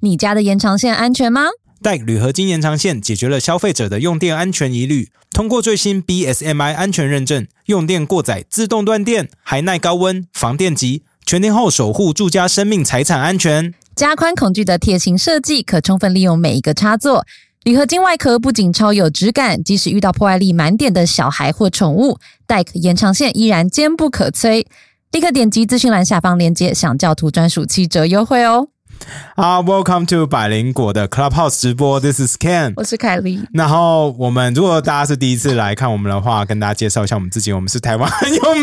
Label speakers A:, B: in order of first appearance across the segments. A: 你家的延长线安全吗？
B: 带铝合金延长线解决了消费者的用电安全疑虑，通过最新 BSMI 安全认证，用电过载自动断电，还耐高温、防电极，全天候守护住家生命财产安全。
A: 加宽孔距的贴心设计，可充分利用每一个插座。铝合金外壳不仅超有质感，即使遇到破坏力满点的小孩或宠物，DEC 延长线依然坚不可摧。立刻点击资讯栏下方链接，享教徒专属七折优惠哦！
B: 啊、w e l c o m e to 百灵果的 Clubhouse 直播，This is Ken。
A: 我是凯莉，
B: 然后我们如果大家是第一次来看我们的话，跟大家介绍一下我们自己，我们是台湾很有名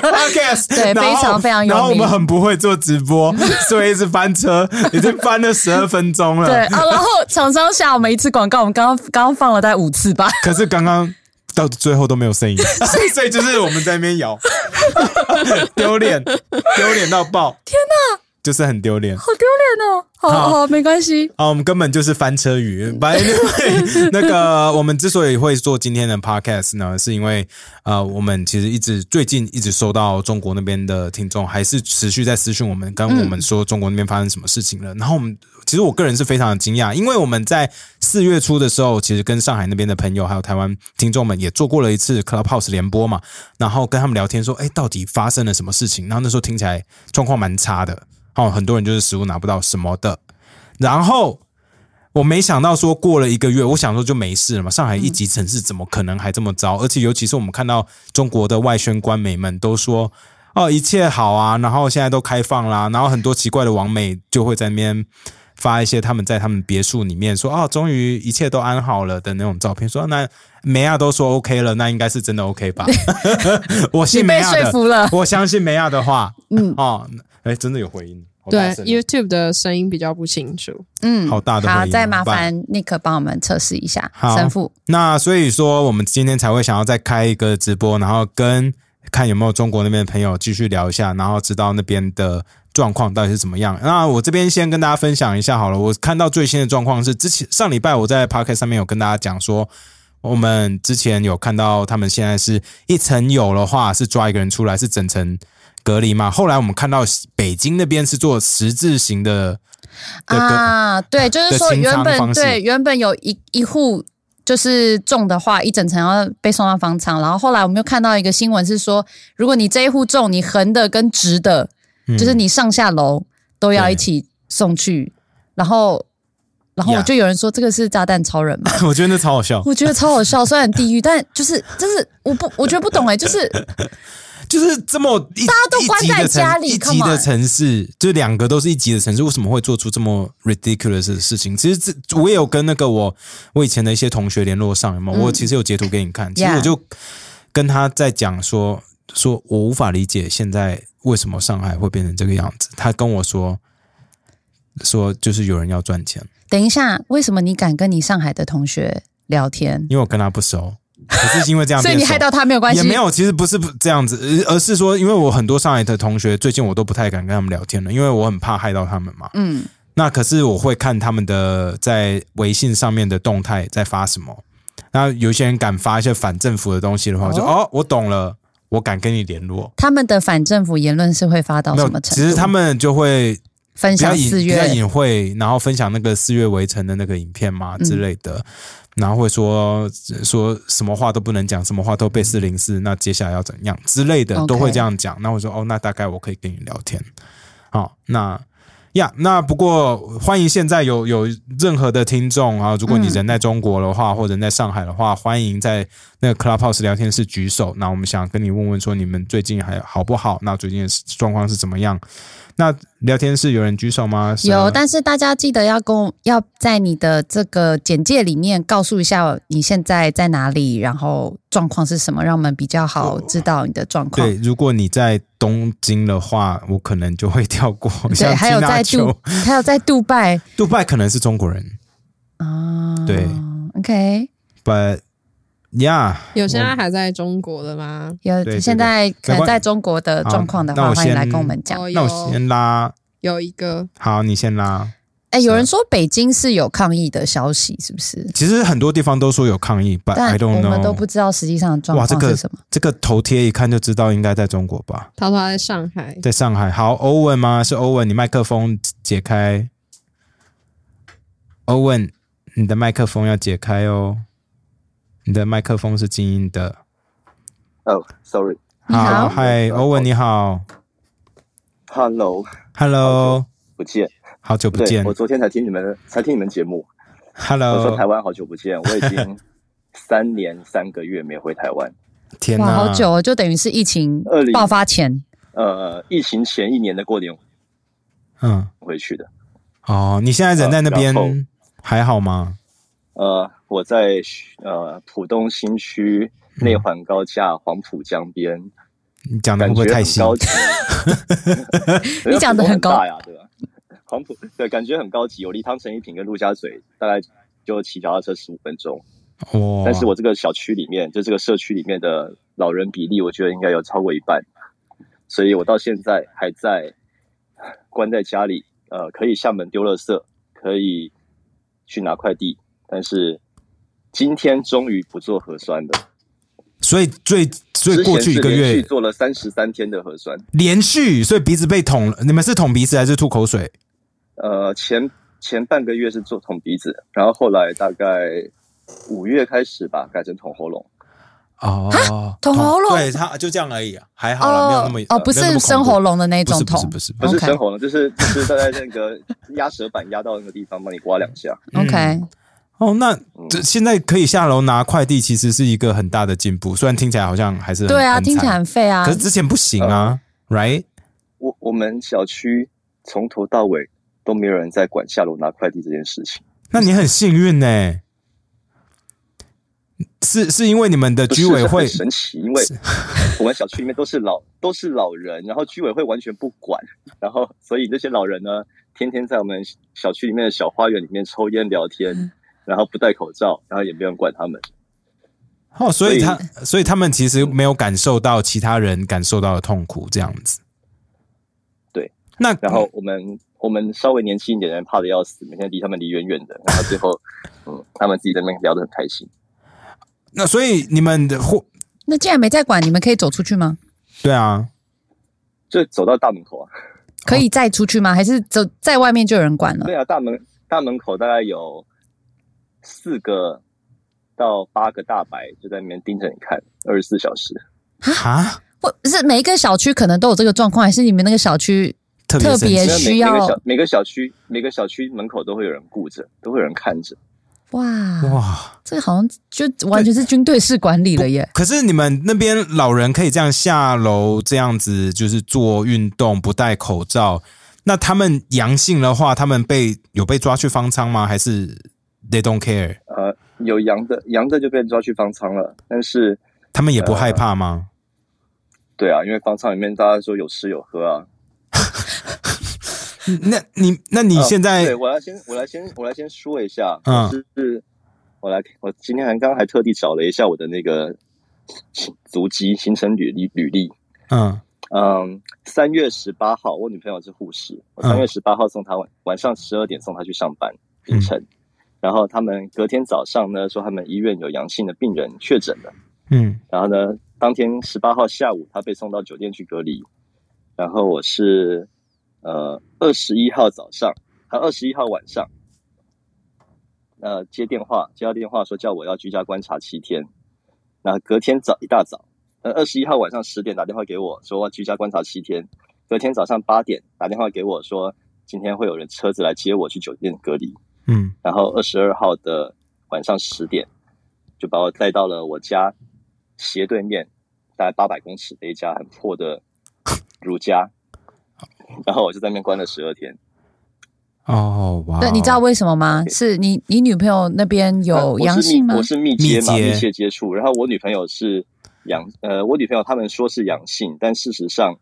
B: podcast，
A: 对
B: 然后
A: 非常非啊常有名
B: 然后我们很不会做直播，所以一直翻车，已经翻了十二分钟了。
A: 对啊，然后厂商下我们一次广告，我们刚刚刚刚放了大概五次吧。
B: 可是刚刚到最后都没有声音，所以就是我们在那边摇，丢脸，丢脸到爆！天哪，就是很丢脸。
A: 好丢脸哦！好
B: 好
A: 好，没关系。
B: 啊，我们根本就是翻车鱼。白那个，我们之所以会做今天的 podcast 呢，是因为呃，我们其实一直最近一直收到中国那边的听众还是持续在私讯我们，跟我们说中国那边发生什么事情了。然后我们其实我个人是非常的惊讶，因为我们在四月初的时候，其实跟上海那边的朋友还有台湾听众们也做过了一次 Clubhouse 联播嘛，然后跟他们聊天说，哎，到底发生了什么事情？然后那时候听起来状况蛮差的，哦，很多人就是食物拿不到什么的。然后我没想到说过了一个月，我想说就没事了嘛。上海一级城市怎么可能还这么糟？而且尤其是我们看到中国的外宣官媒们都说。哦，一切好啊，然后现在都开放啦，然后很多奇怪的网美就会在那边发一些他们在他们别墅里面说哦，终于一切都安好了的那种照片，说那梅亚都说 OK 了，那应该是真的 OK 吧？我信梅亚
A: 你被说
B: 的
A: 服了，
B: 我相信梅亚的话，
C: 嗯
B: 哦，哎，真的有回音， 好
C: 对
B: 大声哦
C: YouTube 的声音比较不清楚。
A: 嗯
B: 好大的
A: 好，
B: 回音啊
A: 再
B: 怎么
A: 麻
B: 办
A: 烦 Nick 帮我们测试一下
B: 好
A: 神父。
B: 那所以说，我们今天才会想要再开一个直播，然后跟看有没有中国那边的朋友继续聊一下，然后知道那边的状况到底是怎么样。那我这边先跟大家分享一下好了，我看到最新的状况是，之前上礼拜我在 p o c a s t 上面有跟大家讲说。我们之前有看到他们现在是一层有的话是抓一个人出来是整层隔离嘛，后来我们看到北京那边是做十字形的呃的隔、
A: 啊，对，就是
B: 的
A: 说
B: 清
A: 原
B: 仓
A: 本
B: 方式
A: 对原本有一一户就是中的话，一整层要被送到方舱，然后后来我们又看到一个新闻是说，如果你这一户中，你横的跟直的，
B: 嗯
A: 就是你上下楼都要
B: 对
A: 一起送去，然后然后我
B: Yeah
A: 就有人说这个是炸弹超 人嘛，
B: 我觉得那超好笑，
A: 我觉得超好笑，虽然很地狱，但就是就是我不我觉得不懂哎、就是
B: 就是这么一
A: 大家都关在家里
B: 一级的城一级
A: come
B: 的
A: on
B: 城市，就两个都是一级的城市，为什么会做出这么 ridiculous 的事情？其实这我也有跟那个我我以前的一些同学联络上，有没有？我其实有截图给你看，其实
A: 嗯 Yeah
B: 我就跟他在讲说，说我无法理解现在为什么上海会变成这个样子。他跟我说。说就是有人要赚钱，
A: 等一下，为什么你敢跟你上海的同学聊天？
B: 因为我跟他不熟，可是因为这样
A: 所
B: 变熟，
A: 以你害到他没有关系，
B: 也没有，其实不是这样子，呃而是说，因为我很多上海的同学，最近我都不太敢跟他们聊天了，因为我很怕害到他们嘛。
A: 嗯。
B: 那可是我会看他们的在微信上面的动态在发什么，那有些人敢发一些反政府的东西的话，我就
A: 哦
B: 哦，我懂了，我敢跟你联络。
A: 他们的反政府言论是会发到
B: 没
A: 什
B: 有
A: 么，程
B: 其
A: 度？
B: 实他们就会
A: 分
B: 比较
A: 享
B: 隐
A: 四
B: 比较
A: 月，
B: 隐晦，然后分享那个四月围城的那个影片嘛
A: 嗯
B: 之类的，然后会说说什么话都不能讲，什么话都被四零四，那接下来要怎样之类的
A: OK
B: 都会这样讲。那我说哦，那大概我可以跟你聊天。好，那呀那不过欢迎现在有有任何的听众啊，如果你
A: 嗯
B: 人在中国的话，或者人在上海的话，欢迎在那个 Clubhouse 聊天室举手。那我们想跟你问问说，你们最近还好不好？那最近的状况是怎么样？那聊天室有人举手吗？是啊
A: 有，但是大家记得要跟我要在你的这个简介里面告诉一下你现在在哪里，然后状况是什么，让我们比较好知道你的状况。
B: 对，如果你在东京的话，我可能就会跳过。
A: 对，
B: 像
A: 还有
B: Tina
A: 在
B: Chu
A: 杜，还有在杜拜
B: 杜拜可能是中国人
A: 啊，
B: 对
A: ，OK，
B: ，But yeah，
C: 有现在还在中国的吗？
A: 有
B: 对对
A: 现在可
B: 没
A: 能
B: 关
A: 在中国的状况的
B: 啊好那
A: 话，
B: 我
A: 欢迎来
B: 先
A: 跟我们讲。
C: 哦，
B: 那
C: 有
B: 我先拉，
C: 有一个
B: 好，你先拉。
A: 哎，有人
B: 啊
A: 说北京是有抗议的消息，是不是？
B: 其实很多地方都说有抗议，But
A: 但
B: I
A: 我
B: don't
A: 们都不
B: know。
A: 知道实际上的状
B: 哇这
A: 况
B: 个
A: 是什么。
B: 这个头贴一看就知道应该在中国吧，
C: 他说他在上海，
B: 在上海。好，欧文吗？是欧文，你麦克风解开。欧文，你的麦克风要解开哦，你的麦克风是静音的。
D: 哦、s o r r y
E: 你好
B: 嗨，欧文你好
D: h e l l o
B: ，Hello，
D: 不见，
B: 好久
D: 不
B: 不
D: 对
B: 见
D: 我昨天才听你们的，才听你们节目。我说台
B: ，Hello，
D: 湾好久不见，我已 经三年三个月没回台湾。
B: 天
A: 哇，
B: 哪，
A: 好久哦，就等于是疫情
D: 20
A: 爆发前，
D: 呃，疫情前一年的过年
B: 嗯，
D: 回去的。
B: 哦，你现在人在那边
D: 呃然后
B: 还好吗？
D: 呃，我在呃浦东新区内环高架黄浦江边，
B: 你讲的
D: 感
B: 会不
D: 觉
B: 会太
D: 很
B: 细？
D: 高级。
A: 你讲得很高
D: 浦东大呀，对吧？黄浦对，感觉很高级。我离汤臣一品跟陆家嘴大概就骑脚踏车十五分钟。
B: 哇，
D: 但是我这个小区里面，就这个社区里面的老人比例，我觉得应该有超过一半，所以我到现在还在关在家里，呃，可以下门丢垃圾，可以去拿快递，但是今天终于不做核酸了。
B: 所以最所以
D: 之前
B: 过去一
D: 是
B: 个
D: 连续
B: 月
D: 做了三十三天的核酸，
B: 连续，所以鼻子被捅了。你们是捅鼻子还是吐口水？
D: 呃，前前半个月是做捅鼻子，然后后来大概五月开始吧，改成捅喉咙。
B: 哦，
A: 捅喉咙
B: 对，他就这样而已，啊还好啦，没有那么
A: 哦，不是
B: 没有那么恐怖
A: 生喉咙的那
B: 不
A: 种
B: 是不
A: 痛
B: 是不是不
D: 不
B: 是
D: 是
A: OK
D: 生喉咙，就是就是在那个 压舌板压到那个地方，帮你刮两下。
A: ，OK，
B: 哦，那
D: 嗯
B: 这现在可以下楼拿快递，其实是一个很大的进步，虽然听起来好像还是很
A: 对啊，
B: 很
A: 听起来
B: 惨
A: 很废啊
B: 可，是之前不行啊，right？
D: 嗯我我们小区从头到尾都没有人在管下楼拿快递这件事情。
B: 那你很幸运呢、是是因为你们的
D: 不
B: 居
D: 是
B: 委
D: 是
B: 会
D: 很神奇，因为 我们小区里面都是老都是老人，然后居委会完全不管，然后所以这些老人呢，天天在我们小区里面的小花园里面抽烟聊
A: 嗯
D: 天，然后不戴口罩，然后也没有人管他们。
B: 哦，所以
D: 所以
B: 他所以他们其实没有感受到其他人感受到的痛苦，这样子。
D: 对，
B: 那
D: 然后我们我们稍微年轻一点的人怕的要死，每天离他们离远远的，然后 最后嗯，他们自己在那边聊得很开心。
B: 那所以你们的或
A: 那既然没在管，你们可以走出去吗？
B: 对啊，
D: 就走到大门口啊，
A: 可以再出去吗？还是走在外面就有人管了？
D: 对啊，大门大门口大概有四个到八个大白就在那边盯着你看，二十四小时。
B: 啊，
A: 或是每一个小区可能都有这个状况，还是你们那个小区
B: 特别
A: 特
B: 神
A: 别也
B: 奇
D: 那
A: 需
D: 每每
A: 要
D: 个小每个小区每个小区门口都会有人顾着，都会有人看着。
A: 哇，
B: 哇！
A: 这好像就完全是军队式管理了耶。
B: 可是你们那边老人可以这样下楼，这样子就是做运动，不戴口罩。那他们阳性的话，他们被有被抓去方舱吗？还是 they don't care？
D: 呃，有阳的阳的就被抓去方舱了，但是
B: 他们也不害怕吗？
D: 对啊，因为方舱里面大家说有吃有喝啊，
B: 那你那你
D: 呃
B: 现在
D: 对我来先，我来先，我来先说一下，
B: 嗯
D: 我是我来，我今天还刚刚还特地找了一下我的那个足迹、行程履历、履历。
B: 嗯
D: 嗯，三月十八号，我女朋友是护士，我三
B: 嗯
D: 月十八号送她晚晚上十二点送她去上班
F: 嗯
D: 凌晨，然后他们隔天早上呢说他们医院有阳性的病人确诊了。
B: 嗯
D: 然后呢，当天十八号下午，他被送到酒店去隔离。然后我是呃二十一号早上，他二十一号晚上，呃接电话，接到电话说叫我要居家观察七天。那隔天早一大早，呃二十一号晚上十点打电话给我说要居家观察七天，隔天早上八点打电话给我说今天会有人车子来接我去酒店隔离。
B: 嗯
D: 然后二十二号的晚上十点，就把我带到了我家斜对面大概八百公尺的一家很破的 如家，然后我就在那边关了十二天。
B: 哦哇哦！
A: 对，你知道为什么吗？是你你女朋友那边有
D: 呃我是
A: 阳性
D: 密
A: 吗
D: 我？是密接嘛，
B: 密接
D: 密切接触。然后我女朋友是阳，呃，我女朋友他们说是阳性，但事实上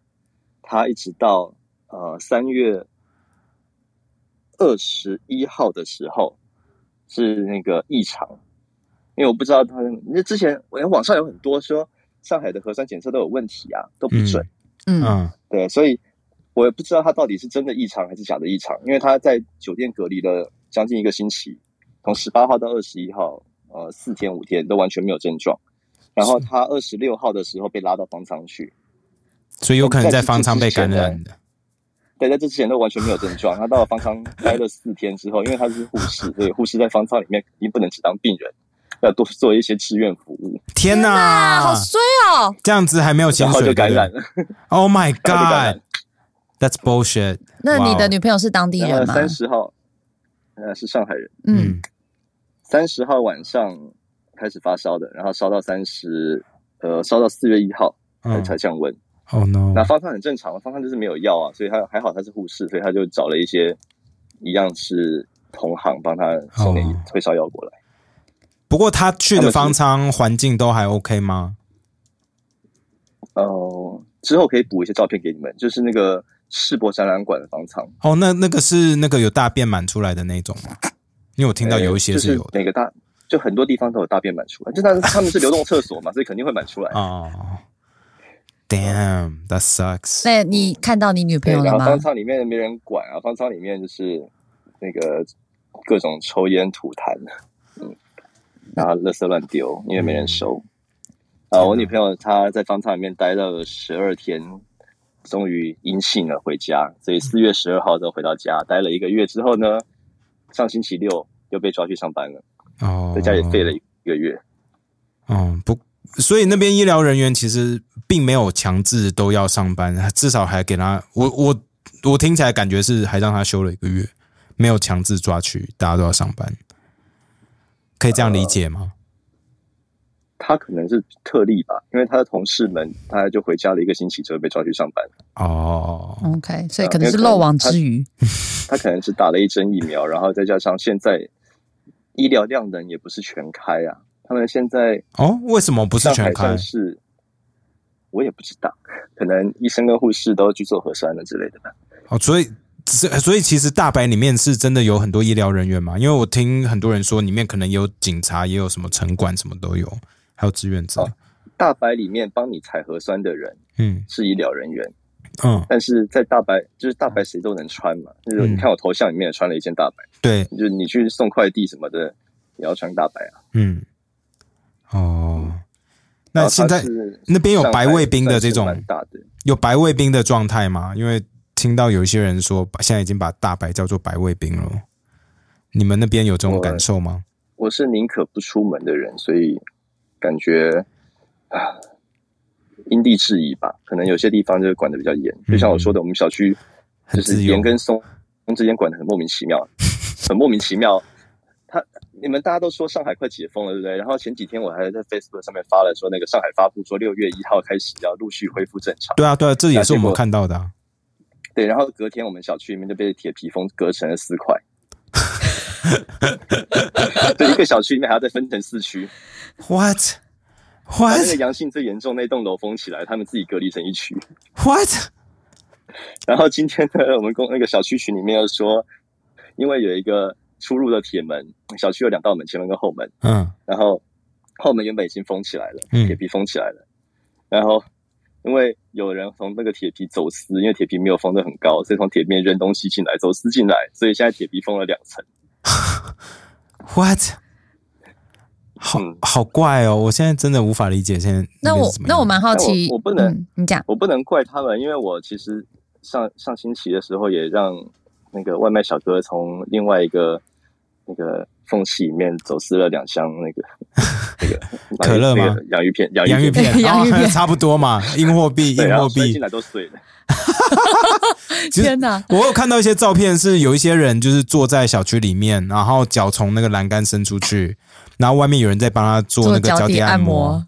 D: 她一直到呃三月二十一号的时候是那个异常，因为我不知道他们，因为之前我网上有很多说上海的核酸检测都有问题啊，都不准，
A: 嗯，
B: 嗯
D: 对，所以我也不知道他到底是真的异常还是假的异常，因为他在酒店隔离了将近一个星期，从十八号到二十一号，呃，四天五天都完全没有症状。然后他二十六号的时候被拉到方舱去，
B: 所以有可能在方舱被感染的。
D: 对，在这之前都完全没有症状。他到了方舱待了四天之后，因为他是护士，所以护士在方舱里面一定不能只当病人，要多做一些志愿服务，
B: 天
A: 啊，
B: 哪
A: 好，衰哦！
B: 这样子还没有薪
D: 然后
B: 水
D: 就感染
B: 对
D: 了。
B: 不对？Oh my
D: 然后就感染
B: god，That's bullshit。
A: 那你
B: 哇
A: 的
B: 哦
A: 女朋友是当地
D: 然后
A: 人吗？
D: 三十号，呃，是上海人。
A: 嗯，
B: 嗯，
D: 三十号晚上开始发烧的，然后烧到三十，呃，烧到四月一号才
B: 嗯
D: 才降温。
B: ，Oh no，
D: 那方舱很正常，方舱就是没有药啊，所以他还好他是护士，所以他就找了一些一样是同行帮他送点
B: 哦
D: 退烧药过来。
B: 不过他去
D: 他
B: 的
D: 们是
B: 方舱环境都还 OK 吗？
D: 哦、之后可以补一些照片给你们，就是那个世博展览馆的方舱，
B: 哦，那那个是那个有大便满出来的那种吗？因为我听到有一些
D: 呃就是
B: 有的
D: 每个大。就很多地方都有大便满出来，就但是他们是流动厕所嘛，所以肯定会满出来。
B: 哦。Damn，that sucks。
A: 那你看到你女朋
D: 对，
A: 友了
D: 然后
A: 吗
D: 方？舱里面没人管啊，方舱里面就是那个各种抽烟吐痰，嗯，然后垃圾乱丢，因为没
A: 嗯
D: 人收。啊，我女朋友她在方舱里面待了十二天，终于阴性了，回家。所以四月十二号就回到家，待了一个月之后呢，上星期六又被抓去上班了，
B: 哦，
D: 在家里废了一个月。
B: 嗯，不，所以那边医疗人员其实并没有强制都要上班，至少还给他，我我我听起来感觉是还让他休了一个月，没有强制抓去，大家都要上班，可以这样
D: 呃
B: 理解吗？
D: 她可能是特例吧，因为她的同事们，她就回家了一个星期之后被抓去上班。
B: 哦，
A: OK，所以可
D: 因
A: 能
D: 为
A: 是
D: 可能
A: 漏网
D: 他
A: 之鱼。
D: 他可能是打了一针疫苗，然后再加上现在医疗量能也不是全开啊。他们现在
B: 哦，为什么不是
D: 上海
B: 全开
D: 算？是，我也不知道，可能医生跟护士都去做核酸了之类的吧。
B: 哦，所以。所以所以其实大白里面是真的有很多医疗人员嘛，因为我听很多人说里面可能有警察，也有什么城管，什么都有，还有志愿者。
D: 哦大白里面帮你采核酸的人
B: 嗯
D: 是医疗人员，
B: 嗯，
D: 但是在大白就是大白谁都能穿嘛，就是你看我头像里面也穿了一件大白，
B: 对，
D: 就是你去送快递什么的也要穿大白啊。
B: 嗯，哦，
D: 嗯然
B: 那
D: 后
B: 现
D: 他
B: 在
D: 是
B: 那边有
D: 上
B: 白
D: 海
B: 卫兵的
D: 算是
B: 这种
D: 蛮大的，
B: 有白卫兵的状态吗？因为听到有一些人说，把现在已经把大白叫做白卫兵了。你们那边有这种
D: 我
B: 感受吗？
D: 我是宁可不出门的人，所以感觉啊，因地制宜吧。可能有些地方就是管的比较严，就像我说的，我们小区
B: 嗯很
D: 就
B: 自
D: 是
B: 由
D: 严跟松之间管的很莫名其妙，很莫名其妙。他你们大家都说上海快解封了，对不对？然后前几天我还在 Facebook 上面发了说，那个上海发布说六月一号开始要陆续恢复正常。
B: 对啊，对啊，这也是我
D: 那
B: 们
D: 结果
B: 看到的、啊。
D: 对，然后隔天我们小区里面就被铁皮封隔成了四 块，对，一个小区里面还要再分成四区。
B: What
D: 把
B: what
D: 那个阳性最严重那栋楼封起来，他们自己隔离成一区。
B: what？
D: 然后今天呢，我们公那个小区群里面又说，因为有一个出入的铁门，小区有两道门，前门跟后门，
B: 嗯
D: 然后后门原本已经封起来了，
B: 嗯
D: 铁皮封起来了，然后。因为有人从那个铁皮走私，因为铁皮没有封得很高，所以从铁皮面扔东西进来，走私进来，所以现在铁皮封了两层。
B: ，what？好
D: 嗯
B: 好怪哦！我现在真的无法理解现在
A: 那
B: 边
A: 我
B: 是怎么
A: 那
B: 样
A: 我蛮好奇，
D: 但我我不能
A: 嗯你讲
D: 我不能怪他们，因为我其实上上星期的时候也让那个外卖小哥从另外一个那个缝隙里面走私了两箱 那个那个
B: 可乐吗
D: 那个洋芋片，洋
B: 洋
D: 芋
B: 芋
D: 片。
B: 片，
A: 洋芋
B: 哦
A: 片
B: 差不多嘛，硬货币，
D: 对，啊
B: 硬
D: 然后
B: 货
D: 摔
B: 币
D: 进。来都碎了。
B: 其实
A: 天哪！
B: 我有看到一些照片，是有一些人就是坐在小区里面，然后脚从那个栏杆伸出去，然后外面有人在帮他做那个
A: 脚
B: 底
A: 底按
B: 摩。，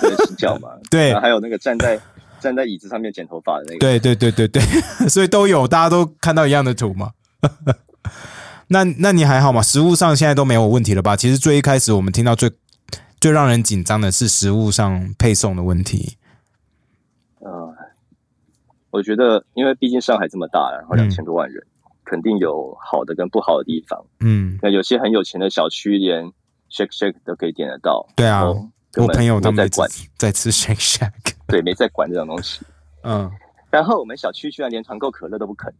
D: 对，洗脚嘛。
B: 对
D: 然后还有那个站在站在椅子上面剪头发的那个。
B: 对对对对 对，所以都有，大家都看到一样的图嘛。 那那你还好吗？食物上现在都没有问题了吧？其实最一开始我们听到最最让人紧张的是食物上配送的问题。
D: 呃，我觉得，因为毕竟上海这么大，然后
B: 嗯
D: 两千多万人，肯定有好的跟不好的地方。
B: 嗯，
D: 那有些很有钱的小区连 shake shake 都可以点得到。
B: 对啊
D: 然后哦根
B: 我
D: 本
B: 朋友他
D: 没
B: 们
D: 在
B: 在
D: 管，
B: 吃在吃 Shake Shack。
D: 对，没在管这种东西。
B: 嗯，
D: 然后我们小区居然连团购可乐都不肯，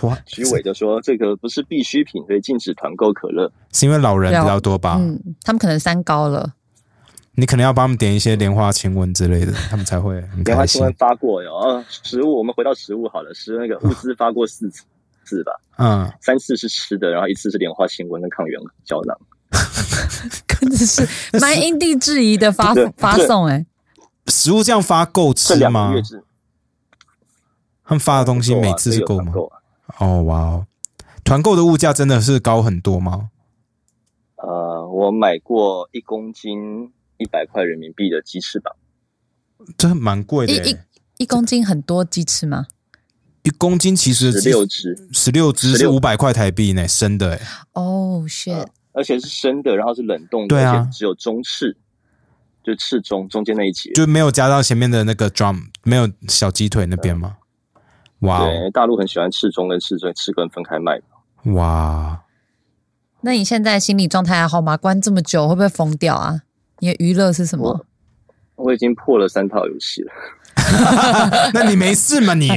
B: 哇，
D: 徐伟就说这个不是必需品，所以禁止团购可乐。
B: 是因为老人比较多吧？
A: 嗯，他们可能三高了，
B: 你可能要帮他们点一些莲花清瘟之类的，他们才会很
D: 莲花
B: 开
D: 新
B: 心
D: 闻。发过有，呃，食物我们回到食物好了，是那个物资发过四次次吧，
B: 嗯，
D: 三次是吃的，然后一次是莲花清瘟跟抗原胶囊。
A: 真的 是蛮因地制宜的发
D: 对
A: 发送哎、
B: 食物这样发够吃
D: 这两
B: 吗
D: 个月？是
B: 他们发的东西
D: 够啊
B: 每次是
D: 这个
B: 够
D: 团
B: 吗？
D: 购啊
B: 哦，哇哦，团购的物价真的是高很多吗？
D: 呃，我买过一公斤一百块人民币的鸡翅膀，
B: 这蛮贵的
A: 一
B: 耶，
A: 一公斤很多鸡翅吗？
B: 一公斤其实
D: 十六只，
B: 十六只是
D: 16
B: 五百块台币呢，生的哎，
A: 哦、shit，
D: 呃而且是生的，然后是冷冻的，
B: 对啊
D: 而且只有中翅，就翅中中间那一节。
B: 就没有加到前面的那个 drum，没有小鸡腿那边吗？哇哦
D: 对，大陆很喜欢翅中跟翅中翅根分开卖。
B: 哇，
A: 那你现在心理状态还好吗？关这么久会不会疯掉啊？你的娱乐是什么？
D: 我已经破了三套游戏了，
B: 那你没事吗你？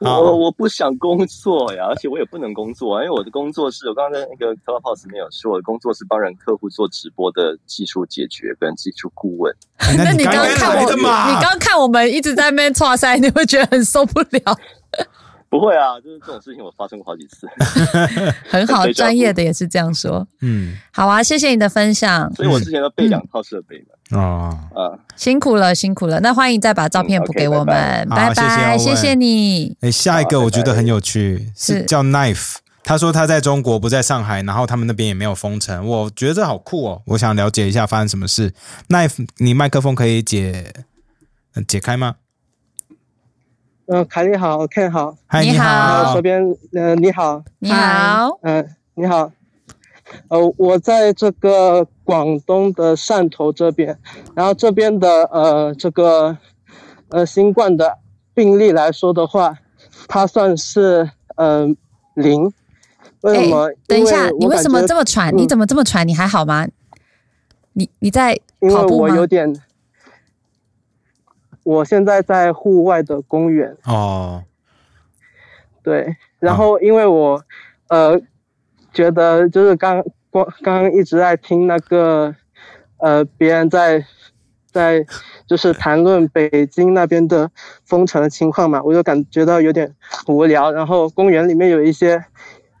B: 好
D: 我我不想工作呀，而且我也不能工作啊，因为我的工作是我刚才那个 Clubhouse 里面有说，我的工作是帮人客户做直播的技术解决跟技术顾问。
B: 哎那
A: 你
B: 刚
A: 刚
B: 刚
A: 看
B: 来
A: 我，
B: 的
A: 你
B: 嘛？
A: 刚看我们一直在那边刷塞， 你会觉得很受不 了。
D: 不会啊，就是这种事情我发生过好几次，
A: 很好，
D: 对照顾
A: 专业的也是这样说。
B: 嗯
A: 好啊，谢谢你的分享，
D: 所以我之前都备两套设备了、
B: 啊，
D: 啊。
A: 辛苦了，辛苦了。那欢迎再把照片
D: 嗯
A: 补
D: OK，
A: 给我们，
B: 拜拜好
A: 拜，
B: 谢谢欧
A: 谢
B: 文
A: 谢你。
B: 哎，下一个
D: 好
B: 我觉
D: 拜
B: 得
D: 拜
B: 很有趣，是
A: 是
B: 叫 Knife。他说他在中国不在上海，然后他们那边也没有封城，我觉得这好酷哦！我想了解一下发生什么事。Knife，你麦克风可以解呃解开吗？
G: 嗯，凯莉好，Ken 好，
B: 嗨，
A: 你
B: 你
A: 好
G: 呃，
B: 好
G: 手，边，呃，你好，
A: 你好，
G: 嗯、你好，呃，我在这个广东的汕头这边，然后这边的呃这个呃新冠的病例来说的话，它算是嗯、呃、零，为什么？
A: 哎等一
G: 因
A: 下，你
G: 我
A: 为
G: 感
A: 什么
G: 觉
A: 这么喘？
G: 嗯
A: 你怎么这么喘？你还好吗？你你在
G: 因为
A: 跑步
G: 我有
A: 吗？
G: 点，我现在在户外的公园。
B: 哦，
G: 对，
A: 啊
G: 然后因为我，呃，觉得就是刚光刚刚一直在听那个，呃，别人在在就是谈论北京那边的封城的情况嘛，我就感觉到有点无聊。然后公园里面有一些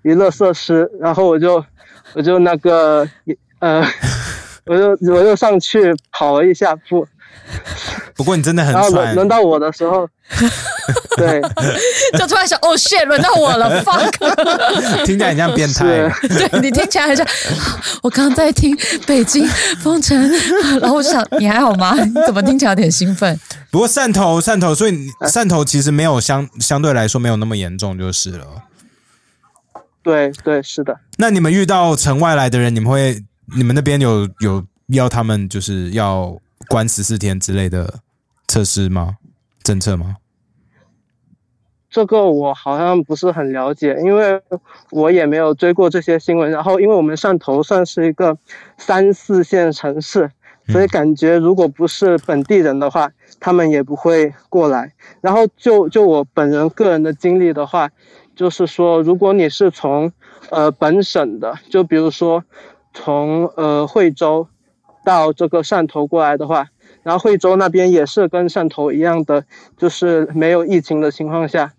G: 娱乐设施，然后我就我就那个呃， 我就我就上去跑了一下步，
B: 不过你真的很
G: 然后轮
B: 喘，
G: 轮到啊我的时候，对。
A: 就突然想，哦，shit，轮到我 了，fuck！
B: 听起来很像变态
G: 是。
A: 对你听起来很像，我刚在听北京封城，然后我想你还好吗？你怎么听起来有点兴奋？
B: 不过汕头，汕头，所以你
G: 啊
B: 汕头其实没有相相对来说没有那么严重就是了。
G: 对对，是的，
B: 那你们遇到城外来的人，你们会你们那边有有要他们就是要关十四天之类的测试吗？政策吗？
G: 这个我好像不是很了解，因为我也没有追过这些新闻。然后，因为我们汕头算是一个三四线城市，所以
B: 嗯
G: 感觉如果不是本地人的话，他们也不会过来。然后就就我本人个人的经历的话，就是说，如果你是从呃本省的，就比如说从呃惠州到这个汕头过来的话，然后惠州那边也是跟汕头一样的，就是没有疫情的情况下，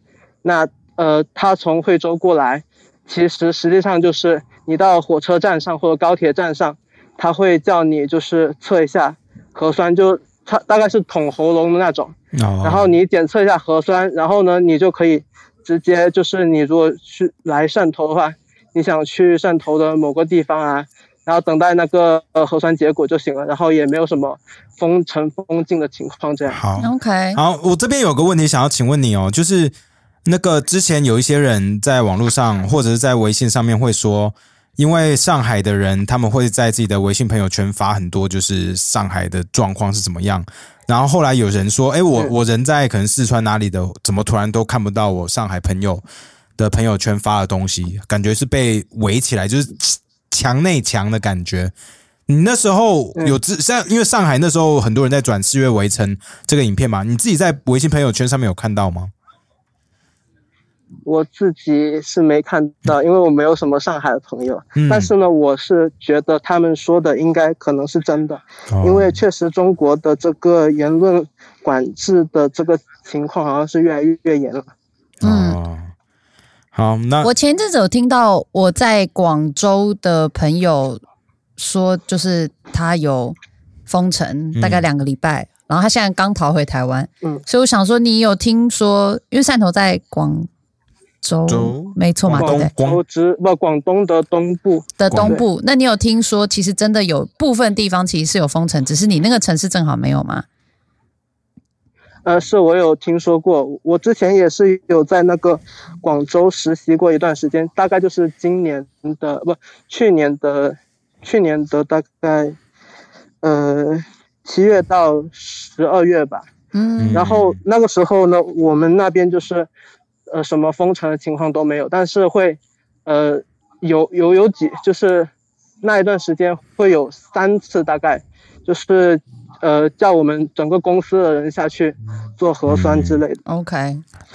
G: 那呃，他从惠州过来，其实实际上就是你到火车站上或者高铁站上，他会叫你就是测一下核酸，就他大概是捅喉咙的那种，
B: 哦，
G: 然后你检测一下核酸，然后呢，你就可以直接就是你如果去来汕头的话，你想去汕头的某个地方啊，然后等待那个呃核酸结果就行了，然后也没有什么封城封禁的情况这样。
B: 好，
A: OK，
B: 好，我这边有个问题想要请问你哦，就是那个之前有一些人在网络上或者是在微信上面会说，因为上海的人他们会在自己的微信朋友圈发很多就是上海的状况是怎么样，然后后来有人说，哎，我
G: 嗯
B: 我人在可能四川哪里的，怎么突然都看不到我上海朋友的朋友圈发的东西，感觉是被围起来，就是墙内墙的感觉。你那时候有自像，因为上海那时候很多人在转《四月围城》这个影片嘛，你自己在微信朋友圈上面有看到吗？
G: 我自己是没看到，因为我没有什么上海的朋友。
B: 嗯
G: 但是呢，我是觉得他们说的应该可能是真的，
B: 哦
G: 因为确实中国的这个言论管制的这个情况好像是越来越严了。
A: 嗯
B: 哦好，那
A: 我前一阵子有听到我在广州的朋友说，就是他有封城
B: 嗯
A: 大概两个礼拜，然后他现在刚逃回台湾。
G: 嗯
A: 所以我想说，你有听说，因为汕头在广州，
B: 州
A: 没错嘛，
B: 广
A: 对不
B: 东
A: 对？
B: 广
G: 我只不广东的东部，
A: 的
B: 广
A: 东部，那你有听说，其实真的有部分地方其实是有封城，只是你那个城市正好没有吗？
G: 呃，是我有听说过，我之前也是有在那个广州实习过一段时间，大概就是今年的不，去年的，去年的大概，呃，七月到十二月吧。
A: 嗯
G: 然后那个时候呢，我们那边就是，呃，什么封城的情况都没有，但是会，呃，有有有几就是那一段时间会有三次大概，就是呃叫我们整个公司的人下去做核酸之类的。
A: ，OK，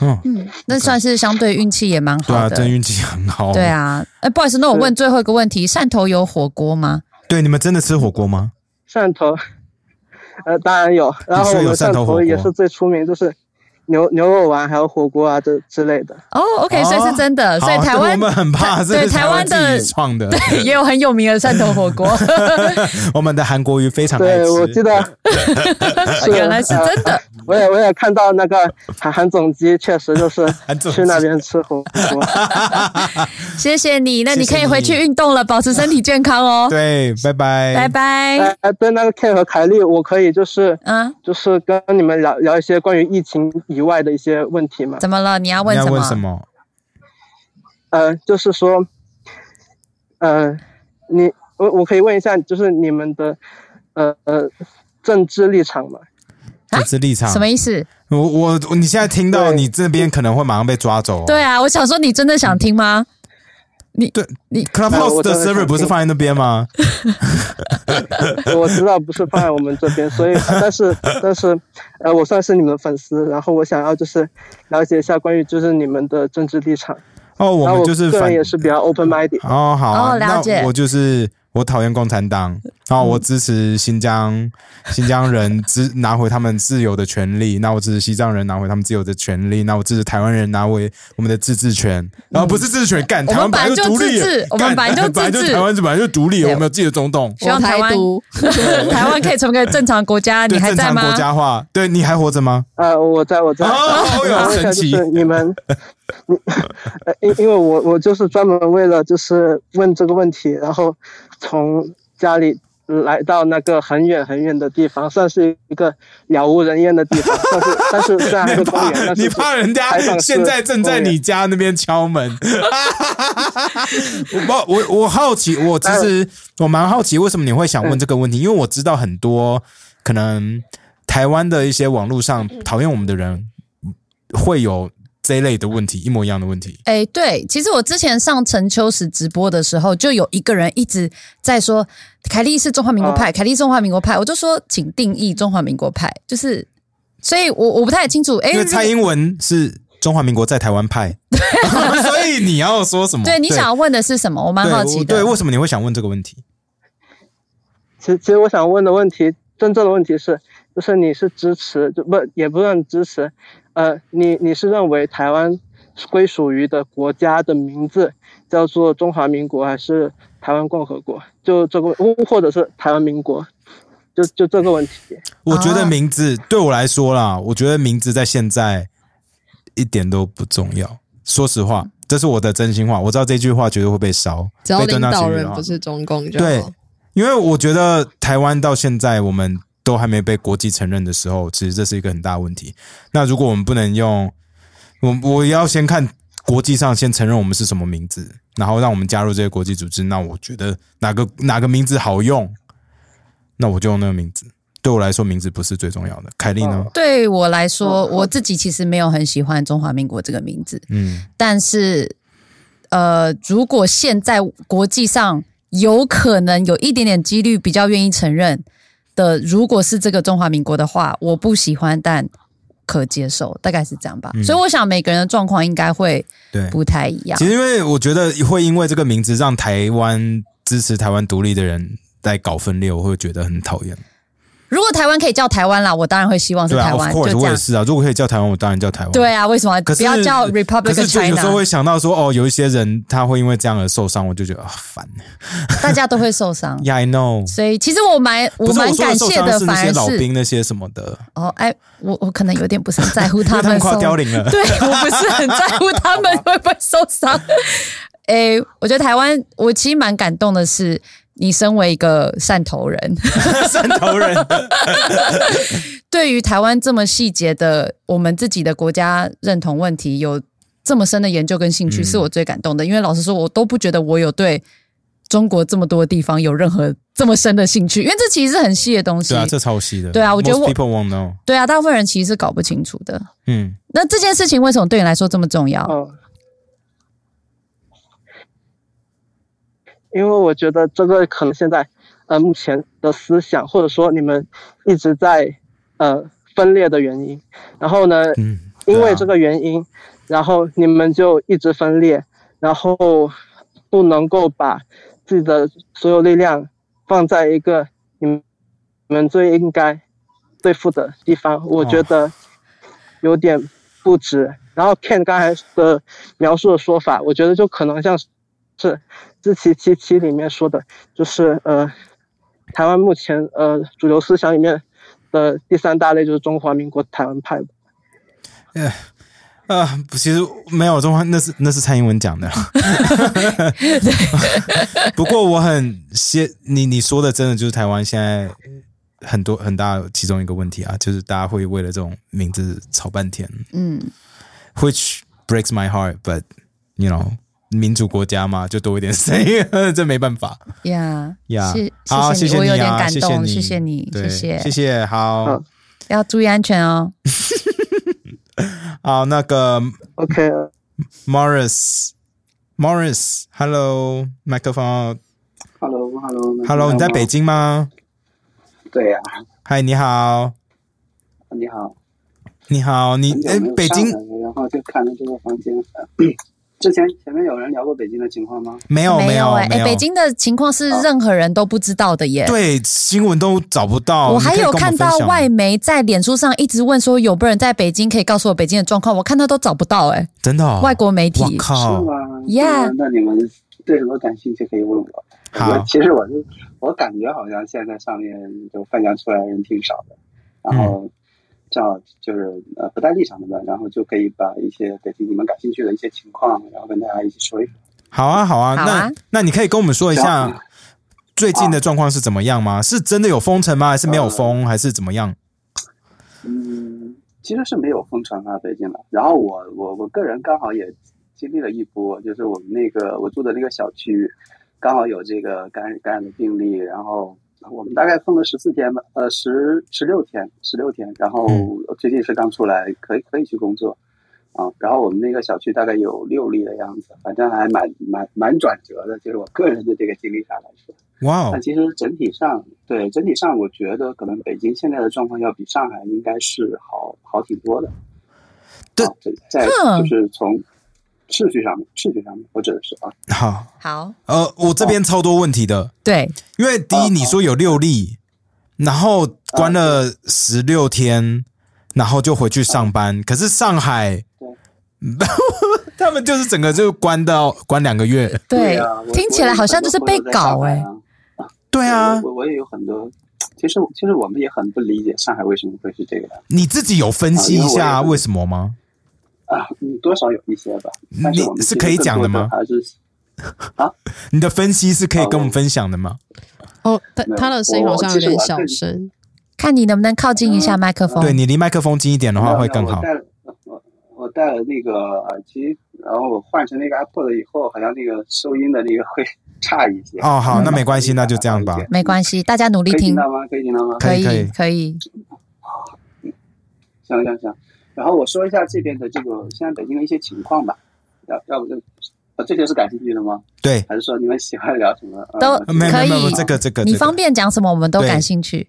B: 嗯，
A: 嗯，那算是相对运气也蛮
B: 对啊，
A: 好
B: 真
A: 的。
B: 运气很好。
A: 对，啊，哎，不好意思，那我问最后一个问题：汕头有火锅吗？
B: 对，你们真的吃火锅吗？
G: 汕头，呃，当然有，然后
B: 所
G: 我
B: 以有
G: 们
B: 汕
G: 汕
B: 头火
G: 头
B: 锅
G: 也是最出名，就是牛牛肉丸还有火锅啊这之类的。
A: 哦，OK，
B: 哦
A: 所以是真的，
B: 好
A: 呃所以台
B: 这个 我
A: 湾
B: 们很怕，
A: 对
B: 这是
A: 台湾
B: 自
A: 的
B: 己创的，
A: 对也有很有名的汕头火锅，
B: 我们的韩国瑜非常爱吃。
G: 对，我记得是
A: 原来是真的。
G: 我也我也看到那个韩韩总机，确实就是
B: 韩总机
G: 去那边吃火 锅。
A: 谢谢你，那你
B: 谢谢
A: 可以回去
B: 你
A: 运动了，保持身体健康哦。
B: 对，哎拜拜，
A: 拜拜。
G: 哎、呃，对那个 K 和凯莉，我可以就是
A: 啊，
G: 就是跟你们聊聊一些关于疫情以外的一些问题嘛。
A: 怎么了？你要
B: 你
A: 问
B: 要
A: 什
B: 问
A: 么？
B: 什么？
G: 呃，就是说，呃，你我我可以问一下，就是你们的呃呃政治立场嘛？
B: 政治立场？
A: 啊什么意思？
B: 我我你现在听到，
G: 对
B: 你这边可能会马上被抓走、哦。
A: 对啊，我想说，你真的想听吗？
G: 那我
B: Clubhouse 的
G: 真的想
B: server 不是
G: 听
B: 放在那边吗？
G: 我知道不是放在我们这边，所 以但是但是，呃，我算是你们的粉丝，然后我想要就是了解一下关于就是你们的政治立场。
B: 哦，我
G: 然后
B: 们就是
G: 个
B: 反
G: 人也是比较 open minded。
B: 哦，好啊、
A: 哦了解
B: 那我就是我讨厌共产党，然后我支持新 疆新疆人支拿回他们自由的权利，那我支持西藏人拿回他们自由的权利，那我支持台湾人拿回我们的自治权，然后不是自治权，干
A: 嗯我
B: 台
A: 们
B: 湾
A: 本来
B: 就
A: 就
B: 独立
A: 自治
B: 了，
A: 我们
B: 干
A: 本来就
B: 本来
A: 自治
B: 台湾本来就独立了，我们有自己的总统。
A: 希望
H: 我
A: 台湾
H: 台独
A: 台湾可以成为一个正常国家，你
B: 对
A: 还
B: 正
A: 在
B: 常
A: 吗？
B: 国家化，对你还活着吗？
G: 呃，我在我在，
B: 哦
G: 我
B: 哟
G: 想问一下
B: 神奇
G: 就是你 们，你呃，因因为我我就是专门为了就是问这个问题，然后从家里来到那个很远很远的地方，算是一个杳无人烟的地方，但是但是虽然 还
B: 你
G: 是公
B: 怕
G: 园，但是
B: 你怕人家
G: 开放式
B: 现在正在
G: 公园
B: 你家那边敲门？ 我不，我我好奇，我其实我蛮好奇，为什么你会想
G: 嗯
B: 问这个问题？因为我知道很多可能台湾的一些网络
A: 嗯
B: 上讨厌我们的人会有这一类的问题，一模一样的问题。
A: 哎，对，其实我之前上陈秋实直播的时候，就有一个人一直在说凯莉是中华民国派，凯莉是中华民国派，我就说请定义中华民国派，就是，所以我我不太清楚，哎，
B: 因为
A: 如
B: 蔡英文是中华民国在台湾 派，所以你要说什么？
A: 对你想要问的是什么？我蛮
B: 对
A: 好
B: 我
A: 奇的。
B: 对，为什么你会想问这个问题？
G: 其实，其实我想问的问题，真正的问题是，就是你是支持，就不也不算支持，呃，你你是认为台湾归属于的国家的名字叫做中华民国还是台湾共和国？就这个，或者是台湾民国？就就这个问题，
B: 我觉得
A: 啊
B: 名字、对我来说啦，我觉得名字在现在一点都不重要。说实话，这是我的真心话。我知道这句话绝对会被烧，
H: 只要
B: 被
H: 领
B: 蹲到
H: 导
B: 监狱
H: 人
B: 的话
H: 不是中共就
B: 对
H: 好。，
B: 因为我觉得台湾到现在我们都还没被国际承认的时候，其实这是一个很大问题。那如果我们不能用，我我要先看国际上先承认我们是什么名字，然后让我们加入这些国际组织，那我觉得哪个哪个名字好用，那我就用那个名字。对我来说，名字不是最重要的。凯莉呢？
A: 对我来说，
G: 哦
A: 我自己其实没有很喜欢“中华民国”这个名字，
B: 嗯，
A: 但是，呃，如果现在国际上有可能有一点点几率比较愿意承认的，如果是这个中华民国的话，我不喜欢，但可接受，大概是这样吧。所以我想每个人的状况应该会
B: 嗯对，
A: 不太一样
B: 其。实因为我觉得会因为这个名字让台湾支持台湾独立的人来搞分裂，我会觉得很讨厌。
A: 如果台湾可以叫台湾啦，我当然会希望是
B: 对啊
A: 哦台
B: ，of
A: 湾，就
B: course，
A: 这
B: 我也
A: 样。
B: 是啊。如果可以叫台湾，我当然叫台湾。
A: 对啊，为什么
B: 可
A: 不
B: 是
A: 要叫
B: 可是
A: Republic
B: 就有时候
A: China？
B: 会想到 说，哦，有一些人他会因为这样而受伤，我就觉得啊烦。
A: 大家都会受伤。
B: Yeah, I know。
A: 所以其实我蛮
B: 不是
A: 蛮
B: 说
A: 感
B: 受
A: 谢
B: 伤是那
A: 反
B: 些
A: 而
B: 老
A: 是
B: 兵那些什么的，
A: 哦，哎，我我可能有点不是很在乎
B: 因为
A: 他
B: 他们
A: 们
B: 快要
A: 受，
B: 凋零了。
A: 对我不是很在乎他们会不会受伤。哎，我觉得台湾，我其实蛮感动的是，你身为一个汕头人，
B: 汕 头人，
A: 对于台湾这么细节的我们自己的国家认同问题有这么深的研究跟兴趣，
B: 嗯
A: 是我最感动的。因为老实说，我都不觉得我有对中国这么多地方有任何这么深的兴趣，因为这其实是很细的东西。
B: 对啊，这抄袭的。
A: 对啊我觉得
B: Most
A: 我
B: people won't know。
A: 对啊大部分人其实是搞不清楚的。
B: 嗯，
A: 那这件事情为什么对你来说这么重要？
G: 嗯，
H: 哦
G: 因为我觉得这个可能现在呃目前的思想，或者说你们一直在呃分裂的原因，然后呢，
B: 嗯
G: 因
B: 对
G: 为
B: 啊
G: 这个原因，然后你们就一直分裂，然后不能够把自己的所有力量放在一个你们你们最应该对付的地方，
B: 哦
G: 我觉得有点不值。然后 Ken 刚才的描述的说法，我觉得就可能像是《自奇奇奇》里面说的，就是呃，台湾目前呃主流思想里面的呃第三大类就是中华民国台湾派吧。
B: 啊，其实没有中华，那是那是蔡英文讲的。 不过我很些，你你说的真的就是台湾现在很多很大其中一个问题啊，就是大家会为了这种名字吵半天
A: 嗯，
B: ，which breaks my heart，but you know。民主国家嘛，就多一点 say，这没办法
A: 呀
B: 呀。
A: 是，
B: 好，谢
A: 谢我
B: 你
A: 有点
B: 啊，
A: 感
B: 谢
A: 动，
B: 你，
A: 谢谢你，
B: 对
A: 谢
B: 谢
A: 谢，
B: 谢，好
G: 嗯
A: 要注意安全哦。
B: 好，那个
G: OK，
B: Morris，Morris，Hello，麦克风
I: h e l l o h e l l o h e l l
B: ，Hello，
I: o
B: 你在北？京吗？
I: 对呀、
B: 嗨，你好，
I: 你好，
B: 你好，你
I: 很久
B: 哎
I: 没，有
B: 北京
I: 上来了然后就看了这个房间。呃之前前面有人聊过北京的情况吗？
B: 没有
A: 没
B: 有
A: 哎、
B: 没有，
A: 北京的情况是任何人都不知道的耶。
B: 对新闻都找不到，
A: 我还
B: 你可以
A: 有
B: 跟
A: 看
B: 们
A: 到
B: 分享
A: 外，媒在脸书上一直问说有没有人在北京可以告诉我北京的状况，我看到都找不到哎、
B: 真的哦
A: 外，国媒体
B: 我靠
I: 是，吗
A: Yeah
I: 嗯那你们对什么感兴趣可以问我。
B: 好
I: 我其实我就我感觉好像现在上面就分享出来的人挺少的，然后这样就是呃不带立场的吧，然后就可以把一些北京你们感兴趣的一些情况，然后跟大家一起说一说。
B: 好啊好啊，
A: 好啊
B: 那那你可以跟我们说一
I: 行
B: 下最近的状况是怎么样吗？是真的有封城吗？还是没有封？还是怎么样？
I: 嗯，其实是没有封城啊，北京的。然后我我我个人刚好也经历了一波，就是我们那个我住的那个小区，刚好有这个感染感染的病例，然后我们大概封了十四天吧，呃，十十六天，十六天。然后
B: 嗯
I: 最近是刚出来，可以可以去工作啊。然后我们那个小区大概有六例的样子，反正还蛮蛮蛮转折的，就是我个人的这个经历上来说。
B: 哇哦
I: 但，其实整体上，对整体上，我觉得可能北京现在的状况要比上海应该是好好挺多的。
B: 对
I: 啊，这在
A: 嗯
I: 就是从秩序上面，秩序上面，我指的是啊，
B: 好，
A: 好，
B: 呃，我这边超多问题的，
A: 对，
B: 因为第一
I: 哦
B: 你说有六例，然后关了十六天，然后就回去上班。可是上海
I: 哦对，
B: 他们就是整个就关到关两个月。
A: 对，
I: 啊我
A: 听起来好像就是被搞哎、
B: 对啊
I: 我，我我也有很多，其实其实我们也很不理解上海为什么会是这个样
B: 你自己有分析一
I: 啊因为
B: 下
I: 我也
B: 为什么吗？
I: 啊，嗯多少有一些吧。但
B: 你
I: 是我们
B: 是
I: 其实
B: 可以
I: 更
B: 讲
I: 多
B: 的吗
I: 还是
B: 你的分析是可以
I: 啊
B: 跟我们
I: 我
B: 分享的吗？
H: 哦，他
I: 没有
H: 他的声音好像有点小声，
A: 看你能不能靠近一
I: 嗯
A: 下麦克风。
B: 对你离麦克风近一点的
I: 没
B: 话
I: 有
B: 啊会
I: 没有
B: 更好
I: 哦我。戴了我我戴了那个耳机，然后我换成那个 AirPod 以后，好像那个收音的那个会 差一些。
B: 哦好那没关系那就这样吧
A: 没关系，大家努力
I: 可以听
A: 嗯听，
I: 到吗？可以听到吗？
B: 可以
A: 以，可以。
I: 行行行。然后我说一下这边的这个现在北京的一些情况吧，要要不就。呃这就是感兴趣的吗？
B: 对，
I: 还是说你们喜欢聊什么？呃
A: 都
I: 这个
B: 没有没有
A: 可以
B: 没有这个这个
A: 你
B: 这个
A: 方便讲什么，我们都
B: 对
A: 感兴趣。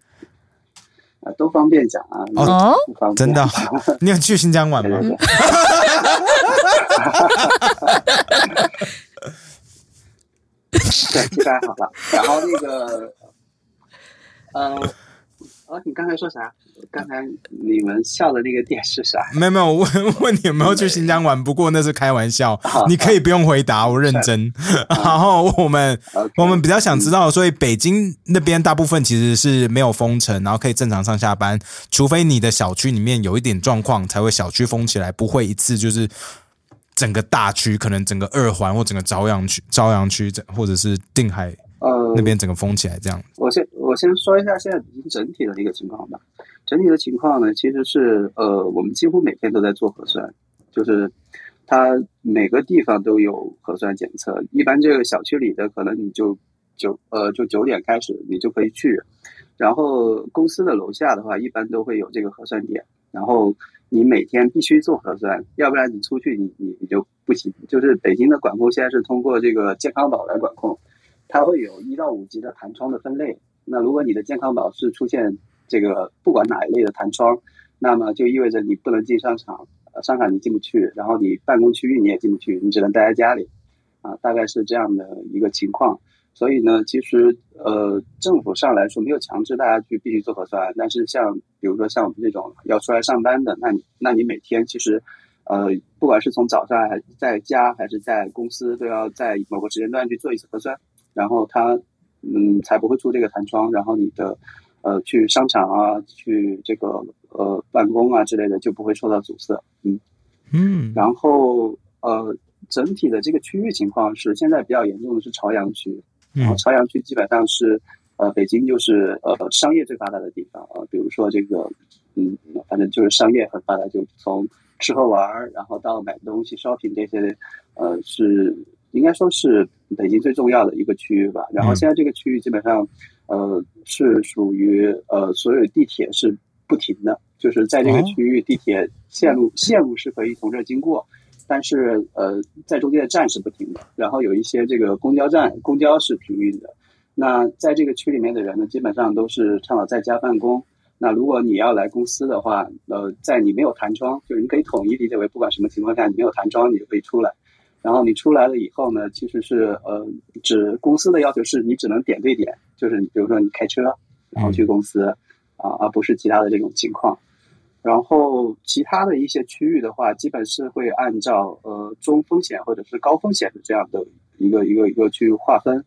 I: 啊，都方便讲啊，
E: 哦，
I: 不方便
B: 真的哦、 你有去新疆玩吗？
I: 对 对，期待好了。然后那个，呃，哦，你刚才说啥？刚才你们笑的那个点是啥？
B: 没有没有，我问问你有没有去新疆玩？不过那是开玩 笑
I: 好，
B: 你可以不用回答，我认真。 然后我们
I: OK
B: 我们比较想知道，所以北京那边大部分其实是没有封城，然后可以正常上下班，除非你的小区里面有一点状况，才会小区封起来，不会一次就是整个大区，可能整个二环或整个朝阳区、朝阳区，或者是定海
I: 呃，
B: 那边整个封起来这样。
I: 我先我先说一下现在北京整体的一个情况吧。整体的情况呢，其实是呃，我们几乎每天都在做核酸，就是它每个地方都有核酸检测。一般这个小区里的，可能你就九呃就九点开始，你就可以去。然后公司的楼下的话，一般都会有这个核酸点。然后你每天必须做核酸，要不然你出去你你你就不行。就是北京的管控现在是通过这个健康宝来管控，它会有一到五级的弹窗的分类。那如果你的健康宝是出现这个不管哪一类的弹窗，那么就意味着你不能进商场，呃商场你进不去，然后你办公区域你也进不去，你只能待在家里，啊，大概是这样的一个情况。所以呢，其实呃，政府上来说没有强制大家去必须做核酸，但是像比如说像我们这种要出来上班的，那你那你每天其实，呃，不管是从早上还是在家还是在公司，都要在某个时间段去做一次核酸，然后它嗯才不会出这个弹窗，然后你的呃去商场啊，去这个呃办公啊之类的就不会受到阻塞，嗯。
B: 嗯，
I: 然后呃，整体的这个区域情况是现在比较严重的是朝阳区，然后
B: 嗯
I: 朝阳区基本上是呃北京就是呃商业最发达的地方啊、呃比如说这个嗯，反正就是商业很发达，就从吃喝玩儿，然后到买东西、shopping 这些，呃，是应该说是北京最重要的一个区域吧。然后
B: 嗯
I: 现在这个区域基本上呃是属于呃所有地铁是不停的，就是在这个
B: 哦
I: 区域地铁线路线路是可以从这儿经过。但是呃，在中间的站是不停的，然后有一些这个公交站，公交是停运的。那在这个区里面的人呢，基本上都是倡导在家办公。那如果你要来公司的话，呃，在你没有弹窗，就是你可以统一理解为，不管什么情况下你没有弹窗，你就可以出来。然后你出来了以后呢，其实是呃，只公司的要求是你只能点对点，就是你比如说你开车，然后去公司，啊、而不是其他的这种情况。然后其他的一些区域的话，基本是会按照呃中风险或者是高风险的这样的一个一个一个去划分。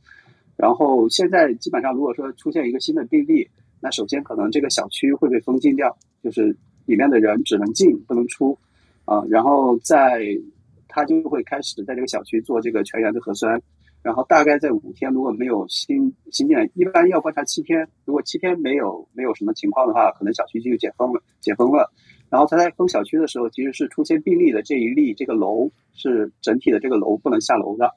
I: 然后现在基本上，如果说出现一个新的病例，那首先可能这个小区会被封禁掉，就是里面的人只能进不能出，啊、然后在他就会开始在这个小区做这个全员的核酸，然后大概在五天，如果没有新新进来，一般要观察七天，如果七天没有没有什么情况的话，可能小区就解封了，解封了。然后他在封小区的时候，其实是出现病例的这一例，这个楼是整体的这个楼不能下楼的，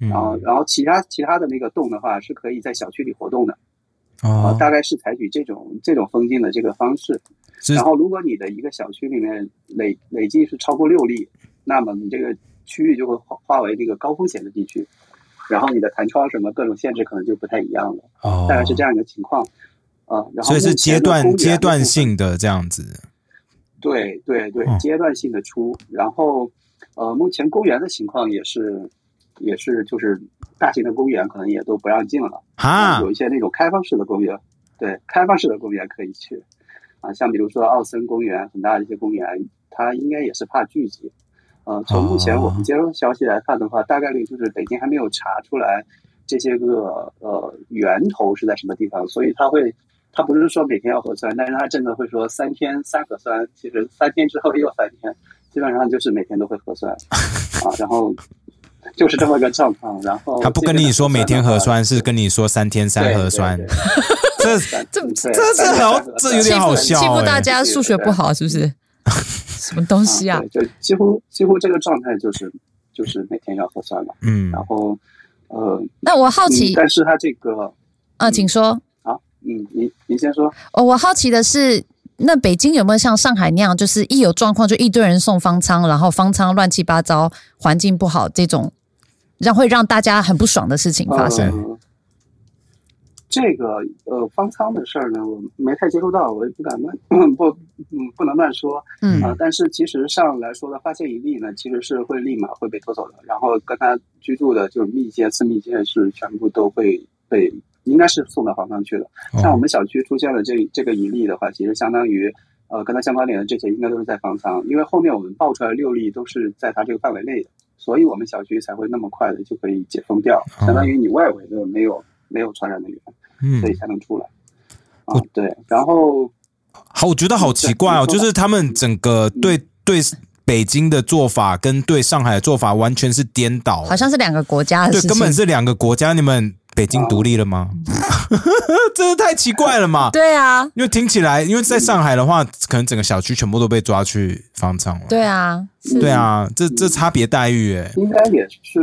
B: 嗯
I: 然后啊然后其他其他的那个栋的话是可以在小区里活动的，啊、
B: 哦，
I: 大概是采取这种这种封禁的这个方式。
B: 是
I: 然后，如果你的一个小区里面累累计是超过六例，那么你这个区域就会划划为这个高风险的地区，然后你的弹窗什么各种限制可能就不太一样了，
B: 哦
I: 大概是这样一个情况。啊、然后
B: 所以是
I: 目前
B: 阶
I: 的公
B: 段
I: 园
B: 阶
I: 的部
B: 段
I: 分
B: 性的这样子。
I: 对对对
B: 嗯，
I: 阶段性的出，然后呃，目前公园的情况也是，也是就是大型的公园可能也都不让进了，
B: 哈
I: 有一些那种开放式的公园，对，开放式的公园可以去，啊，像比如说奥森公园，很大的一些公园，它应该也是怕聚集，呃，从目前我
B: 哦
I: 们接收消息来看的话，大概率就是北京还没有查出来这些个呃源头是在什么地方，所以它会他不是说每天要核酸，但是他真的会说三天三核酸，其实三天之后又三天，基本上就是每天都会 核酸啊，然后就是这么个状况。然后
B: 他不 跟你说每天核酸，是跟你说三天三核酸，
I: 哦
B: 这
I: 这
A: 这
B: 这是好，这有
A: 欺
B: 点
A: 负
B: 好
A: 欺
B: 笑
A: 负大
B: 哎。
A: 家数学不好是不 是？什么东西啊
I: 啊，？对就几乎几乎这个状态就是就是每天要核酸了，
B: 嗯
I: 然后呃，
A: 那我好
I: 嗯
A: 奇
I: 但是他这个
A: 啊，请说。
I: 啊，嗯，您您先说，
A: 哦，我好奇的是，那北京有没有像上海那样，就是一有状况就一堆人送方舱，然后方舱乱七八糟，环境不
B: 啊
A: 好这种，让会让大家很不爽的事情发生？
I: 呃这个呃方舱的事儿呢，我没太接触到，我也不敢乱不嗯不能乱说
A: 嗯
I: 啊、但是其实上来说的，发现一例呢，其实是会立马会被拖走的，然后跟他居住的就是密接、次密接是全部都会被应该是送到方舱去的。像我们小区出现了这这个一例的话，其实相当于呃跟他相关联的这些应该都是在方舱，因为后面我们爆出来六例都是在他这个范围内的，所以我们小区才会那么快的就可以解封掉，
B: 哦
I: 相当于你外围的没有没有传染的源，
B: 嗯
I: 所以才能出来。啊，对，然后
B: 好，我觉得好奇怪哦，
I: 对
B: 就是他们整个
I: 嗯
B: 对对北京的做法跟对上海的做法完全是颠倒，
A: 好像啊是两个国家的
B: 对
A: 事，情，
B: 根本是两个国家。你们北
I: 哦
B: 京独立了吗？ 这是太奇怪了嘛！
A: 对啊，
B: 因为听起来，因为在上海的话，可能整个小区全部都被抓去方舱了。
A: 对啊，
B: 对啊，这这差别待遇哎、
I: 应该也是，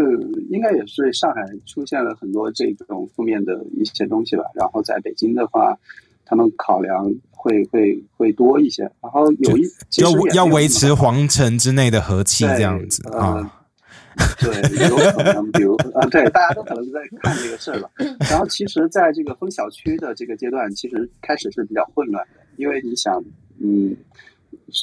I: 应该也是上海出现了很多这种负面的一些东西吧。然后在北京的话，他们考量会会会多一些。然后有一其实
B: 要
I: 也没有
B: 要
I: 那么
B: 维持皇城之内的和气
I: 对
B: 这样子
I: 呃
B: 啊，
I: 对，有可能，比如啊，对，大家都可能在看这个事儿了。然后其实，在这个封小区的这个阶段，其实开始是比较混乱的，因为你想，嗯，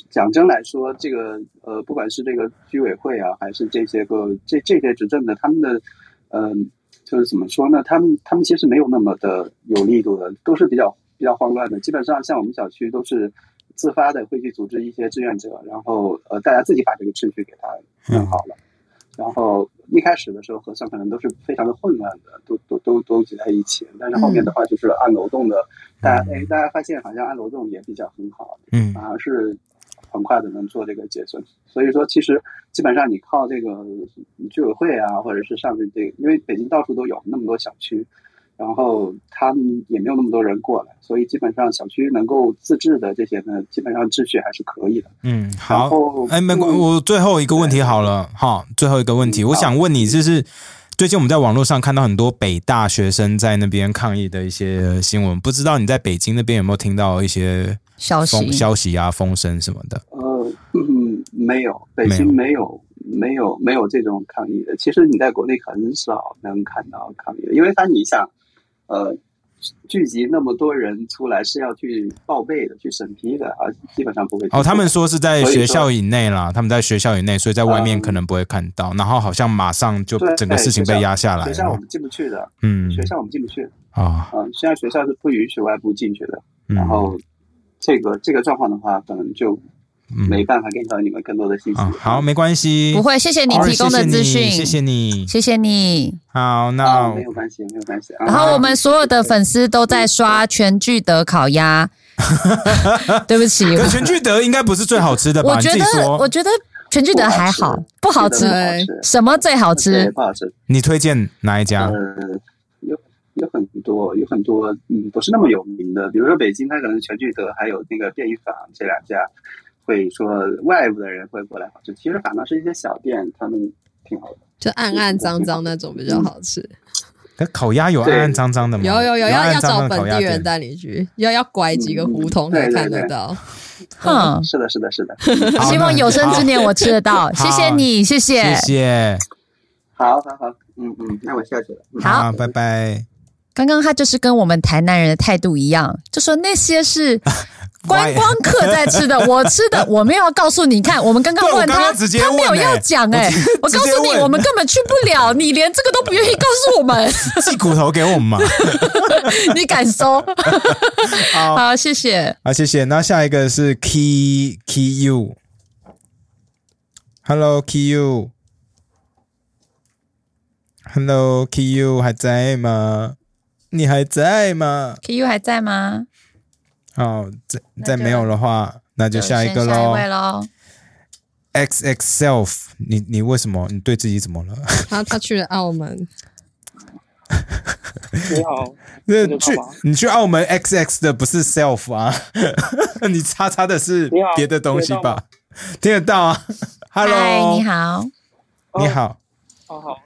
I: 讲真来说，这个呃，不管是这个居委会啊，还是这些个这这些执政的，他们的嗯、就是怎么说呢？他们他们其实没有那么的有力度的，都是比较比较慌乱的。基本上像我们小区都是自发的会去组织一些志愿者，然后呃大家自己把这个秩序给它
B: 嗯
I: 弄 好了。然后一开始的时候核算可能都是非常的混乱的，都都都都挤在一起。但是后面的话就是按楼栋的，大家哎大家发现好像按楼栋也比较很好，
B: 嗯
I: 反而是很快的能做这个结算。所以说，其实基本上你靠这个居委会啊，或者是上面这个，因为北京到处都有那么多小区，然后他们也没有那么多人过来，所以基本上小区能够自治的这些呢，基本上秩序还是可以的。
B: 嗯，
I: 然
B: 好，
I: 后
B: 哎，没关，我最后一个问题好了，哈，最后一个问题，
I: 嗯
B: 我想问你，就是最近我们在网络上看到很多北大学生在那边抗议的一些新闻，不知道你在北京那边有没有听到一些
A: 消息
B: 风消息啊、风声什么的？
I: 呃，嗯，没有，北京没有，没有，没有这种抗议的。其实你在国内很少能看到抗议的，因为他你想，呃，聚集那么多人出来是要去报备的，去审批的，而基本上不会去
B: 哦，他们说是在
I: 所以
B: 学
I: 说
B: 校以内啦，他们在学校以内，所以在外面
I: 嗯
B: 可能不会看到，然后好像马上就
I: 对
B: 整个事情被压下来
I: 学校我
B: 了，
I: 们进不去的，
B: 嗯，
I: 学校我们进不去，
B: 啊，
I: 嗯、现在学校是不允许外部进去的。
B: 嗯
I: 然后这个这个状况的话，可能就
B: 嗯
I: 没办法给到你们更多的信息。
B: 啊，好，没关系，
A: 不会，谢谢你
B: 嗯好
A: 提供的资讯，
B: 谢谢你，谢谢你
A: 谢谢你。
B: 好，那
I: 啊，没有关系，没有关系啊。
A: 然后我们所有的粉丝都在刷全聚德烤鸭， 对不起，
B: 可全聚德应该不是最好吃的吧？
A: 我
B: 你自
A: 觉
B: 己
A: 得
B: 说，
A: 我觉得全聚德还好，不好吃
I: 不，好吃，
A: 什么最好
I: 对
A: 吃？
I: 不好吃。
B: 你推荐哪一家？
I: 呃，有有很多，有很多，嗯，不是那么有名的，比如说北京，它可能全聚德还有那个便宜坊这两家，会说外部的人会过来好吃。其实反倒是一些小店，他们挺好的。
H: 就暗暗脏脏那种比较好吃。
B: 嗯可烤鸭有暗暗脏脏的吗？
H: 有有有，要
B: 暗
H: 要
B: 暗
H: 找
B: 脏脏的
H: 本
B: 烤鸭
H: 地人
B: 店。
H: 带你去，要
B: 嗯
H: 要拐几个胡同才看得 到。
A: 哼，
I: 嗯是的，是的，是的。
B: 好
A: 希望有生之，年我吃得到。谢谢你，谢
B: 那好
A: 谢
B: 谢。谢，
I: 好好好，嗯嗯，那我下去了。嗯
A: 好
B: 啊拜拜。
A: 刚刚他就是跟我们台南人的态度一样，就说那些 是观光客在吃的，我吃的我没有要告诉你看。我们刚刚
B: 对我
A: 问
B: 刚
A: 他，
B: 刚直接
A: 他没有
B: 问欸
A: 要讲哎、我告
B: 直接
A: 诉你，
B: 问
A: 我们根本去不了，你连这个都不愿意告诉我们，
B: 寄骨头给我们嘛？
A: 你敢收？
B: 好
A: 好，谢谢。
B: 啊，谢谢。那下一个是 Key Key U。Hello Key U。Hello Key U 还在吗？你还在吗？
A: K U 还在吗？
B: 哦，再再没有的话，那就下一个
A: 先下一
B: 喽。
A: 位喽。
B: X X Self，你你为什么？你对自己怎么了？
H: 他他去了澳门，
F: 你 好，
B: 那
F: 我就
B: 去
F: 干嘛
B: 你去澳门 X X 的不是 Self 啊， 你叉叉的是
F: 你好
B: 别的东西
F: 听得到
B: 吧？听得到啊
A: 嗨，
B: ，Hello，
A: 你，好。
B: 你好，
F: 哦，好，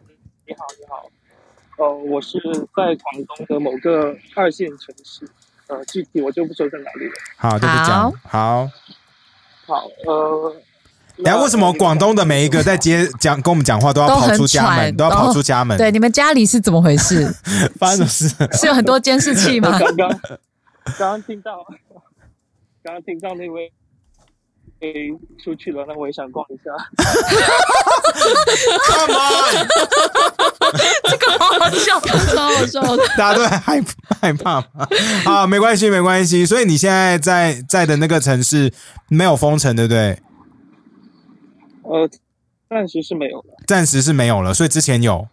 F: 你好，你好，呃，我是在广东的某个二线城市，呃，具体我就不说在哪里了。
B: 好，就不讲了好，
F: 好，呃，
B: 等下为什么广东的每一个在接讲跟我们讲话都要
A: 都
B: 跑
A: 很
B: 出家门，
A: 喘
B: 都要跑
A: 哦
B: 出家门？
A: 对，，你们家里是怎么回 事？
B: 发生什么事？
A: 是有很多监视器吗？
F: 刚刚刚刚听到， 刚刚听到那位。诶，出去了，那我也想逛一下。
B: Come on，
A: 好笑，
H: 超好笑的，
B: 大家都很害害怕吗？啊，没关系，没关系。所以你现在在在的那个城市没有封城，对不对？
F: 呃，暂时是没有了。
B: 暂时是没有了，所以之前有。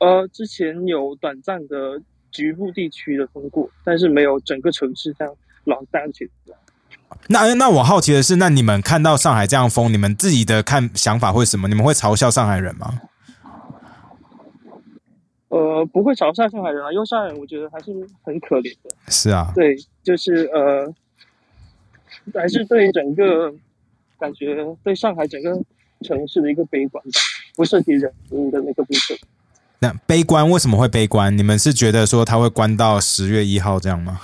F: 呃，之前有短暂的局部地区的封过，但是没有整个城市这样老大起来。
B: 那那我好奇的是，那你们看到上海这样封，你们自己的看想法会是什么？你们会嘲笑上海人吗？
F: 呃，不会嘲笑上海人啊，因为上海人我觉得还是很可怜的。
B: 是啊，
F: 对，就是呃，还是对整个感觉对上海整个城市的一个悲观，不涉及人民的那个部分。
B: 那悲观为什么会悲观？你们是觉得说他会关到十月一号这样吗？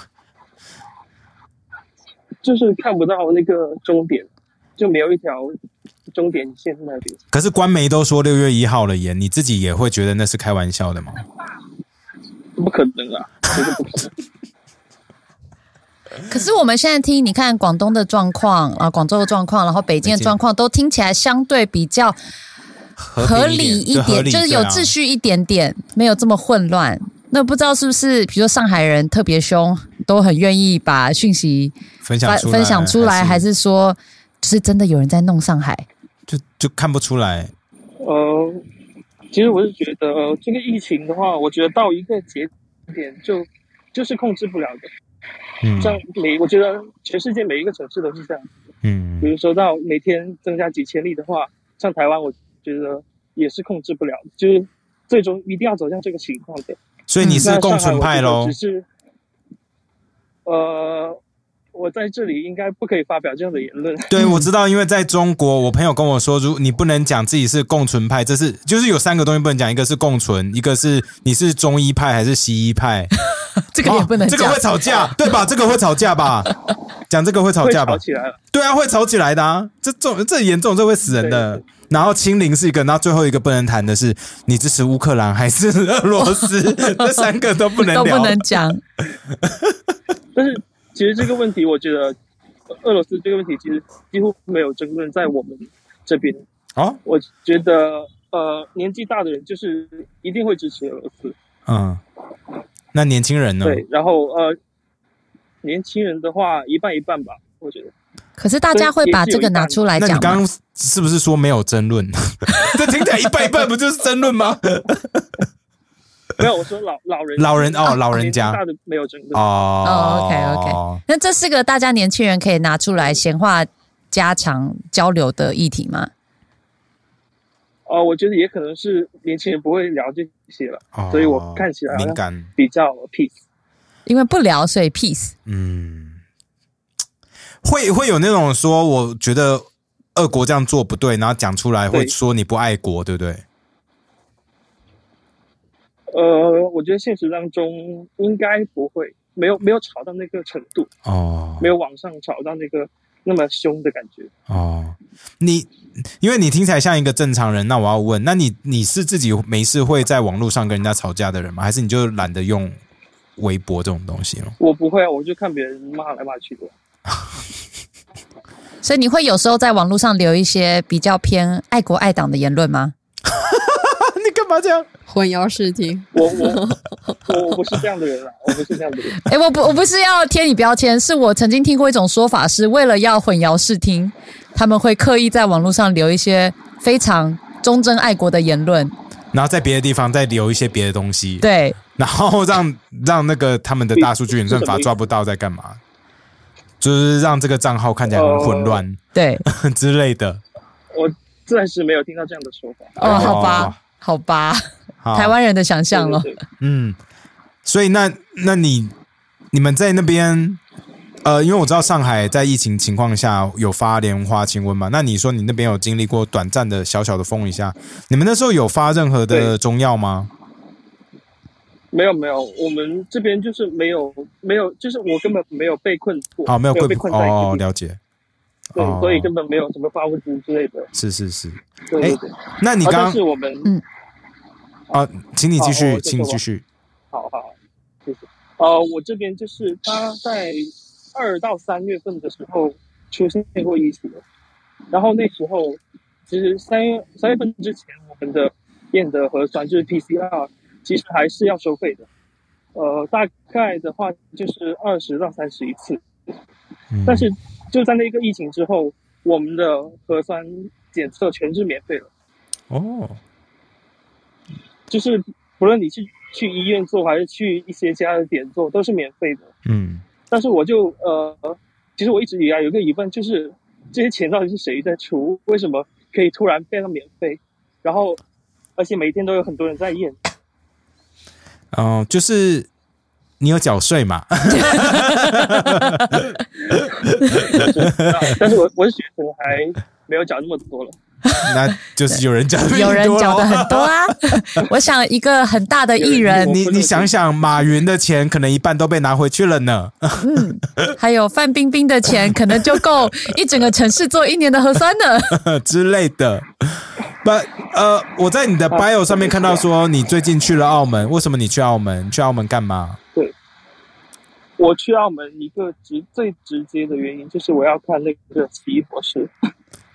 F: 就是看不到那个终点，就没有一条终点线在那里。
B: 可是官媒都说六月一号了耶，你自己也会觉得那是开玩笑的吗？
F: 不可能啊！绝对不可能。
A: 可是我们现在听，你看广东的状况啊，广州的状况，然后北京
B: 北
A: 的
B: 京
A: 状况，都听起来相对比较合
B: 合
A: 理一
B: 合
A: 点，
B: 理
A: 就是有秩。序一点点，没有这么混乱。那不知道是不是，比如说上海人特别凶，都很愿意把讯息
B: 对啊
A: 发
B: 分享出来
A: 分享出来，还
B: 是
A: 是说，就是真的有人在弄上海？
B: 就就看不出来？
F: 呃，其实我是觉得、呃这个疫情的话，我觉得到一个节点就就是控制不了的。
B: 嗯
F: 像每我觉得全世界每一个城市都是这样。比
B: 嗯，
F: 如说到每天增加几千例的话，像台湾，我觉得也是控制不了，就是最终一定要走向这个情况的。
B: 所以你
F: 那
B: 是
F: 上
B: 共
F: 海
B: 存
F: 我觉
B: 派
F: 得
B: 喽
F: 只？是，呃，我在这里应该不可以发表这样的言论。
A: 嗯
B: 对， 我知道，因为在中国，我朋友跟我说，如你不能讲自己是共存派，这是就是有三个东西不能讲，一个是共存，一个是你是中医派还是西医派，
A: 这个也不能
B: 哦这个
A: 讲
B: 会。吵架，对吧？这个会吵架吧？讲这个会吵
F: 会
B: 架
F: 吵
B: 吧？
F: 起来了，
B: 对啊，会吵起来的啊！这重这严重，这会死人的
F: 对。
B: 然后清零是一个，然后最后一个不能谈的是你支持乌克兰还是俄罗斯， 这三个都不能
A: 都
B: 聊。
A: 不能讲，
F: 但是其实这个问题，我觉得俄罗斯这个问题其实几乎没有争论在我们这边。
B: 哦，
F: 我觉得，呃，年纪大的人就是一定会支持俄罗斯，
B: 嗯，那年轻人呢？
F: 对。然后，呃，年轻人的话一半一半吧，我觉得。
A: 可是大家会把这个拿出来
B: 那你
A: 讲
B: 刚
A: 吗？
B: 刚是不是说没有争论？ 这听起来一半一半，不就是争论吗？
F: 没有，我说老老人，
B: 老人哦老人家
F: 年纪大的没有争论。
B: 哦
A: 哦，OK，OK 那这是个大家年轻人可以拿出来闲话家常交流的议题吗？
F: 哦，我觉得也可能是年轻人不会聊这些了，
B: 哦
F: 所以我看起来好
B: 敏
F: 像
B: 感，
F: 比较 peace。
A: 因为不聊，所以 peace。
B: 嗯，会会有那种说，我觉得俄国这样做不对，然后讲出来会
F: 对
B: 说你不爱国，对不对？
F: 呃，我觉得现实当中应该不会，没有没有吵到那个程度，
B: 哦，
F: 没有往上吵到那个那么凶的感觉。
B: 哦，你因为你听起来像一个正常人，那我要问，那你你是自己没事会在网络上跟人家吵架的人吗？还是你就懒得用微博这种东西了？
F: 我不会啊，我就看别人骂来骂去的。
A: 所以你会有时候在网络上留一些比较偏爱国爱党的言论吗？
B: 你干嘛这样？
H: 混淆视听，
F: 我我我我不是这样的人啊，我不是这样的人。
A: 哎诶，我不，我不是要贴你标签，是我曾经听过一种说法，是为了要混淆视听，他们会刻意在网络上留一些非常忠贞爱国的言论。
B: 然后在别的地方再留一些别的东西，
A: 对，
B: 然 后让让那个他们的大数据演算法抓不到在干嘛，就是让这个账号看起来很混乱、
A: 对，
B: 之类的。
F: 我暂时没有听到这样的说法。
A: 哦，好吧，好吧，
B: 好
A: 台湾人的想象哦。
F: 对对对
B: 嗯，所以那那你你们在那边，呃，因为我知道上海在疫情情况下有发莲花清瘟嘛，那你说你那边有经历过短暂的小小的封一下，你们那时候有发任何的
F: 对
B: 中药吗？
F: 没有没有，我们这边就是没有没有，就是我根本没有被困过，
B: 啊，没有
F: 没有
B: 贵
F: 被
B: 妇
F: 困在一个地
B: 哦，
F: 方。
B: 了解。
F: 对，
B: 哦
F: 所以根本没有什么发物资之类的。
B: 是是是。
F: 对对对。
B: 哎那你
F: 啊
B: 刚
F: 但是我们
A: 嗯
B: 啊，请你继
F: 哦
B: 续
F: 哦，
B: 请你
F: 这个
B: 继续。
F: 好好，谢谢。呃，我这边就是他在二到三月份的时候出现过一起，然后那时候其实三月三月份之前，我们的验的核酸就是 PCR，其实还是要收费的。呃，大概的话就是二十到三十一次，
B: 嗯
F: 但是就在那个疫情之后，我们的核酸检测全是免费了。
B: 哦，
F: 就是不论你是去医院做还是去一些其他的点做，都是免费的。
B: 嗯，
F: 但是我就呃，其实我一直以来有一个疑问，就是这些钱到底是谁在出？为什么可以突然变得免费？然后，而且每天都有很多人在验，
B: 哦，就是你有缴税嘛？
F: 但是我我是觉得还没有讲那么多了。
B: 那就是有人缴，
A: 有人缴的很多啊。我想一个很大的艺人，
B: 你 你想想，马云的钱可能一半都被拿回去了呢。
A: 嗯，还有范冰冰的钱，可能就够一整个城市做一年的核酸 了。
B: 之类的。不，呃，我在你的 bio 上面看到说你最近去了澳门，为什么你去澳门？去澳门干嘛？
F: 我去澳门一个直最直接的原因就是我要看那个《奇异博士》，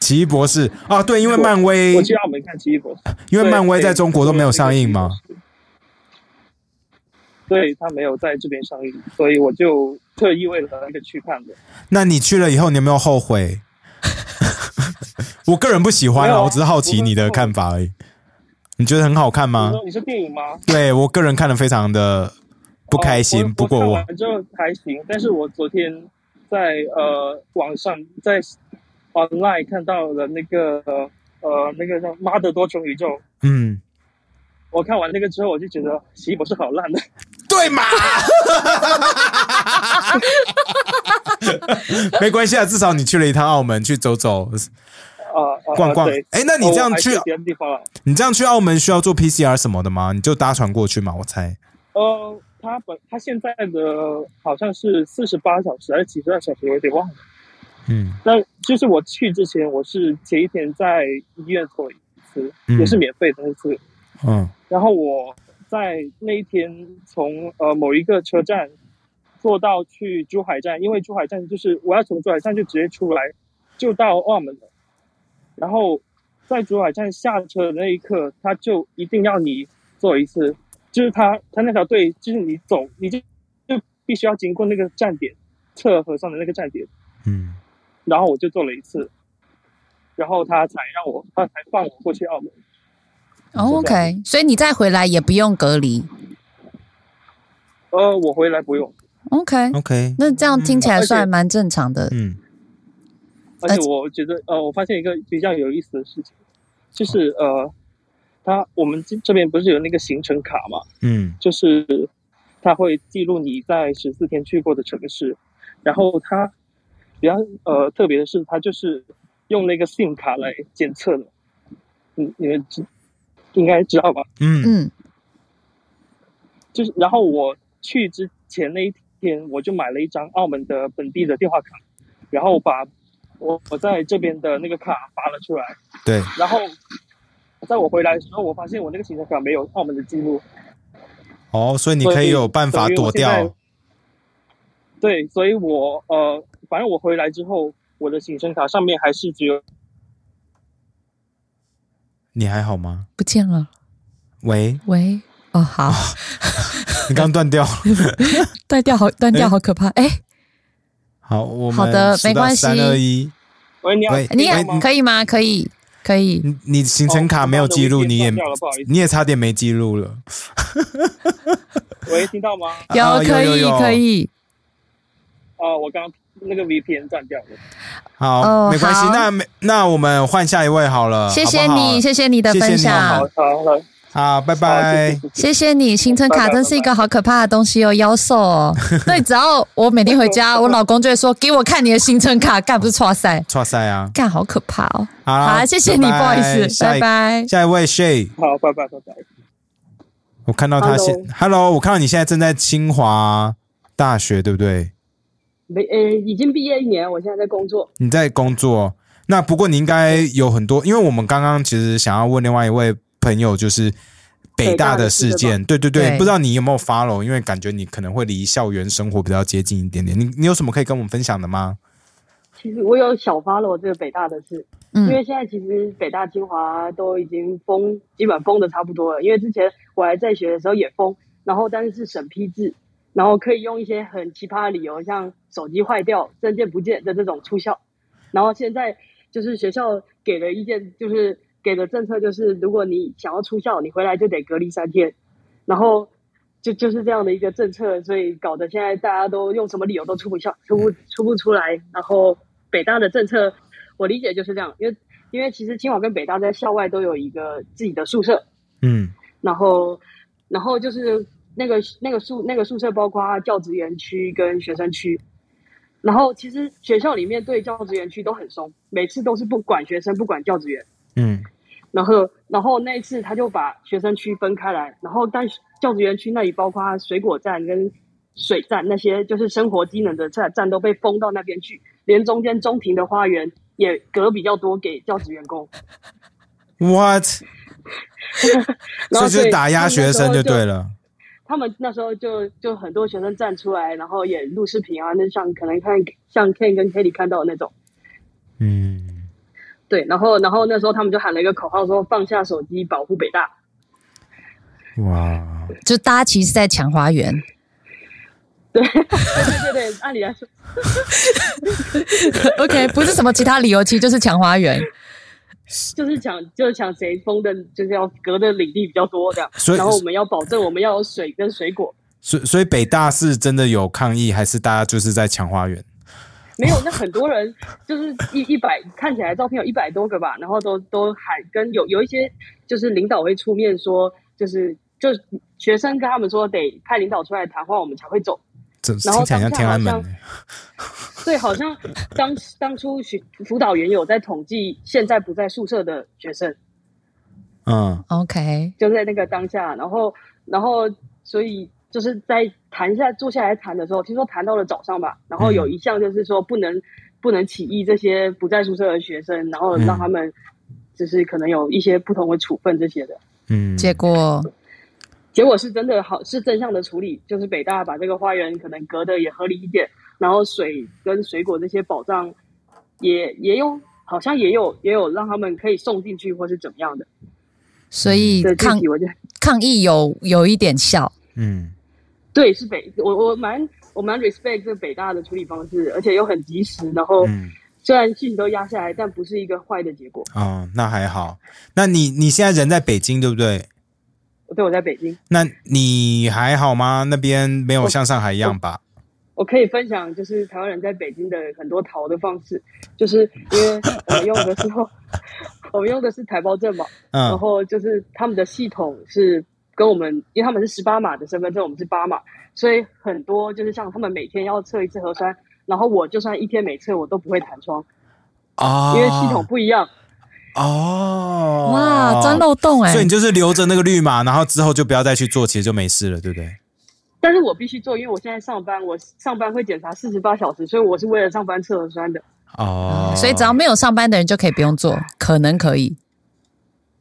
B: 奇异博士哦，对，因为漫威
F: 我，去澳门看《奇异博士》，
B: 因为
F: 对
B: 漫威在中国都没有上映？
F: 对
B: 嘛。
F: 对他没有在这边上映，所以我就特意为了那个去看的。
B: 那你去了以后，你有没有后悔？ 我个人不喜欢
F: 没
B: 啊，
F: 有啊
B: 我只是好奇你的看法而已。你觉得很好看
F: 你
B: 吗？
F: 说你是电影吗？
B: 对我个人看的非常的不开心，
F: 哦我
B: 不过
F: 我
B: 我
F: 看完之后还行，但是我昨天在呃网上在 online 看到了那个呃那个叫《妈的多重宇宙》，
B: 嗯，
F: 我看完那个之后我就觉得《奇异博士》好烂的，
B: 对嘛？没关系啊，至少你去了一趟澳门去走走
F: 啊、呃，
B: 逛逛。
F: 对
B: 哎、那你这样
F: 哦我还
B: 去，
F: 别的地方了？
B: 你这样去澳门需要做 PCR 什么的吗？你就搭船过去嘛，我猜。
F: 呃，他本他现在的好像是四十八小时还是几十二小时，我有点忘了。
B: 嗯
F: 那就是我去之前，我是前一天在医院做了一次，
B: 嗯
F: 也是免费的那次。
B: 嗯
F: 然后我在那一天从呃某一个车站坐到去珠海站，因为珠海站就是我要从珠海站就直接出来，就到澳门了。然后在珠海站下车的那一刻，他就一定要你做一次，就是他他那条队，就是你走你就就必须要经过那个站点测核酸的那个站点。
B: 嗯，
F: 然后我就做了一次，然后他才让我，他才放我过去澳门。
A: o k 哦所以你再回来也不用隔离。
F: 呃，我回来不用，
A: OK，
B: ，OK，
A: 那这样听起来
F: 而且
A: 算蛮正常的。
B: 嗯
F: 而且我觉得，呃，我发现一个比较有意思的事情，就是呃，他我们这这边不是有那个行程卡嘛，
B: 嗯
F: 就是他会记录你在十四天去过的城市，然后他比较呃特别的是，他就是用那个 SIM 卡来检测的，你你们知应该知道吧？
B: 嗯
A: 嗯，
F: 就是然后我去之前那一天，我就买了一张澳门的本地的电话卡，然后把我我在这边的那个卡发了出来，
B: 对，
F: 然后在我回来的时候，我发现我那个行程卡没有澳门的记录，
B: 哦，所以你可以有办法躲
F: 所以我
B: 掉
F: 现。对，所以我呃，反正我回来之后，我的行程卡上面还是只有
B: 你还好吗？
A: 不见了。
B: 喂，
A: 喂，哦，好，
B: 你刚断掉了。
A: 断掉好，断掉好可怕。哎，
B: 好，我们
A: 好的没关系
B: 三二一，
F: 喂，你好
B: 喂，
A: 你
B: 喂
A: 也可以吗？可以，可以。
B: 你你行程卡没有记录，
F: 哦
B: 你也
F: 断掉了不好意思
B: 你也差点没记录了。
F: 喂，听到吗？
A: 有
B: 啊
A: 可
B: 有
A: 以
B: 有
A: 可以，
F: 啊、我刚刚那个 VPN 断掉了。
B: 好，
A: 哦
B: 没关系，
A: 好
B: 那没那我们换下一位好了，
A: 谢谢
B: 好不好
A: 你，谢谢你的
B: 谢谢
A: 分
B: 你
A: 享
F: 好，好好，
B: 好，拜拜。
A: 谢谢你，行程卡真是一个好可怕的东西哦，妖兽 哦。那你只要我每天回家，我老公就会说给我看你的行程卡，干不是哇塞，
B: 错赛啊，
A: 干好可怕哦。
B: 好
A: 好
B: 啦，
A: 啊，谢谢你，不
B: 拜
A: 好意思，
B: 下
A: 拜
B: 一
A: 拜。
B: 下一位 Shay，
F: 好，拜拜，拜拜。
B: 嗯我看到他
J: Hello
B: 现 Hello，我看到你现在正在清华大学，对不对？
J: 没呃已经毕业一年，我现在在工作。
B: 你在工作，那不过你应该有很多，因为我们刚刚其实想要问另外一位朋友，就是北大的事件，对对对，
A: 对
B: 不知道你有没有 follow？因为感觉你可能会离校园生活比较接近一点点，你你有什么可以跟我们分享的吗？
J: 其实我有小发了我这个北大的事，
A: 嗯
J: 因为现在其实北大、清华都已经封，基本封的差不多了。因为之前我还在学的时候也封，然后但是是审批制，然后可以用一些很奇葩的理由，像手机坏掉、证件不见的这种出校。然后现在就是学校给的意见，就是给的政策就是，如果你想要出校，你回来就得隔离三天，然后。就就是这样的一个政策，所以搞得现在大家都用什么理由都出不校，出不出不出来。然后北大的政策，我理解就是这样，因为因为其实清华跟北大在校外都有一个自己的宿舍，
B: 嗯
J: 然后然后就是那个那个宿那个宿舍包括教职员区跟学生区，然后其实学校里面对教职员区都很松，每次都是不管学生不管教职员，
B: 嗯
J: 然后然后那一次他就把学生区分开来，然后但教职员区那里包括水果站跟水站那些就是生活机能的站站都被封到那边去，连中间中庭的花园也隔比较多给教职员工，
B: ，what？
J: 然
B: 所
J: 后
B: 以就是打压学生就
J: 就
B: 对了。
J: 他们那时候就就很多学生站出来，然后也录视频啊，那像可能看像 Ken 跟 Kelly 看到的那种，
B: 嗯，
J: 对，然后然后那时候他们就喊了一个口号说放下手机，保护北大。
B: 哇，
A: 就大家其实，在抢花园，
J: 对对对对，按理来说，
A: OK，不是什么其他理由，其实就是抢花园。
J: 就是抢就是抢谁封的，就是要隔的领地比较多这样
B: 所以。
J: 然后我们要保证我们要有水跟水果，
B: 所以所以北大是真的有抗议，还是大家就是在抢花园？
J: 没有那很多人就是一一百看起来照片有一百多个吧，然后都都喊跟有有一些就是领导会出面说，就是就学生跟他们说得派领导出来谈话，我们才会走。
B: 这
J: 然
B: 听
J: 后
B: 起来像
J: 当下
B: 天安门
J: 好像
B: 欸。
J: 对，好像当当初学辅导员有在统计现在不在宿舍的学生，
B: 嗯
A: OK，
J: 就在那个当下，然后然后所以就是在谈下坐下来谈的时候，听说谈到了早上吧，然后有一项就是说不能、不能起义这些不在宿舍的学生，然后让他们就是可能有一些不同的处分这些的。
B: 嗯，
A: 结果
J: 结果是真的好，是正向的处理，就是北大把这个花园可能隔的也合理一点，然后水跟水果这些保障也也有，好像也有也有让他们可以送进去或是怎么样的。
A: 所以
J: 对，具
A: 抗
J: 体我就
A: 抗议有有一点效，
B: 嗯
J: 对是北，我我蛮我蛮 respect 这北大的处理方式，而且又很及时，然后
B: 嗯
J: 虽然讯息都压下来，但不是一个坏的结果。
B: 哦，那还好。那你你现在人在北京对不对？
J: 对，我在北京，
B: 那你还好吗？那边没有
J: 我
B: 像上海一样吧？
J: 我可以分享，就是台湾人在北京的很多逃的方式，就是因为我们用的时候， 我们用的是台胞证嘛，然
B: 嗯
J: 后就是他们的系统是跟我们，因为他们是十八码的身份证，我们是八码，所以很多就是像他们每天要测一次核酸，然后我就算一天没测，我都不会弹窗，
B: 哦，
J: 因为系统不一样。
B: 啊哦，
A: 哇，钻漏洞哎、
B: 所以你就是留着那个绿码，然后之后就不要再去做，其实就没事了，对不对？
J: 但是我必须做，因为我现在上班，我上班会检查四十八小时，所以我是为了上班测核酸的。
B: 哦，
A: 所以只要没有上班的人就可以不用做，可能可以。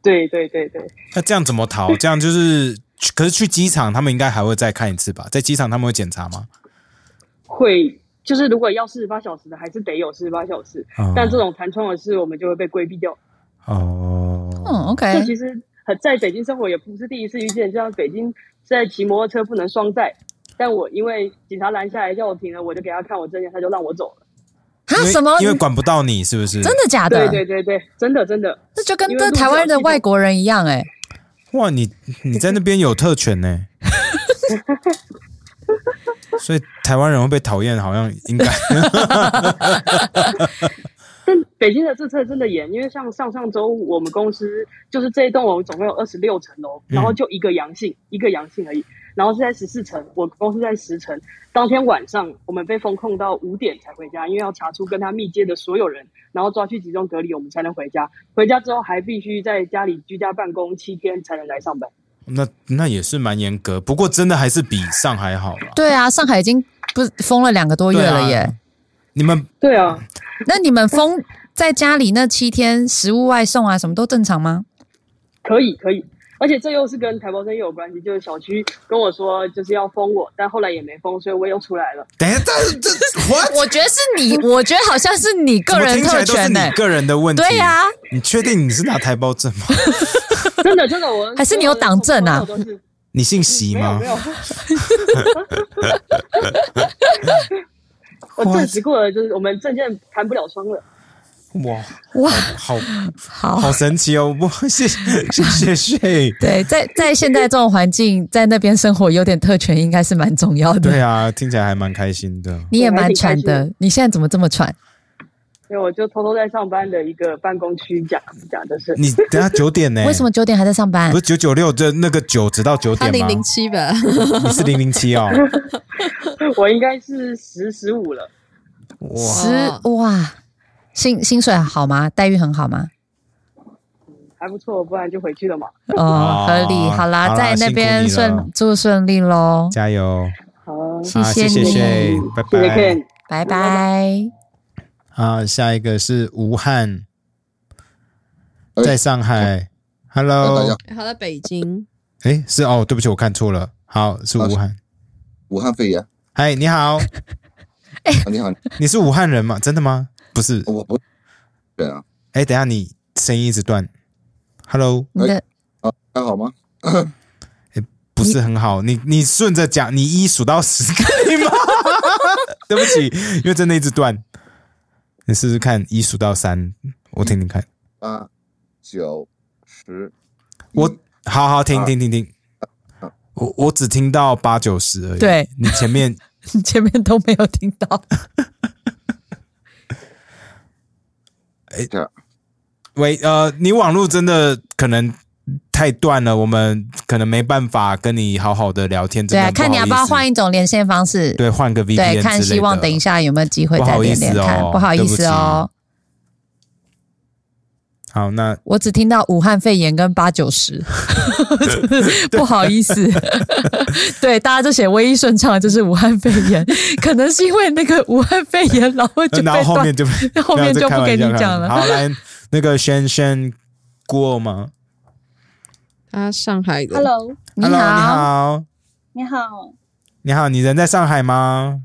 J: 对对对对，
B: 那这样怎么 逃？这样就是，可是去机场他们应该还会再看一次吧？在机场他们会检查吗？
J: 会就是如果要四十八小时的，还是得有四十八小时。
B: 哦
J: 但这种弹窗的事，我们就会被规避掉。
B: 哦，
A: 嗯
J: 这
A: ，OK，
J: 其实很在北京生活也不是第一次遇见，就像北京在骑摩托车不能双载，但我因为警察拦下来叫我停了，我就给他看我证件，他就让我走了。
A: 啊
B: 因为
A: 什么？
B: 因为
A: 你
B: 管不到你，是不是？
A: 真的假
J: 对
A: 的？
J: 对对对，真的真的，
A: 这就跟
J: 因为
A: 这
J: 路上
A: 台湾的
J: 系统
A: 外国人一样哎、
B: 哇，你你在那边有特权 呢、所以台湾人会被讨厌，好像应该
J: 但北京的政策真的严，因为像上上周我们公司就是这一栋楼总共有二十六层楼，然后就一个阳性，一个阳性而已，然后是在十四层，我公司在十层。当天晚上我们被封控到五点才回家，因为要查出跟他密切的所有人，然后抓去集中隔离，我们才能回家。回家之后还必须在家里居家办公七天才能来上班。
B: 那那也是蛮严格，不过真的还是比上海好了。
A: 对啊，上海已经不封了两个多月了耶。
B: 啊你们
J: 对啊，
A: 那你们封在家里那七天，食物外送啊，什么都正常吗？
J: 可以可以，而且这又是跟台胞证又有关系，就是小区跟我说就是要封我，但后来也没封，所以我又出来了。
B: 等一下，但是这 what？
A: 我觉得是你，我觉得好像是你
B: 怎
A: 个
B: 么
A: 人
B: 听起
A: 特
B: 来都是
A: 权呢、
B: 你个人的问题。
A: 对呀、
B: 你确定你是拿台 胞证吗？
J: 真的真的，我
A: 还是你有党证啊
J: 我都是
B: 你姓席
J: 没 有
B: 吗
J: 没？有， 我证实过了，就是我们证件谈不了双了。
B: 哇
A: 哇，
B: 好
A: 好，
B: 好神奇哦！不， 谢谢谢谢谢。
A: 对，在在现在这种环境，在那边生活有点特权，应该是蛮重要的。
B: 对啊，听起来还蛮开心的。
A: 哦你也蛮
J: 还
A: 喘
J: 挺开
A: 的，你现在怎么这么喘？
J: 因为我就偷偷在上班的一个办公区讲讲的是，
B: 你等一下九点呢？
A: 为什么九点还在上班
B: 不？是九九六？这那个九直到九
H: 他
B: 点
H: 零
B: 吗？
H: 零七吧？
B: 你是零零七 哦。
J: 我应该是十十五了，
B: 哇，
A: 十哇，薪薪水好吗？待遇很好吗？
J: 还不错，不然就回去了嘛。
A: 哦，合理。好啦，
B: 好啦
A: 在那边
B: 辛苦你了
A: 顺祝顺利喽，
B: 加油！
J: 好，
A: 谢
B: 啊
A: 谢
B: 谢
A: 你，
B: 谢，拜
J: 谢谢
B: 拜。
J: Ken。
A: 拜拜。
B: 啊，下一个是吴汉，
K: 哎
B: 在上海。
K: 哎大
B: Hello，
K: 家
H: 他在北京，
B: 哎，是哦，对不起，我看错了。好，是
K: 啊
B: 吴
K: 是
B: 汉。
K: 武汉肺炎啊，
B: 嗨，你好，
A: 哎
K: 你好，
B: 你是武汉人吗？真的吗？不是。
K: 我不人啊，
B: 哎，等一下你声音一直断。Hello，哎
A: 你的
K: 啊，还好吗？
B: 不是很好。你你顺着讲，你一数到十可以吗？ 对不起，因为真的一直断。你试试看，一数到三，我听听看。
K: 八九十，
B: 我好好听
K: 二
B: 听听听
K: 嗯啊。
B: 我我只听到八九十而已。
A: 对
B: 你前面
A: 你 前面都没有听 到，
K: 这样
B: 哎喂呃，你网络真的可能太断了，我们可能没办法跟你好好的聊天。
A: 对
B: 真的
A: 啊，看你要不要
B: 好意思
A: 换一种连线方式，
B: 对换个 VPN
A: 对，看
B: 之类
A: 希望
B: 的
A: 等一下有没有机会再连连看。
B: 不
A: 不
B: 好
A: 好
B: 意
A: 意
B: 思
A: 思
B: 哦
A: 哦，
B: 好，那
A: 我只听到武汉肺炎跟八九十， 不好意思。对，大家就写唯一顺畅就是武汉肺 炎，可能是因为那个武汉肺炎，然后就被
B: 然后后
A: 断
B: 面就
A: 后面就不给你讲了
B: 好，来那个轩轩过吗
H: 他啊上海的。
L: Hello，
A: 你
B: ？Hello，你
A: 好，
B: 好，
L: 你好，
B: 你好，你人在上海吗？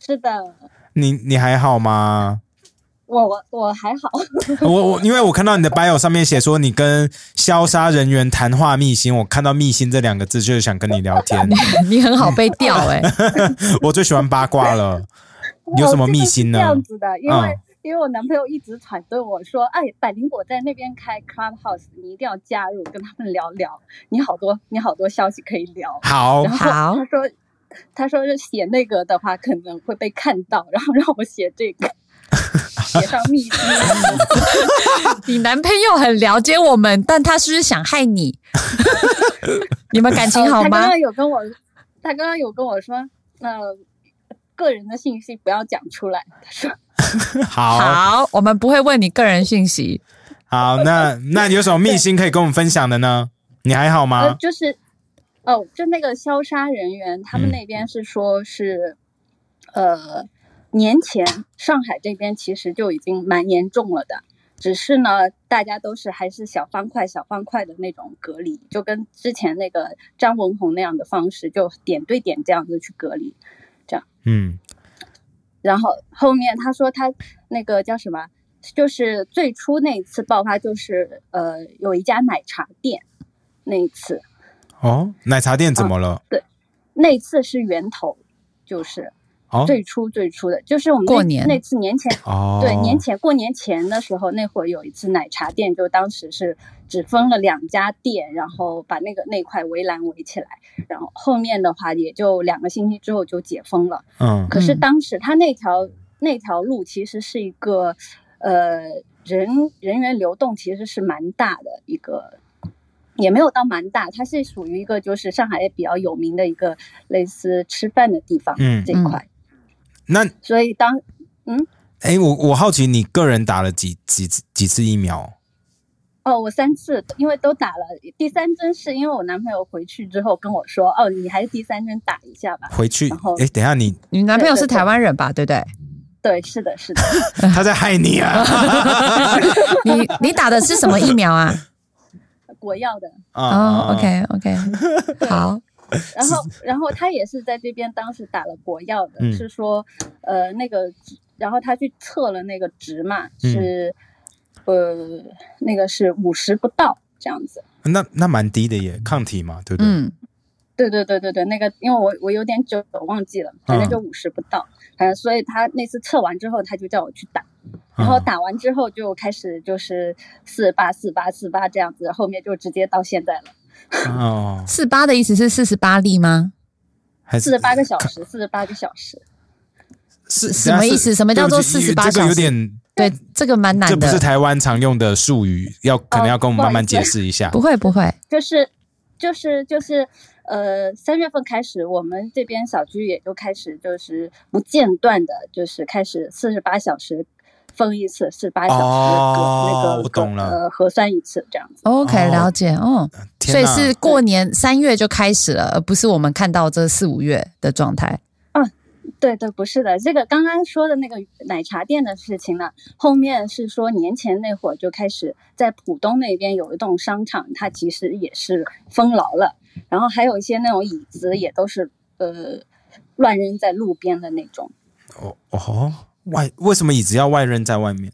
L: 是的，
B: 你你还 好吗？
L: 我我我还好，
B: 我我因为我看到你的 bio 上面写说你跟消杀人员谈话密心，我看到密心这两个字就是想跟你聊天。
A: 你很好被调哎、
B: 我最喜欢八卦了，有什么秘辛呢
L: 哦这个是这样子的，因为、
B: 嗯
L: 因为我男朋友一直反对我说，哎，百灵果在那边开 Clubhouse，你一定要加入，跟他们聊聊，你好多你好多消息可以聊。
B: 好
L: 然，后
A: 好
L: 他说他说是写那个的话可能会被看到，然后让我写这个，写上秘辛。
A: 你男朋友很了解我们，但他是不是想害 你？你们感情
L: 呃
A: 好
L: 他刚
A: 吗？
L: 刚有跟我，他刚刚有跟我说，呃，个人的信息不要讲出来。他说。
B: 好，
A: 好，我们不会问你个人讯息。
B: 好，那那有什么秘辛可以跟我们分享的呢？你还好
L: 呃，
B: 吗？
L: 就是，哦，就那个消杀人员，他
B: 嗯
L: 们那边是说是，呃，年前上海这边其实就已经蛮严重了的，只是呢，大家都是还是小方块、小方块的那种隔离，就跟之前那个张文宏那样的方式，就点对点这样子去隔离。
B: 嗯，
L: 然后后面他说他那个叫什么，就是最初那一次爆发，就是呃，有一家奶茶店那一次，
B: 哦，奶茶店怎么
A: 啊
B: 了？
L: 那次是源头，就是
B: 哦
L: 最初最初的，就是我们那
A: 过年
L: 那次年前，
B: 哦，
L: 对年前过年前的时候，那会儿有一次奶茶店，就当时是只分了两家店，然后把那个那块围栏围起来，然后后面的话也就两个星期之后就解封了。
B: 嗯
L: 可是
A: 嗯
L: 当时他那条、那条路其实是一个，呃，人人员流动其实是蛮大的一个，也没有到蛮大，它是属于一个就是上海比较有名的一个类似吃饭的地方、
B: 嗯
L: 这一块，
B: 那
L: 所以当嗯
B: 哎、我我好奇你个人打了几几几次疫苗？
L: 哦，我三次，因为都打了第三针，是因为我男朋友回去之后跟我说，哦，你还是第三针打一下吧。
B: 回去
L: 然后
B: 哎、等一下你
A: 你男朋友
L: 对对
A: 是台湾人吧？对不对？
L: 对，是 的，是的。
B: 他在害你啊！
A: 你你打的是什么疫苗 啊？
L: 国药的。
B: 啊
A: 哦、o k OK，好。
L: 然后，然后他也是在这边当时打了国药的，
B: 嗯
L: 是说，呃，那个，然后他去测了那个值嘛，
A: 嗯
L: 是，呃，那个是五十不到这样子。
B: 那那蛮低的耶，抗体嘛，对不对？
A: 嗯，
L: 对对对对对，那个因为我我有点久忘记了，反
A: 嗯
L: 正就五十不到，反正、所以他那次测完之后，他就叫我去打，
A: 嗯
L: 然后打完之后就开始就是四八四八四八这样子，后面就直接到现在了。
B: 哦，
A: 四八的意思是四十八例吗？
B: 还是
L: 四十八个小时，四十八个小时。
B: 是
A: 什么意思什么叫做48
B: 这个
A: 小
B: 有
A: 时
B: 点，
A: 对，这个蛮难
B: 这
A: 的。哦
B: 不是台湾常用的术语，要可能要跟我们慢慢
L: 不好
B: 解
L: 意思
B: 释一下。
A: 不会不会，
L: 就是就是就是呃，三月份开始，我们这边小区也就开始就是不间断的，就是开始四十八小时封一次，四十八小时隔、
B: 哦
L: 那个
B: 我懂了
L: 呃核酸一次这样子。
A: OK，
B: 哦
A: 了解，哦，所
B: 天
A: 以
B: 哪
A: 是过年三月就开始了，而不是我们看到这四五月的状态。
L: 对对，不是的，这个刚刚说的那个奶茶店的事情呢，后面是说年前那会儿就开始在浦东那边有一栋商场，它其实也是封牢了，然后还有一些那种椅子也都是呃乱扔在路边的那种，
B: 哦哦，外为什么椅子要外扔在外面？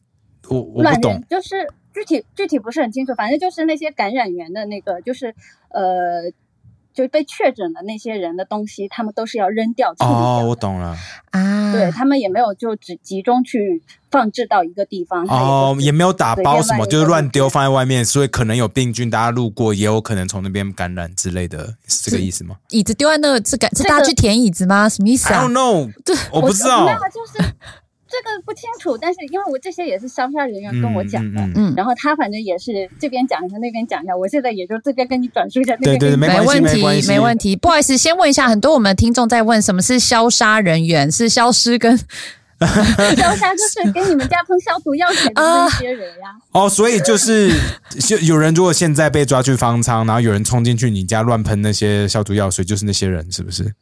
B: 我我
L: 乱
B: 不
L: 扔
B: 懂。
L: 就是具体具体不是很清楚，反正就是那些感染源的那个就是呃。就被确诊的那些人的东西，他们都是要扔掉处理掉
B: 哦，
L: 的
B: 我懂了。
A: 啊，
L: 对他们也没有就只集中去放置到一个地方，它
B: 哦，
L: 就是
B: 也没有打包什么，
L: 随便乱丢
B: 就是乱丢放在外面，所以可能有病菌，大家路过也有可能从那边感染之类的，是这个意思吗
A: 椅子丢在那，是感是
L: 这个
A: 大家去填椅子吗？什么意思
B: ？I
A: 啊
B: don't？know，
A: 对
B: 我不知道
L: 没。有，就是这个不清楚。但是因为我这些也是商厦人员跟我讲的，
B: 嗯嗯
A: 嗯，
L: 然后他反正也是这边讲一下，那边讲一下。我现在也就这边跟你转述一下，那
B: 对
L: 边
B: 对
L: 跟
B: 对，
L: 你
B: 没
A: 没
B: 关
A: 问
B: 系，没关
A: 题，
B: 系，
A: 没问题。不好意思，先问一下，很多我们的听众在问什么是消杀人员，是消失 跟
L: 消杀，就是给你们家喷消毒药水的那
A: 啊
L: 些人呀、
B: 哦，所以就是就有人如果现在被抓去方舱，然后有人冲进去你家乱喷那些消毒药水，就是那些人是不是？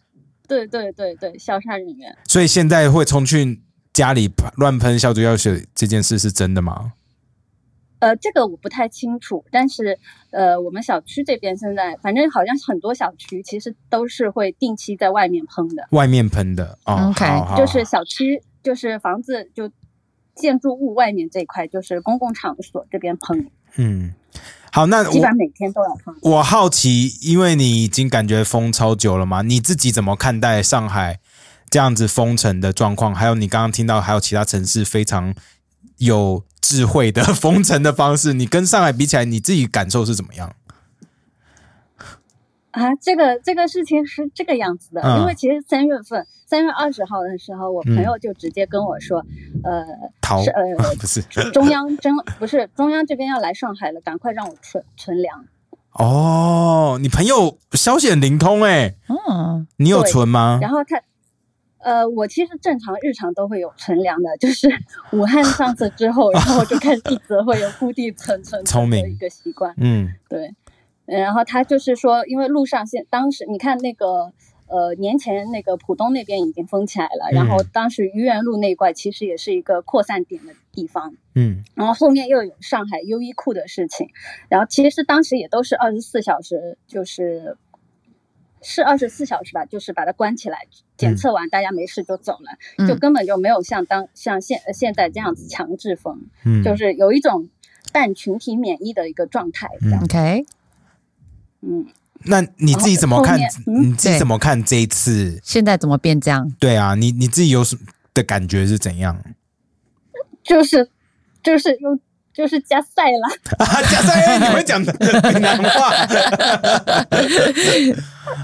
L: 对对对对，消杀人员。
B: 所以现在会冲去家里乱喷消毒药水这件事是真的吗？
L: 呃，这个我不太清楚，但是呃，我们小区这边现在，反正好像很多小区其实都是会定期在外面喷的。
B: 外面喷的哦
A: OK，
B: 好好
L: 就是小区，就是房子，就建筑物外面这一块，就是公共场所这边喷，
B: 嗯，好，那
L: 基
B: 我
L: 本上每天都要喷。
B: 我好奇，因为你已经感觉封超久了嘛，你自己怎么看待上海这样子封城的状况？还有你刚刚听到，还有其他城市非常有智慧的封城的方式，你 跟上海比起来，你自己感受是怎么样？
L: 啊，这个这个事情是这个样子的，
B: 嗯
L: 因为其实三月份，三月二十号的时候，我朋友就直接跟我说，
B: 逃
L: 是呃
B: 不是
L: 呃，中央真不是中央这边要来上海了，赶快让我存存粮。
B: 哦，你朋友消息很灵通哎、
A: 嗯
B: 你有
L: 对
B: 存吗？
L: 然后他，呃，我其实正常日常都会有存粮的，就是 武汉上次之后，然后我就开始一直会有固定存存
B: 聪
L: 存的
B: 明
L: 一个习惯。
B: 嗯
L: 对，然后他就是说，因为路上现当时你看那个呃年前那个浦东那边已经封起来了，然后
B: 嗯
L: 当时愚园路那一块其实也是一个扩散点的地方，
B: 嗯
L: 然后后面又有上海优衣库的事情，然后其实当时也都是二十四小时，就是是二十四小时吧，就是把它关起来，检测完大家没事就走了，就
A: 嗯，
L: 根本就没有像当像现呃现在这样子强制封，
B: 嗯，
L: 就是有一种半群体免疫的一个状态，
B: 嗯
L: 这样，
A: OK，
L: 嗯。
B: 那你自己怎么看
L: 然？后后面嗯
B: 你自己
A: 对
B: 怎么看这一次？
A: 现在怎么变这样？
B: 对啊，你你自己有什么的感觉是怎 样？
L: 就是就是用就是加塞了，
B: 啊，加上哎，你会讲的闽南话。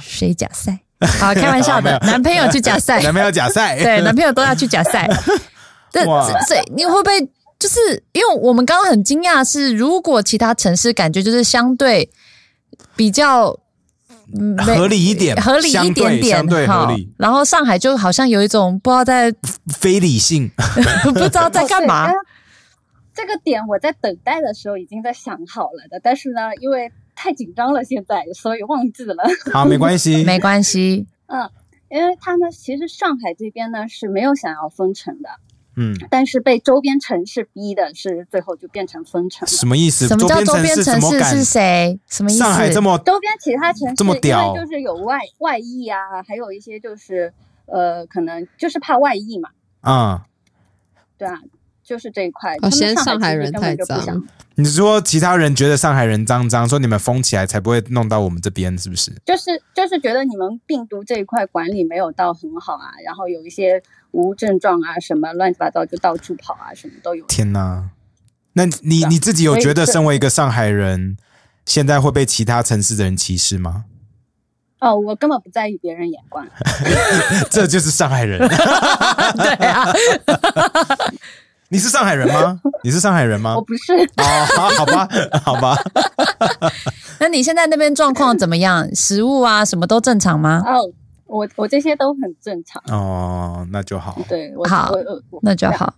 A: 谁假赛？好，开玩笑 的，男朋友去假赛，
B: 啊男朋友假赛，
A: 对，男朋友都要去假 赛。对，
B: 哇
A: 这这你会不会就是因为我们刚刚很惊讶是，如果其他城市感觉就是相对比较。嗯没
B: 合理一点
A: 合理一点点，
B: 相对相对
A: 好
B: 合理
A: 然后上海就好像有一种不知道在
B: 非理性，
A: 不知
L: 哦
A: 道在干嘛
L: 对。然后呃这个点我在等待的时候已经在想好了的，但是呢，因为太紧张了，现在所以忘记了。嗯
B: 好，没关系，
A: 没关系，
L: 因为他们其实上海这边呢是没有想要封城的，
B: 嗯，
L: 但是被周边城市逼的是，最后就变成封城了。
B: 什么意思？
A: 什么叫周边
B: 城
A: 城
B: 怎么
A: 市
B: 敢
A: 是谁？什么意思？
B: 上海这么
L: 周边其他城市
B: 这么屌
L: 因为就是有外外溢啊，还有一些就是呃，可能就是怕外溢嘛，
B: 啊、
L: 对啊，就是这一块。
H: 哦，嫌
L: 他们
H: 上海
L: 其实
H: 人
L: 根本
H: 太
L: 就不想
H: 脏，
B: 你是说其他人觉得上海人脏脏，说你们封起来才不会弄到我们这边，是不是？
L: 就是就是觉得你们病毒这一块管理没有到很好啊，然后有一些无症状啊，什么乱七八糟就到处跑啊，什么都有。
B: 天哪！那你
L: 对啊
B: 你自己有
L: 所以
B: 觉得
L: 这
B: 身为一个上海人，现在会被其他城市的人歧视吗？
L: 哦，我根本不在意别人眼光。
B: 这就是上海人。
A: 对啊，
B: 你是上海人吗？你是上海人吗
L: 我？不是，
B: 哦，好好吧，好吧。
A: 那你现在那边状况怎么样？食物啊，什么都正常吗？
L: 哦，我我这些都很正常。
B: 哦，那就好。
L: 对，我
A: 好
L: 我我我
A: 那就好。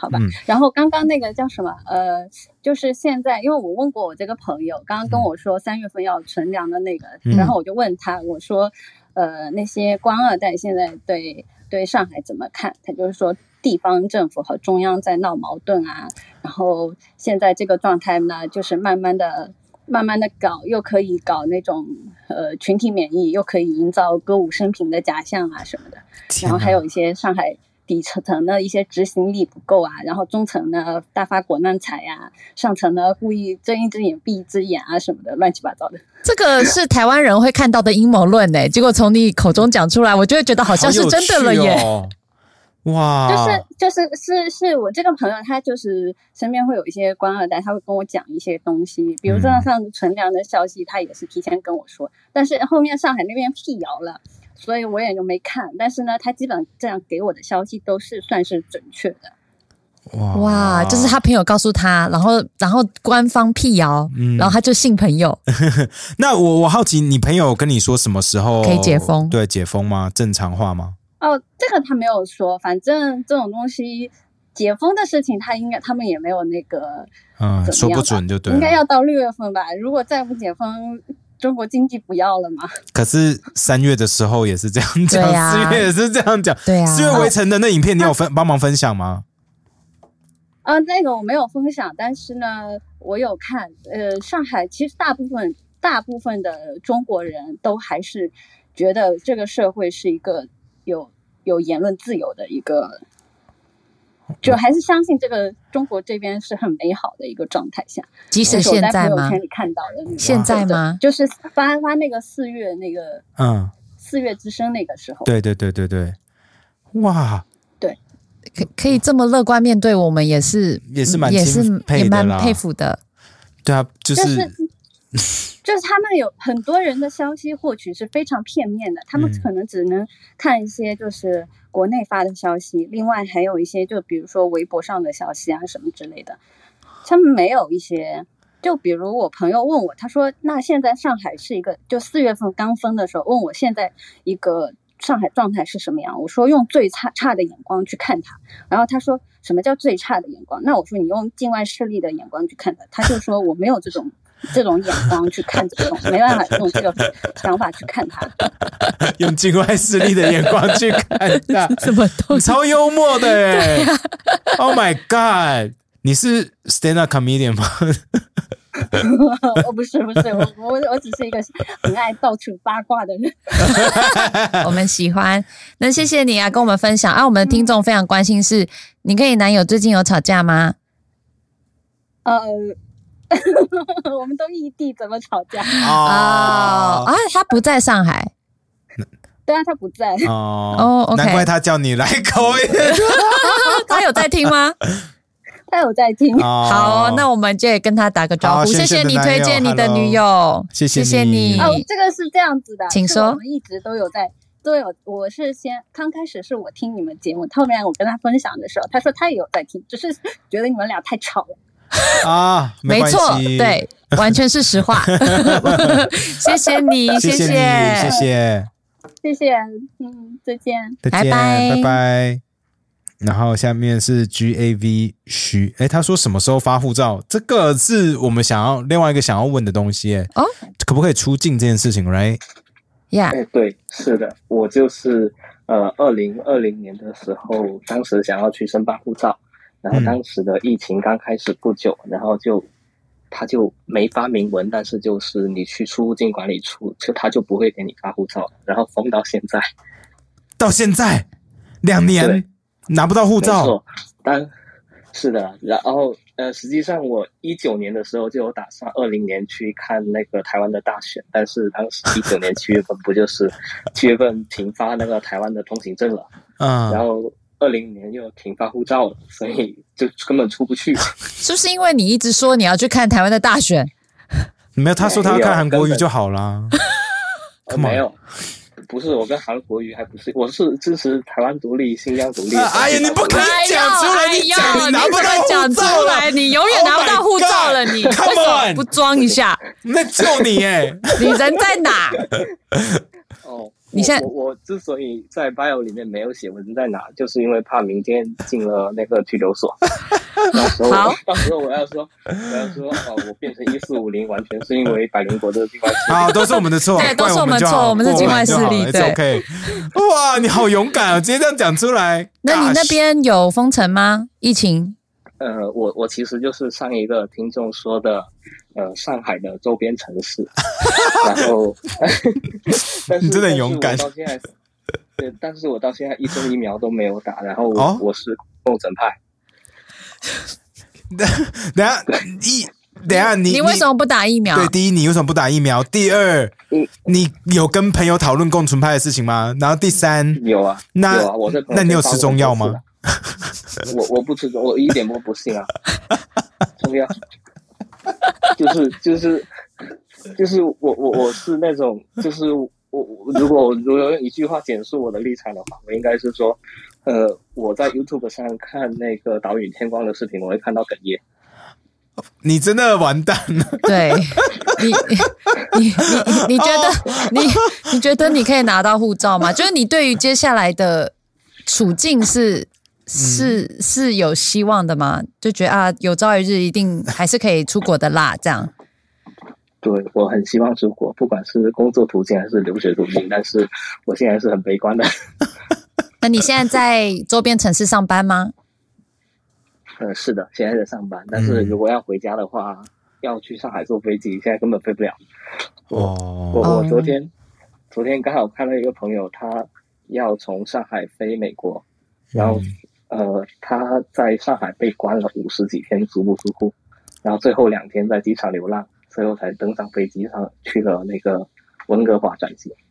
L: 好吧
B: 嗯。
L: 然后刚刚那个叫什么？呃，就是现在，因为我问过我这个朋友，刚刚跟我说三月份要存粮的那个，
B: 嗯
L: 然后我就问他，我说，呃，那些官二代现在对对上海怎么看？他就是说。地方政府和中央在闹矛盾啊，然后现在这个状态呢，就是慢慢的、慢慢的搞，又可以搞那种呃群体免疫，又可以营造歌舞升平的假象啊什么的。
B: 天
L: 然后
B: 哪
L: 还有一些上海底层层的一些执行力不够啊，然后中层呢大发国难财呀、上层呢故意睁一只眼闭一只眼啊什么的，乱七八糟的。
A: 这个是台湾人会看到的阴谋论呢、结果从你口中讲出来，我就会觉得好像是真的了耶。
B: 好有趣哦哇，
L: 就是就是是是我这个朋友，他就是身边会有一些官二代，他会跟我讲一些东西，比如说
B: 嗯
L: 上次存粮的消息，他也是提前跟我说，但是后面上海那边辟谣了。所以我也就没看，但是呢，他基本这样给我的消息都是算是准确的。
B: 哇
A: 哇，就是他朋友告诉他，然后然后官方辟谣，
B: 嗯
A: 然后他就信朋友。
B: 那我我好奇，你朋友跟你说什么时候
A: 可以解封
B: 对，解封吗？正常化吗？
L: 哦，这个他没有说，反正这种东西解封的事情，他应该他们也没有那个，
B: 嗯，
L: 怎
B: 说
L: 么样吧
B: 不准就对
L: 应该
B: 了。
L: 要到六月份吧。如果再不解封，中国经济不要了嘛？
B: 可是三月的时候也是这样讲，
A: 对
B: 四、
A: 啊
B: 月也是这样讲。
A: 对啊
B: 四月围城的那影片，你有分帮忙分享吗？
L: 啊、那个我没有分享，但是呢，我有看。呃，上海其实大部分大部分的中国人都还是觉得这个社会是一个有有言论自由的一个，就还是相信这个中国这边是很美好的一个状态下。
A: 即
L: 这
A: 使
L: 是我
A: 现
L: 在
A: 在
L: 朋友
A: 吗
L: 圈？里看到的那个。
A: 现在吗？
L: 就是发发那个四月那个
B: 嗯，
L: 四月之声那个时候，
B: 对对对对对，哇，
A: 可可以这么乐观面对我们，也是
B: 也是蛮
A: 也
B: 钦
A: 是
B: 佩
A: 也
B: 的啦
A: 蛮佩服的。
B: 对啊，就
L: 就是 就是他们有很多人的消息获取是非常片面的，他们
B: 嗯
L: 可能只能看一些就是国内发的消息，另外还有一些就比如说微博上的消息啊什么之类的，他们没有一些。就比如我朋友问我，他说：“那现在上海是一个，就四月份刚封的时候，问我现在一个上海状态是什么样？”我说：“用最差差的眼光去看它。”然后他说：“什么叫最差的眼光？”那我说：“你用境外势力的眼光去看它。”他就说：“我没有这种这种眼光去看这种，没办法用这个想法去看它。
B: 用境外势力的眼光去 看他，
A: 什么东
B: 你
A: 西？
B: 超幽默的
A: 啊
B: 哎、o h my god！你是 stand up comedian 吗？
L: 我不是不是，我我我只是一个很爱到处八卦的人。
A: 我们喜欢。那谢谢你啊，跟我们分享啊。我们的听众非常关心是，你跟你男友最近有吵架吗？
L: 呃， 我们都异地，怎么吵架？
A: 哦
B: 哦
A: 啊，他不在上海
L: 对啊，他不在。
A: 哦
B: 哦
A: ，OK
B: 难怪他叫你来口音。
A: 啊，他有在听吗？
L: 他有在听。
A: 好，那
B: 我
A: 我们就也跟他打个招
B: 哦好
A: 呼。
B: 谢
A: 谢
B: 谢
A: 谢
B: 你
A: 你
B: 的男
A: 推
B: 友
A: 荐你的
B: hello
A: 女友，
B: 哦谢谢
A: 谢谢
B: 你
A: 你。
L: 哦，这个是这样子的，
A: 请
L: 是
A: 说
L: 我们一直都有在，都有。我是先刚开始是我听你们节目，后面我跟他分享的时候，他说他也有在听，只是觉得你们俩太吵了。
B: 啊，
A: 没
B: 关
A: 错，
B: 系，
A: 对，完全是实 话。谢谢你，
B: 谢
A: 谢
B: 你，谢谢，
L: 谢谢，嗯，再见。
B: 再
A: 拜拜
B: 见，拜拜。然后下面是 G A V 徐，哎，他说什么时候发护照？这个是我们想要另外一个想要问的东西，哎，
A: 哦，
B: 可不可以出境这件事情？Right？
A: 呀
D: 哎，对，是的，我就是
M: 呃，二零二零年的时候，当时想要去申办护照，然
B: 嗯
M: 后当时的疫情刚开始不久，然后就他就没发明文，但是就是你去出入境管理处，就他就不会给你发护照，然后封到现在，
B: 到现在两年
M: 对
B: 拿不到护
M: 没
B: 照
M: 错，当是的，然后呃，实际上我一九年的时候就有打算二零年去看那个台湾的大选，但是当时一九年七月份不就是七月份停发那个台湾的通行证了，
B: 嗯
M: 然后二零年又停发护照了，所以就根本出不去。
A: 是不是因为你一直说你要去看台湾的大选？
B: 没有，他说他要
M: 没有
B: 看韩国
M: 根
B: 语
M: 本
B: 就好啦。
M: 呃
B: Come on
M: 没有，不是我跟韩国瑜还不是，我是支持台湾独立、新疆独立。
B: 哎呀，你不可以讲出来，
A: 哎
B: 你
A: 呦
B: 讲
A: 哎呦
B: 拿不
A: 你怎
B: 到
A: 么
B: 护
A: 讲
B: 照
A: 出
B: 了
A: 来，你永远
B: Oh
A: 拿不到
B: my
A: 护照
B: God
A: 了，你为
B: Come
A: 什么
B: on
A: 不装一下？
B: 那就你哎，
A: 你人在哪？
M: 哦，
A: 你现在
M: 我我我之所以在 bio 里面没有写文在哪，就是因为怕明天进了那个拘留所，到时候
A: 好
M: 我到时候我要说我要说哦，我变成一四五零，完全是因为百灵国这个地方。
B: 好，啊都是我们的错，
A: 哎对都是
B: 怪我
A: 我们
B: 就
A: 错
B: 好
A: 我们是
B: 怪
A: 境外
B: 就
A: 势
B: 好
A: 力
B: It's
A: 对
B: OK，哇，你好勇敢啊，直接这样讲出来。
A: 那你那
B: Gosh
A: 边有封城吗？疫情？
M: 呃，我我其实就是上一个听众说的，呃，上海的周边城 市，然后，但是
B: 你真的很勇敢
M: 但是我到现在，对，但是我到现在一针疫苗都没有打，然后我、
B: 哦
M: 我是共诊派，
B: 等一下一等一下啊你
A: 你为什么不打疫苗？
B: 对，第一，你为什么不打疫苗？第二
M: 嗯，
B: 你有跟朋友讨论共存派的事情吗？然后第三，
M: 有啊，
B: 那
M: 有啊，我在朋友
B: 那你有
M: 圈
B: 吃
M: 发过
B: 中药吗
M: 很？多次 了？我我不吃中，我一点都不信啊，中药，就是就是就是我我我是那种就是我我如果我如果用一句话简述我的立场的话，我应该是说，呃，我在 YouTube 上看那个岛屿天光的视频，我会看到哽咽。
B: 哦你真的完蛋了！
A: 对，你你你你 你觉得、
B: 哦
A: 你你觉得你可以拿到护照吗？就是你对于接下来的处境是
B: 嗯
A: 是是有希望的吗？就觉得啊，有朝一日一定还是可以出国的啦，这样。
M: 对我很希望出国，不管是工作途径还是留学途径，但是我现在是很悲观的。
A: 那你现在在周边城市上班吗？
M: 呃，是的，现在在上班，但是
B: 嗯
M: 如果要回家的话，要去上海坐飞机，现在根本飞不了。我
B: 哦，
A: 哦
M: 我昨天昨天刚好看到一个朋友，他要从上海飞美国，然后、呃他在上海被关了五十几天，足不出户，然后最后两天在机场流浪，最后才登上飞机上去了那个温哥华转机。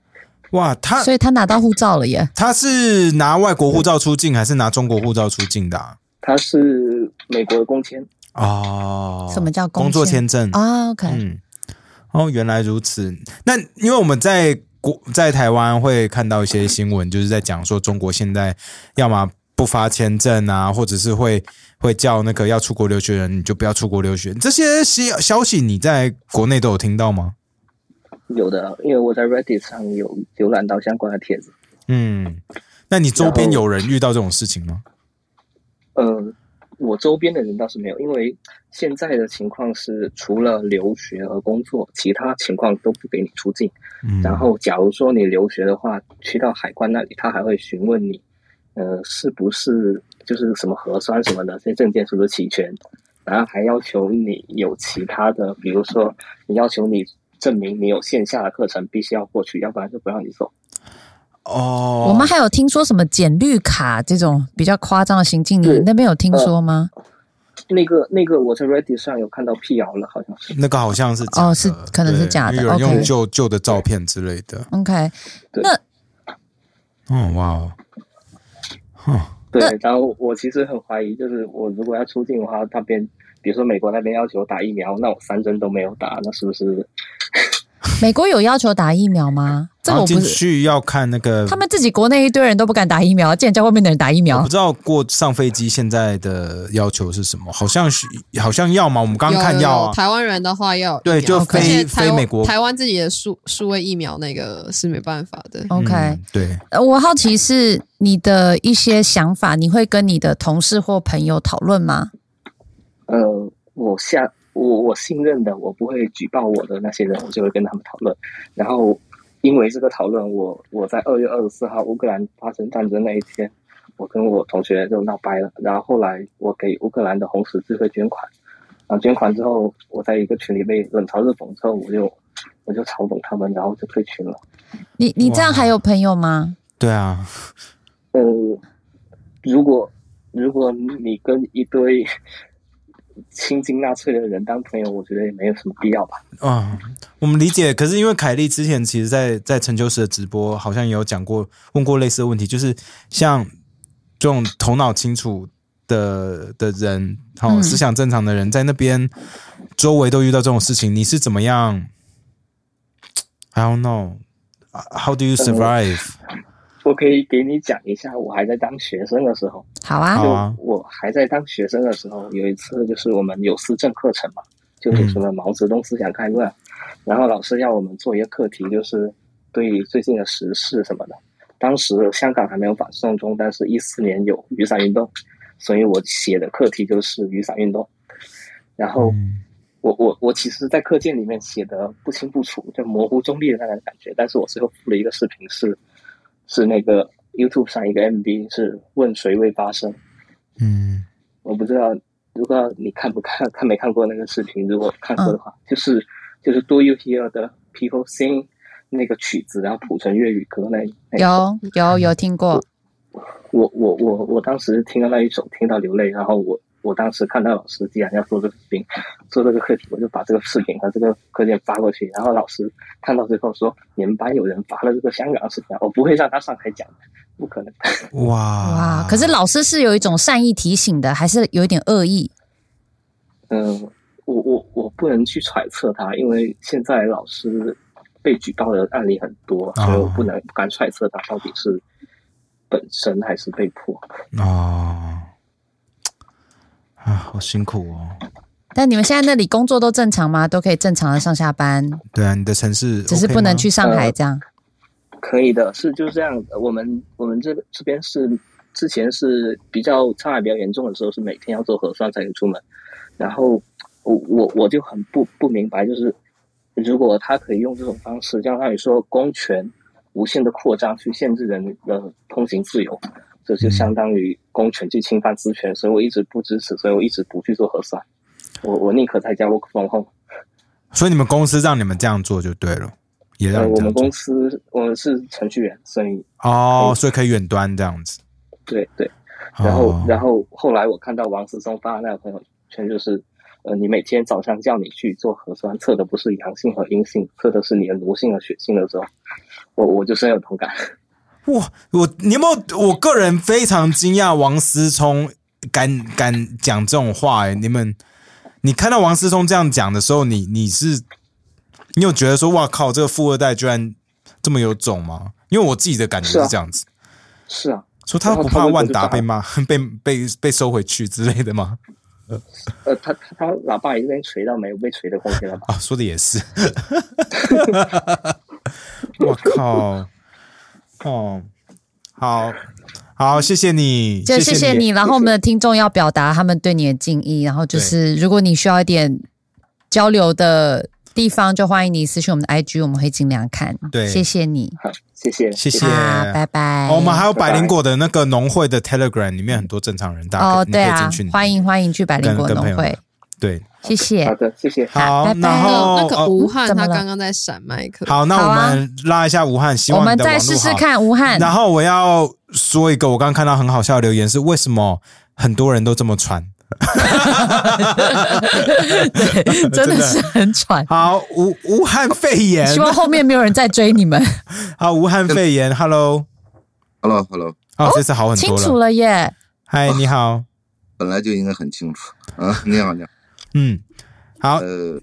B: 哇，他
A: 所以他拿到护照了耶。
B: 他是拿外国护照出境还是拿中国护照出境的啊？
M: 他是美国的工签，
B: 哦，
A: 什么叫工
B: 工作签
A: 签
B: 证？
A: 啊，OK、
B: 嗯，哦，原来如此。那因为我们在国在台湾会看到一些新闻，就是在讲说中国现在要么不发签证啊，或者是会会叫那个要出国留学的人你就不要出国留学。这些消消息你在国内都有听到吗？
M: 有的，因为我在 Reddit 上有浏览到相关的帖子。
B: 嗯，那你周边有人遇到这种事情吗？
M: 呃，我周边的人倒是没有，因为现在的情况是，除了留学和工作，其他情况都不给你出境。
B: 嗯，
M: 然后，假如说你留学的话，去到海关那里，他还会询问你，呃，是不是就是什么核酸什么的，这些证件是不是齐全？然后还要求你有其他的，比如说你要求你证明你有线下的课程必须要过去，要不然就不让你走。
B: 哦，
A: 我们还有听说什么简绿卡这种比较夸张的行径，你
M: 对呃
A: 那边有听说吗？
M: 那个那个，我在 Reddit 上有看到辟谣了，好像是。
B: 那个好像是假的
A: 哦是可能是
B: 呃对
A: 假的
B: 因为有人
A: OK
B: 用旧旧的照片之类的。
A: OK，
M: 对
A: 那
B: 哦，哇哦，哼
M: 对
A: 那，
M: 然后我其实很怀疑，就是我如果要出境的话，那边比如说美国那边要求打疫苗，那我三针都没有打，那是不是？
A: 美国有要求打疫苗吗？这个
B: 然后
A: 我不
B: 进
A: 是。
B: 去要看那个
A: 他们自己国内一堆人都不敢打疫苗，竟然叫外面的人打疫
B: 我
A: 苗
B: 不。知道过上飞机现在的要求是什么，好像是好像要嘛，我们刚刚看
C: 有有
B: 要
C: 有
B: 啊，
C: 台湾人的话要
B: 对，就
A: ，OK
C: 而且
B: 飞
C: 台
B: 飞美国。
C: 台湾自己的数数位疫苗那个是没办法的。
A: OK，、
B: 嗯对，
A: 呃我好奇是你的一些想法，你会跟你的同事或朋友讨论吗？
M: 呃，我下我我信任的，我不会举报我的那些人，我就会跟他们讨论。然后因为这个讨论，我我在二月二十四号乌克兰发生战争那一天，我跟我同学就闹掰了。然后后来我给乌克兰的红十字会捐款，然后捐款之后，我在一个群里被冷嘲热讽之后，我就我就嘲讽他们，然后就退群了。
A: 你你这样还有朋友吗？
B: 对啊，
M: 呃，如果如果你跟一堆亲近纳粹的人当朋友，我觉得也没有什么必要吧。
B: 啊，我们理解。可是因为凯莉之前其实在，在陈秋实的直播好像也有讲过，问过类似的问题，就是像这种头脑清楚的的人，好、
A: 嗯
B: 思想正常的人，在那边周围都遇到这种事情，你是怎么样？I don't know. 啊 How do you survive？、
M: 我可以给你讲一下，我还在当学生的时候。
A: 好啊
B: 好啊
M: 就我还在当学生的时候，有一次就是我们有思政课程嘛，就是什么毛泽东思想概论，然后老师要我们做一个课题，就是对于最近的时事什么的。当时香港还没有反送中，但是一四年有雨伞运动，所以我写的课题就是雨伞运动。然后我我我其实，在课件里面写的不清不楚，就模糊中立的那种感觉，但是我最后附了一个视频是是那个 YouTube 上一个 MV 是问谁为发声。
B: 嗯，
M: 我不知道，如果你看不看看没看过那个视频，如果看过的话，就是就是 Do You Hear 的 People Sing 那个曲子，然后谱成粤语歌那那
A: 有有有听过，
M: 我我我我当时听到那一首，听到流泪，然后我我当时看到老师既然要做这个视频，做这个课题，我就把这个视频和这个课件发过去，然后老师看到之后说，你们班有人发了这个香港的视频啊，我不会让他上台讲的，不可能。
B: 哇
A: 哇！可是老师是有一种善意提醒的，还是有一点恶意？
M: 嗯，我我我不能去揣测他，因为现在老师被举报的案例很多，所以我不能不敢揣测他到底是本身还是被迫。
B: 哦，啊，好辛苦哦。
A: 但你们现在那里工作都正常吗？都可以正常的上下班，
B: 对啊，你的城市
A: 只是
B: OK
A: 不能
B: 吗
A: 去上海这样。
M: 可以的，是就是这样。我们我们这这边是之前是比较上海比较严重的时候，是每天要做核酸才能出门。然后我我我就很不不明白，就是如果他可以用这种方式，相当于说公权无限的扩张去限制人的通行自由，这就
B: 嗯
M: 相当于公权去侵犯私权，所以我一直不支持，所以我一直不去做核酸。我我宁可在家 work from home。
B: 所以你们公司让你们这样做就对了，也让
M: 呃
B: 你
M: 我
B: 这样
M: 们
B: 做
M: 公司我们是程序员，所以
B: 哦，所以可以远端这样子。
M: 对对，然后、
B: 哦
M: 然后后来我看到王思聪发的那个朋友圈，就是呃，你每天早上叫你去做核酸，测的不是阳性和阴性，测的是你的奴性和血性的时候，我我就深有同感。
B: 哇，我你有没有？我个人非常惊讶，王思聪敢敢讲这种话、欸。你们，你看到王思聪这样讲的时候，你你是你有觉得说，哇靠，这个富二代居然这么有种吗？因为我自己的感觉
M: 是啊
B: 是这样子，
M: 是啊，
B: 说他
M: 然后
B: 不怕
M: 微博
B: 万
M: 就
B: 达
M: 炸
B: 被
M: 了
B: 骂、 被被被收回去之类的吗？
M: 呃，他他他喇叭已经被锤到没有被锤的空间了吧？
B: 啊，说的也是。 我靠，哦，好好，谢谢你，
A: 就谢谢你，然后我们
B: 们
A: 的听众要表达他们对你的敬意，然后就是如果你需要一点交流的地方，就欢迎你私信我们的 IG，我们会尽量看。
B: 对
A: 谢谢你，
M: 好，谢谢，
B: 谢谢，
A: 啊拜拜
B: 哦我们还有百
A: 拜
B: 灵
A: 拜
B: 果的那个农会的 Telegram 里面很多正常人，大家可
A: 哦，
B: 你
A: 对
B: 可以
A: 啊
B: 进去，
A: 欢迎欢迎去百灵
B: 跟
A: 果
B: 跟朋
A: 农
B: 友
A: 会，
B: 对，
A: 谢谢。
M: 好的，谢谢。
B: 好，
A: 拜拜
B: 哦然后
H: 那个
B: 哦
H: 吴汉
A: 怎么
H: 他
A: 了
H: 刚刚在闪麦克，
B: 好，那
A: 好
B: 我
A: 啊
B: 们拉一下吴汉，希望
A: 我
B: 你
A: 们
B: 的网
A: 再
B: 络
A: 试试
B: 好
A: 看，吴汉。
B: 然后我要说一个，我刚刚看到很好笑的留言是，为什么很多人都这么穿？
A: 对，真的是很喘。
B: 好，武武汉肺炎，
A: 希望后面没有人再追你们。
B: 好，武汉肺炎，Hello，
K: Hello，Hello，
B: 哦，这次好很
A: 清
B: 多
A: 楚
B: 了。嗯
A: 了耶。
B: 嗨，你好，
K: 啊本来就应该很清楚啊。你好，你好，
B: 嗯，好，
K: 呃，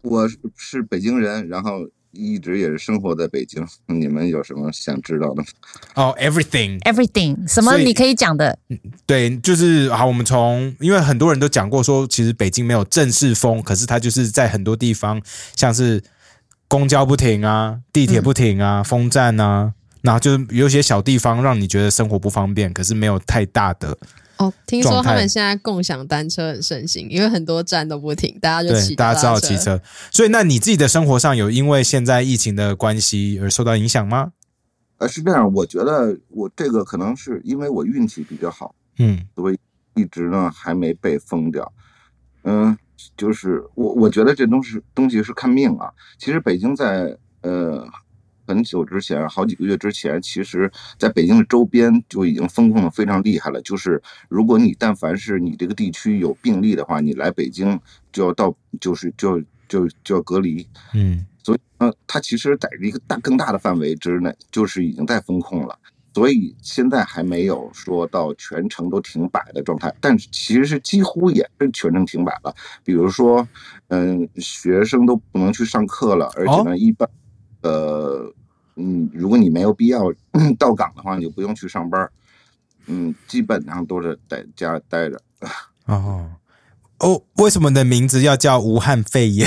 K: 我是是北京人，然后一直也是生活在北京。你们有什么想知道的吗？
B: 哦，Everything，
A: Everything，什么
B: 所以嗯
A: 你可以讲的？
B: 对，就是好，我们从因为很多人都讲过说，其实北京没有正式封，可是它就是在很多地方，像是公交不停啊，地铁不停啊，封站啊，然后就是有些小地方让你觉得生活不方便，可是没有太大的
H: 哦，听说
B: 状态
H: 他们现在共享单车很盛行，因为很多站都不停，大家就骑
B: 对，大家
C: 啊
B: 只好骑车。所以，那你自己的生活上有因为现在疫情的关系而受到影响吗？
K: 呃，是这样，我觉得我这个可能是因为我运气比较好，
B: 嗯
K: 所以一直呢还没被封掉。嗯，就是我我觉得这东西东西是看命啊。其实北京在呃很久之前，好几个月之前，其实在北京的周边就已经封控的非常厉害了。就是如果你但凡是你这个地区有病例的话，你来北京就要到就是就就就要隔离。
B: 嗯
K: 所以呢，它其实在一个大更大的范围之内，就是已经在风控了。所以现在还没有说到全程都停摆的状态，但是其实是几乎也是全程停摆了。比如说，嗯，学生都不能去上课了，而
B: 哦
K: 且呢，一般，呃，嗯，如果你没有必要 到岗的话，你就不用去上班儿。嗯，基本上都是在家待着。
B: 哦哦，为什么你的名字要叫武汉肺炎？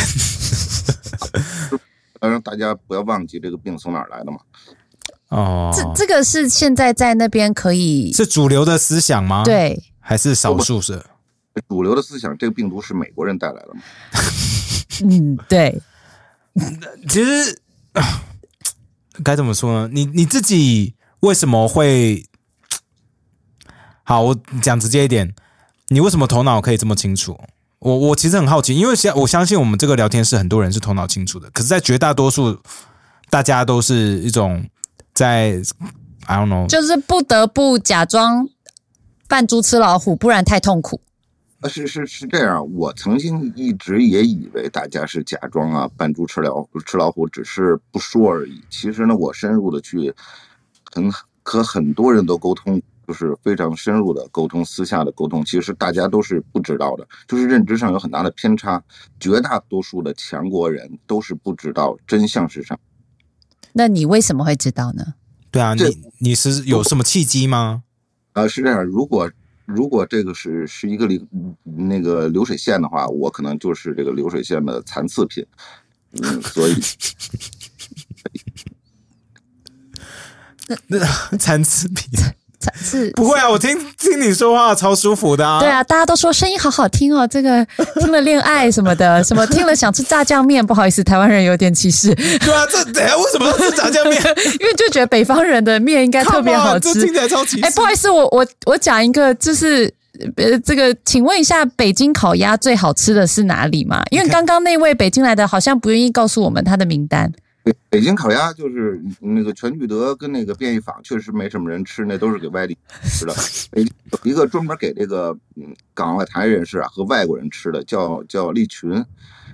K: 当然，大家不要忘记这个病从哪儿来的嘛。
B: 哦，
A: 这这个是现在在那边可以
B: 是主流的思想吗？
A: 对，
B: 还是少数是？
K: 主流的思想，这个病毒是美国人带来的嘛？
A: 嗯，对，
B: 其实啊该怎么说呢？你你自己为什么会？好，我讲直接一点，你为什么头脑可以这么清楚？我我其实很好奇，因为相我相信我们这个聊天室很多人是头脑清楚的，可是，在绝大多数大家都是一种在 I don't know，
A: 就是不得不假装扮猪吃老虎，不然太痛苦。
K: 啊，是是是这样，我曾经一直也以为大家是假装啊扮猪吃老吃老虎，只是不说而已。其实呢，我深入的去很和很多人都沟通，就是非常深入的沟通，私下的沟通，其实大家都是不知道的，就是认知上有很大的偏差。绝大多数的强国人都是不知道真相是什么。
A: 那你为什么会知道呢？
B: 对啊，你你是有什么契机吗？
K: 啊，是这样，如果如果这个是是一个流那个流水线的话，我可能就是这个流水线的残次品，嗯，所以
B: 那残次品
A: 是
B: 不会啊，我听听你说话超舒服的啊。
A: 对啊，大家都说声音好好听哦，这个 听了恋爱什么的，什么听了想吃炸酱面，不好意思，台湾人有点歧视，
B: 对啊，这等一下为什么是炸酱 面？
A: 因为就觉得北方人的面应该特别
B: Come on，
A: 好
B: 这
A: 吃
B: 听。起来超歧视。
A: 哎，不好意思，我我我讲一个，就是呃，这个，请问一下，北京烤鸭最好吃的是哪里吗？因为刚刚那位北京来的，好像不愿意告诉我们他的名单。
K: 北北京烤鸭就是嗯那个全聚德跟那个便宜坊确实没什么人吃，那都是给外地吃的。北京有一个专门给这个嗯港澳台人士啊和外国人吃的，叫叫利群。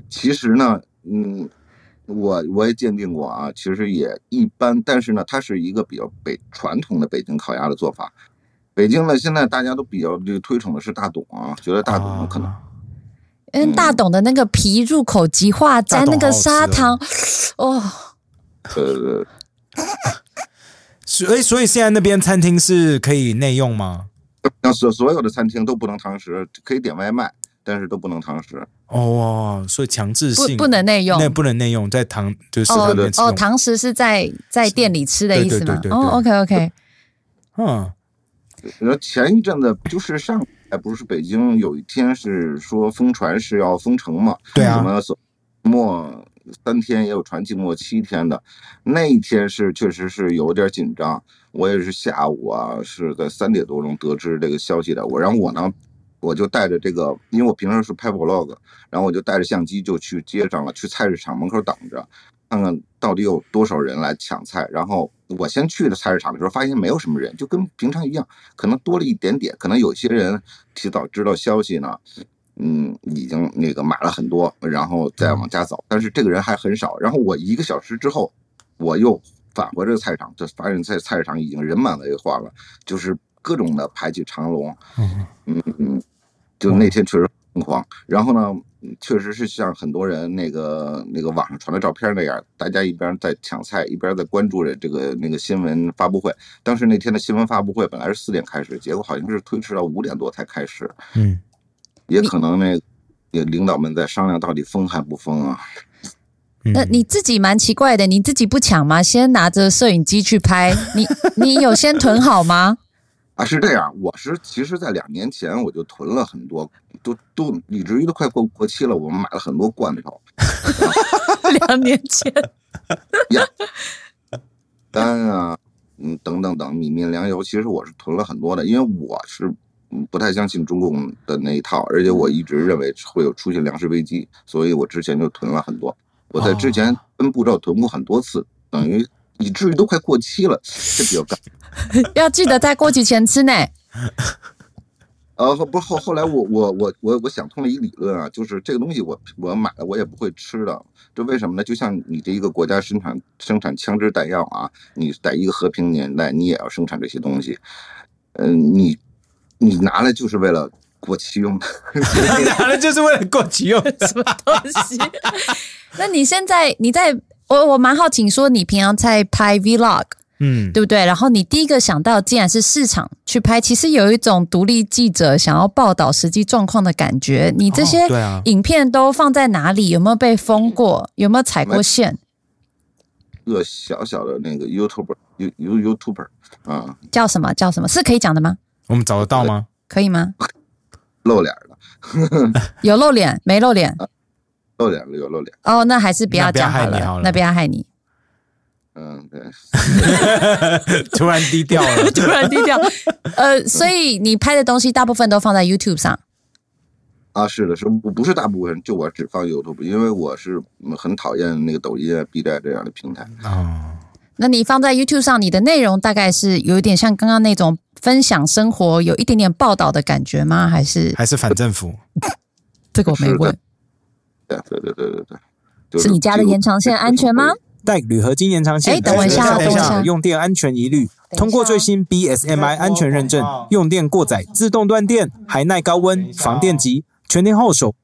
K: 其实呢，嗯，我我也鉴定过啊，其实也一般，但是呢，它是一个比较北传统的北京烤鸭的做法。北京呢，现在大家都比较这个推崇的是大董啊，觉得大董可能
B: 啊
A: 嗯，大董的那个皮入口即化，沾那个砂糖，哦，
K: 呃
B: 所以所以现在那边餐厅是可以内用吗？
K: 让所所有的餐厅都不能堂食，可以点外卖，但是都不能堂食。
B: 哦，所以强制
A: 不
B: 性
A: 不能内用
B: 那。不能内用，在堂就是食堂
A: 哦
B: 里面吃
A: 哦，
B: 用。
A: 堂食是在在店里吃的意思吗
B: 对对对对？对
A: 哦，OK OK，
B: 嗯，
K: 然后前一阵子就是上海不是北京有一天是说疯传是要封城嘛？
B: 对啊
K: 什么所末三天也有传静默七天的，那一天是确实是有点紧张。我也是下午啊，是在三点多钟得知这个消息的。我然后我呢，我就带着这个，因为我平常是拍 vlog，然后我就带着相机就去街上了，去菜市场门口等着。看看到底有多少人来抢菜。然后我先去的菜市场的时候，发现没有什么人，就跟平常一样，可能多了一点点，可能有些人提早知道消息呢，嗯，已经那个买了很多，然后再往家走。但是这个人还很少。然后我一个小时之后，我又返回这个菜市场，就发现在菜市场已经人满为患了，就是各种的排起长龙。嗯嗯，就那天确实疯狂。然后呢，嗯确实是像很多人那个那个网上传的照片那样，大家一边在抢菜，一边在关注着这个那个新闻发布会。当时那天的新闻发布会本来是四点开始，结果好像是推迟到五点多才开始。
B: 嗯，
K: 也可能那也领导们在商量到底封还不封啊？
B: 嗯
A: 那你自己蛮奇怪的，你 自己不抢吗？先拿着摄影机去拍，你 你有先囤好吗？
K: 啊，是这样，我是其实，在两年前我就囤了很多，都都以至于都快过过期了，我们买了很多罐头，
A: 两年前，
K: 丹啊，嗯，等等等，米面粮油，其实我是囤了很多的，因为我是嗯不太相信中共的那一套，而且我一直认为会有出现粮食危机，所以我之前就囤了很多。我在之前分步骤囤过很多次，等于以至于都快过期了，这比较尴尬。
A: 要记得在过期前吃呢。
K: 呃，后不后后来我我我我我想通了一理论啊，就是这个东西我我买了我也不会吃的，这为什么呢？就像你这一个国家生产生产枪支弹药啊，你在一个和平年代你也要生产这些东西，嗯、你你拿来就是为了过期用的，
B: 拿来就是为了过期用。
A: 东西。那你现在你在我我蛮好奇，说你平常在拍 vlog
B: 嗯，
A: 对不对？然后你第一个想到竟然是市场去拍，其实有一种独立记者想要报道实际状况的感觉。你这些
B: 哦对啊
A: 影片都放在哪里？有没有被封过？有没有踩过线？
K: 一个小小的那个 YouTuber You You YouTuber 啊，
A: 叫什么叫什么？是可以讲的吗？
B: 我们找得到吗？
A: 可以吗？
K: 露脸的，
A: 有露 脸没露脸？
K: 露脸有露脸，
A: 哦，那还是不要
B: 那不要
A: 讲好
B: 害你
A: 了
B: 好，了
A: 那不要害你。
K: 嗯，对，
B: 突然 低调了，
A: 突然低调。呃，所以你拍的东西大部分都放在 YouTube 上。
K: 啊，是的，是我不是大部分，就我只放 YouTube，因为我是嗯很讨厌那个抖音啊、B 站这样的平台。
B: 哦，
A: 那你放在 YouTube 上，你的内容大概是有一点像刚刚那种分享生活，有一点点报道的感觉吗？还是
B: 还是反政府？
A: 这个我没问？
K: 对对对对对对，就是
A: 你家的延长线安全吗？？
B: 带铝合金延长线，
A: 哎等我一下
B: 等
A: 等我一下
B: 用电安全疑虑，
A: 下
B: 通过最新 BSMI 安全认证，用电过载自动断电，还耐高温，防电
A: 哦
B: 极，全天候手。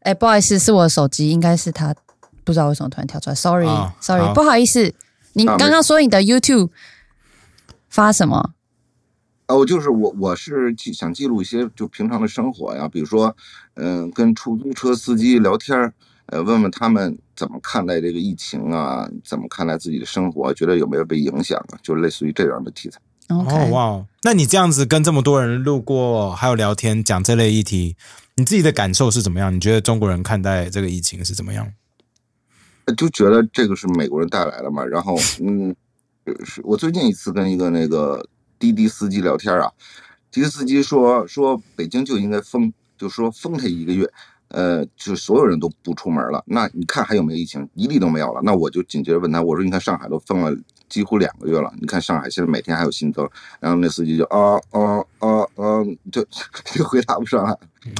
A: 哎，不好意思，是我的手机，应该是他，不知道为什么突然跳出来
B: 啊
A: ，sorry，sorry，、
B: 好
A: 不好意思，你
K: 啊没
A: 刚刚说你的 YouTube 发什么？
K: 哦，就是我，我是记想记录一些就平常的生活呀，比如说，嗯、跟出租车司机聊天儿，呃，问问他们怎么看待这个疫情啊，怎么看待自己的生活，觉得有没有被影响啊，就类似于这样的题材。
A: OK，、
B: 哦哇哦，那你这样子跟这么多人路过，还有聊天讲这类议题，你自己的感受是怎么样？你觉得中国人看待这个疫情是怎么样？
K: 呃就觉得这个是美国人带来的嘛。然后，嗯，是我最近一次跟一个那个滴滴司机聊天啊，滴滴司机说说北京就应该封，就说封他一个月，呃，就所有人都不出门了。那你看还有没有疫情？一例都没有了。那我就紧接着问他，我说你看上海都封了几乎两个月了，你看上海现在每天还有新增。然后那司机就啊啊啊啊，就 就回答不上来，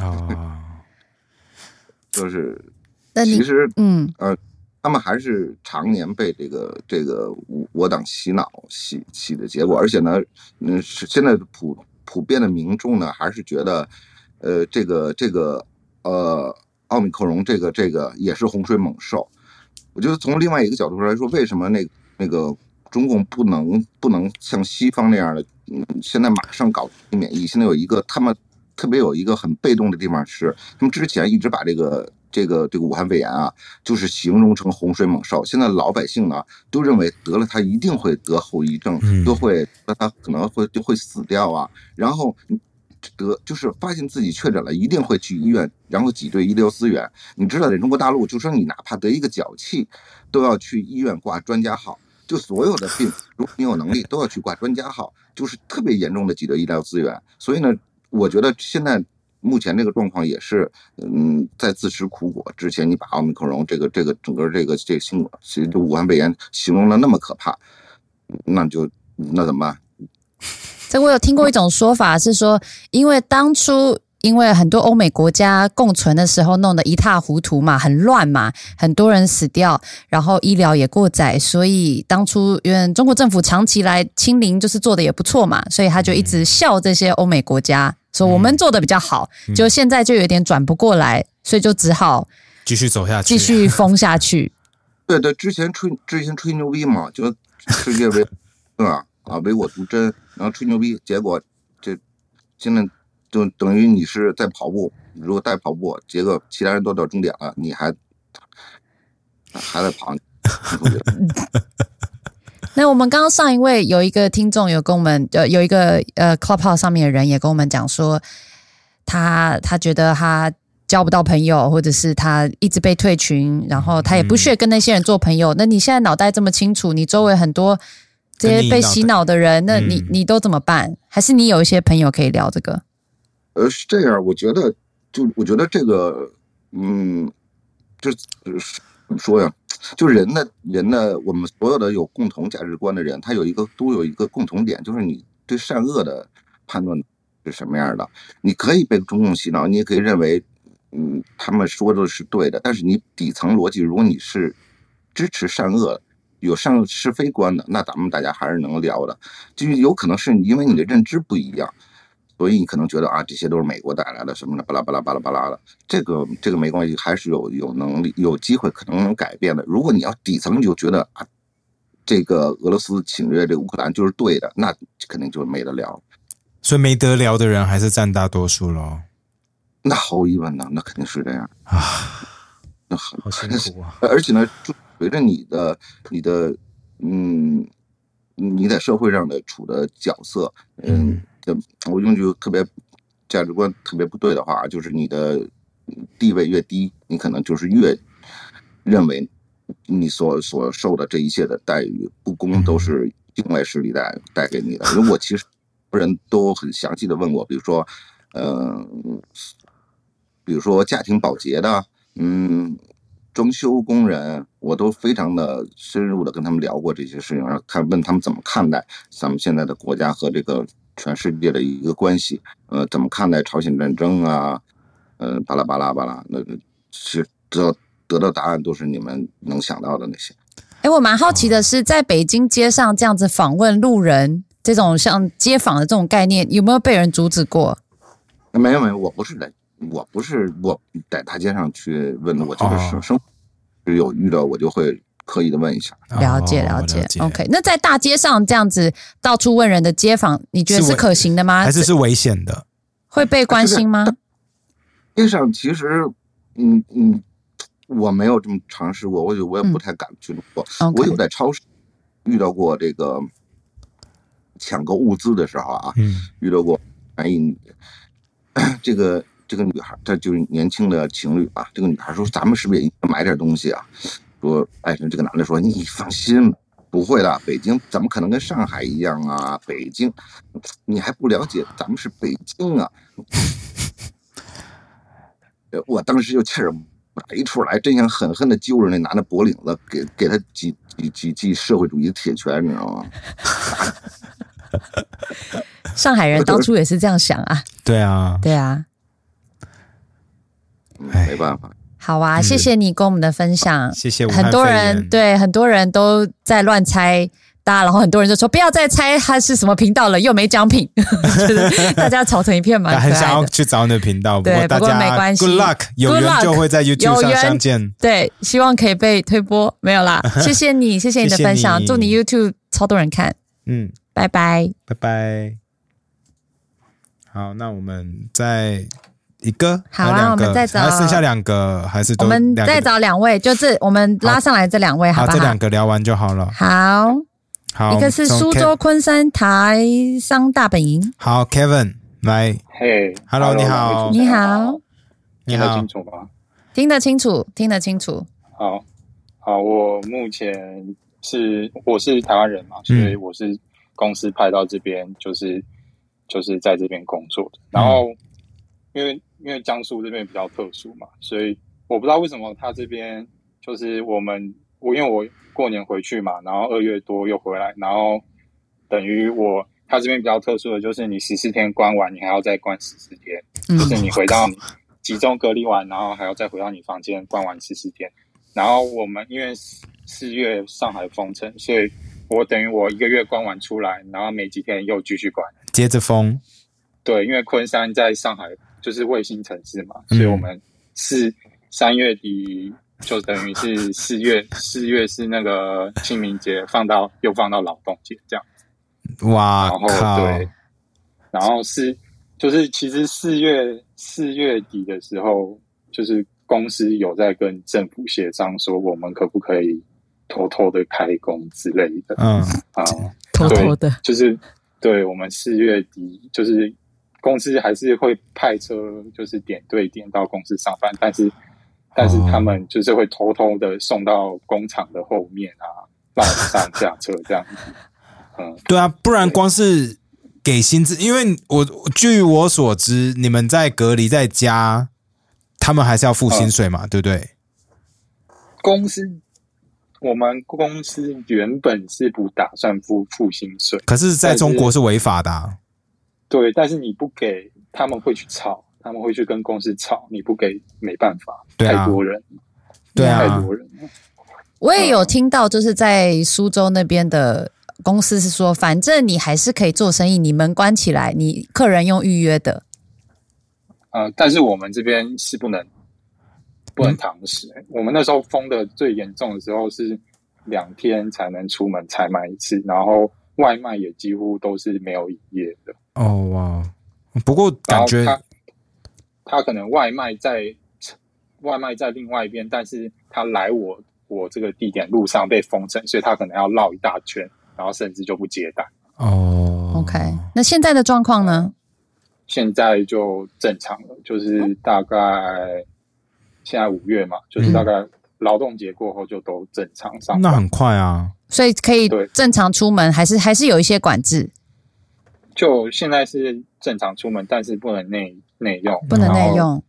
B: 哦，
K: 就是
A: 那
K: 其
A: 你
K: 实
A: 嗯，
K: 呃，他们还是常年被这个这个我我党洗脑洗洗的结果，而且呢，嗯，是现在普普遍的民众呢，还是觉得，呃，这个这个呃，奥密克戎这个这个也是洪水猛兽。我觉得从另外一个角度来说，为什么那那个中共不能不能像西方那样的，嗯，现在马上搞免疫？现在有一个他们特别有一个很被动的地方是，他们之前一直把这个这个这个武汉肺炎啊，就是形容成洪水猛兽。现在老百姓呢，都认为得了它一定会得后遗症
B: 嗯，
K: 都会那它可能会就会死掉啊。然后得就是发现自己确诊了，一定会去医院，然后挤兑医疗资源。你知道，在中国大陆，就说你哪怕得一个脚气，都要去医院挂专家号。就所有的病，如果你有能力，都要去挂专家号，就是特别严重的挤兑医疗资源。所以呢，我觉得现在目前这个状况也是，嗯，在自食苦果之前，你把奥密克戎这个这个整个这个这个新冠，其实就武汉肺炎形容的那么可怕，那就那怎么办？
A: 这我有听过一种说法是说，因为当初因为很多欧美国家共存的时候弄得一塌糊涂嘛，很乱嘛，很多人死掉，然后医疗也过载，所以当初因为中国政府长期来清零，就是做的也不错嘛，所以他就一直笑这些欧美国家，说我们做的比较好，就现在就有点转不过来，所以就只好
B: 继续走
K: 啊
B: 下去，
A: 继续封下去。
K: 对对，之前吹之前吹牛逼嘛，就世界唯对吧？ 啊，唯我独尊，然后吹牛逼，结果这现在就等于你是在跑步，如果在跑步，结果其他人都到终点了，你还还在跑，你不觉得
A: 那我们刚刚上一位有一个听众有跟我们呃有一个呃 Clubhouse 上面的人也跟我们讲说，他他觉得他交不到朋友，或者是他一直被退群，然后他也不屑跟那些人做朋友。那你现在脑袋这么清楚，你周围很多这些被洗脑的人，那你
B: 嗯
A: 你都怎么办？还是你有一些朋友可以聊这个？
K: 呃，是这样，我觉得，就我觉得这个，嗯，这就是怎么说呀？就人呢，人呢，我们所有的有共同价值观的人，他有一个都有一个共同点，就是你对善恶的判断是什么样的。你可以被中共洗脑，你也可以认为，嗯，他们说的是对的，但是你底层逻辑，如果你是支持善恶。有善恶是非观的，那咱们大家还是能聊的，就是有可能是因为你的认知不一样，所以你可能觉得啊，这些都是美国带来的什么的，巴拉巴拉巴拉巴拉的，这个这个没关系，还是有有能力、有机会可能能改变的。如果你要底层你就觉得啊，这个俄罗斯侵略这乌克兰就是对的，那肯定就没得聊。
B: 所以没得聊的人还是占大多数喽。
K: 那毫无疑问呢，那肯定是这样
B: 啊。
K: 那好
B: 好辛苦啊！
K: 而且呢，就随着你的你的嗯，你在社会上的处的角色，嗯，这我用句特别价值观特别不对的话，就是你的地位越低，你可能就是越认为你所所受的这一切的待遇不公都是境外势力带带给你的。因为我其实人都很详细的问我，比如说，呃，比如说家庭保洁的，嗯，装修工人，我都非常的深入的跟他们聊过这些事情，然后看问他们怎么看待咱们现在的国家和这个全世界的一个关系，呃，怎么看待朝鲜战争啊，呃，巴拉巴拉巴拉，那个其实得得到答案都是你们能想到的那些。
A: 哎，我蛮好奇的是，在北京街上这样子访问路人，这种像街访的这种概念，有没有被人阻止过？
K: 没有没有，我不是在，我不是我在大街上去问的，我就是生生活有遇到我就会刻意的问一下。
A: 了解了解 o k 那在大街上这样子到处问人的街访，你觉得
B: 是
A: 是
B: 危
A: 可行的吗？
B: 还是是危险的？
A: 会被关心 吗？
K: 街上其实，嗯嗯，我没有这么尝试过，我也我也不太敢去做。我有在超市遇到过这个抢购物资的时候啊，
B: 嗯
K: 遇到过，哎，你 这个这个女孩，她就是年轻的情侣啊，这个女孩说：“咱们是不是也应该买点东西啊？”说，哎，这个男的说：“你放心。”不会的，北京怎么可能跟上海一样啊？北京，你还不了解，咱们是北京啊！ 呃，我当时就气儿打一处来，真想狠狠的揪着那男的脖领子，给给他几几几记社会主义铁拳，你知道吗？
A: 上海 人当初也是这样想啊，
B: 对啊，
A: 对啊。
K: 嗯没办法，
A: 好啊，谢谢你跟我们的分享，
B: 嗯谢谢武汉
A: 很多
B: 肺
A: 人
B: 炎
A: 对很多人都在乱猜。大家，然后很多人就说不要再猜它是什么频道了，又没奖品， 就是大家吵成一片，蛮可爱
B: 很
A: 的。
B: 想要去找你的频道，
A: 对，
B: 过哦大
A: 不过
B: 家
A: 没关系
B: Good luck，有
A: Good
B: 缘
A: luck，
B: 就会在 YouTube
A: 有
B: 上
A: 缘
B: 相见。，
A: 对，希望可以被推播，没有啦 谢谢你，谢谢你的
B: 谢谢
A: 分享，
B: 你
A: 祝你 YouTube 超多人看，
B: 嗯，
A: 拜拜。
B: 拜拜。好，那我们再一个，
A: 好啊
B: 还有两个
A: 我们再找
B: 还有剩下两个，还是
A: 我
B: 都
A: 们
B: 两个
A: 再找两位，就这我们拉上来这两位，好
B: 好，
A: 不
B: 这
A: 好
B: 两？个聊完就好了。
A: 好，
B: 好，
A: 一个是
B: 从
A: 苏
B: Ke-
A: 州昆山台商大本营，
B: 好，Kevin 来
N: 嘿
B: Hello，你好
N: 两位主持
A: 你
N: 人
A: 好，
B: 你
N: 听得
B: 好
N: 清，楚吗？
A: 听得清楚，听得清楚，
N: 好，好，我目前是我是台湾人
B: 嗯
N: 嘛，所以我是公司派到这边，就是就是在这边工作的。然后
B: 嗯
N: 因为因为江苏这边比较特殊嘛，所以我不知道为什么他这边就是我们我因为我过年回去嘛，然后二月多又回来，然后等于我他这边比较特殊的就是你十四天关完，你还要再关十四天，
A: 嗯
N: 就是你回到你集中隔离完，然后还要再回到你房间关完十四天。然后我们因为四四月上海封城，所以我等于我一个月关完出来，然后没几天又继续关。
B: 接着风，
N: 对，因为昆山在上海就是卫星城市嘛，所
B: 嗯
N: 以我们是三月底就等于是四月，四月是那个清明节放到又放到劳动节这样。
B: 哇
N: 然后
B: 靠，
N: 对，然后是就是其实四月四月底的时候，就是公司有在跟政府协商说，我们可不可以偷偷的开工之类的。
B: 嗯
N: 啊，
E: 偷偷
N: 对，就是对我们四月底，就是公司还是会派车，就是点对点到公司上班，但是但
B: 哦
N: 是他们就是会偷偷的送到工厂的后面啊，让我们上下车这样子。嗯，
B: 对啊，不然光是给薪资，因为我据我所知，你们在隔离在家，他们还是要付薪水嘛，对不对？
N: 公司我们公司原本是不打算付付薪水，
B: 可是在中国是违法的、啊。
N: 对，但是你不给，他们会去吵，他们会去跟公司吵，你不给没办法，
B: 对啊
N: 太多人，
B: 对啊
N: 太多人了。
A: 我也有听到，就是在苏州那边的公司是说，反正你还是可以做生意，你门关起来，你客人用预约的。
N: 呃，但是我们这边是不能不能堂食、我们那时候封的最严重的时候是两天才能出门采买一次，然后外卖也几乎都是没有营业的。
B: 哦哇，不过
N: 然
B: 感
N: 后
B: 觉
N: 他他可能外卖在外卖在另外一边，但是他来我我这个地点路上被封城，所以他可能要绕一大圈，然后甚至就不接单。
B: 哦
A: OK，那现在的状况呢？
N: 现在就正常了，就是大概现在五月嘛，就是
A: 嗯
N: 大概劳动节过后就都正常上
B: 那
N: 班，
B: 很快啊，
A: 所以可以
N: 对
A: 正常出门，还是还是有一些管制，
N: 就现在是正常出门，但是不能内内用，
A: 不能内。用。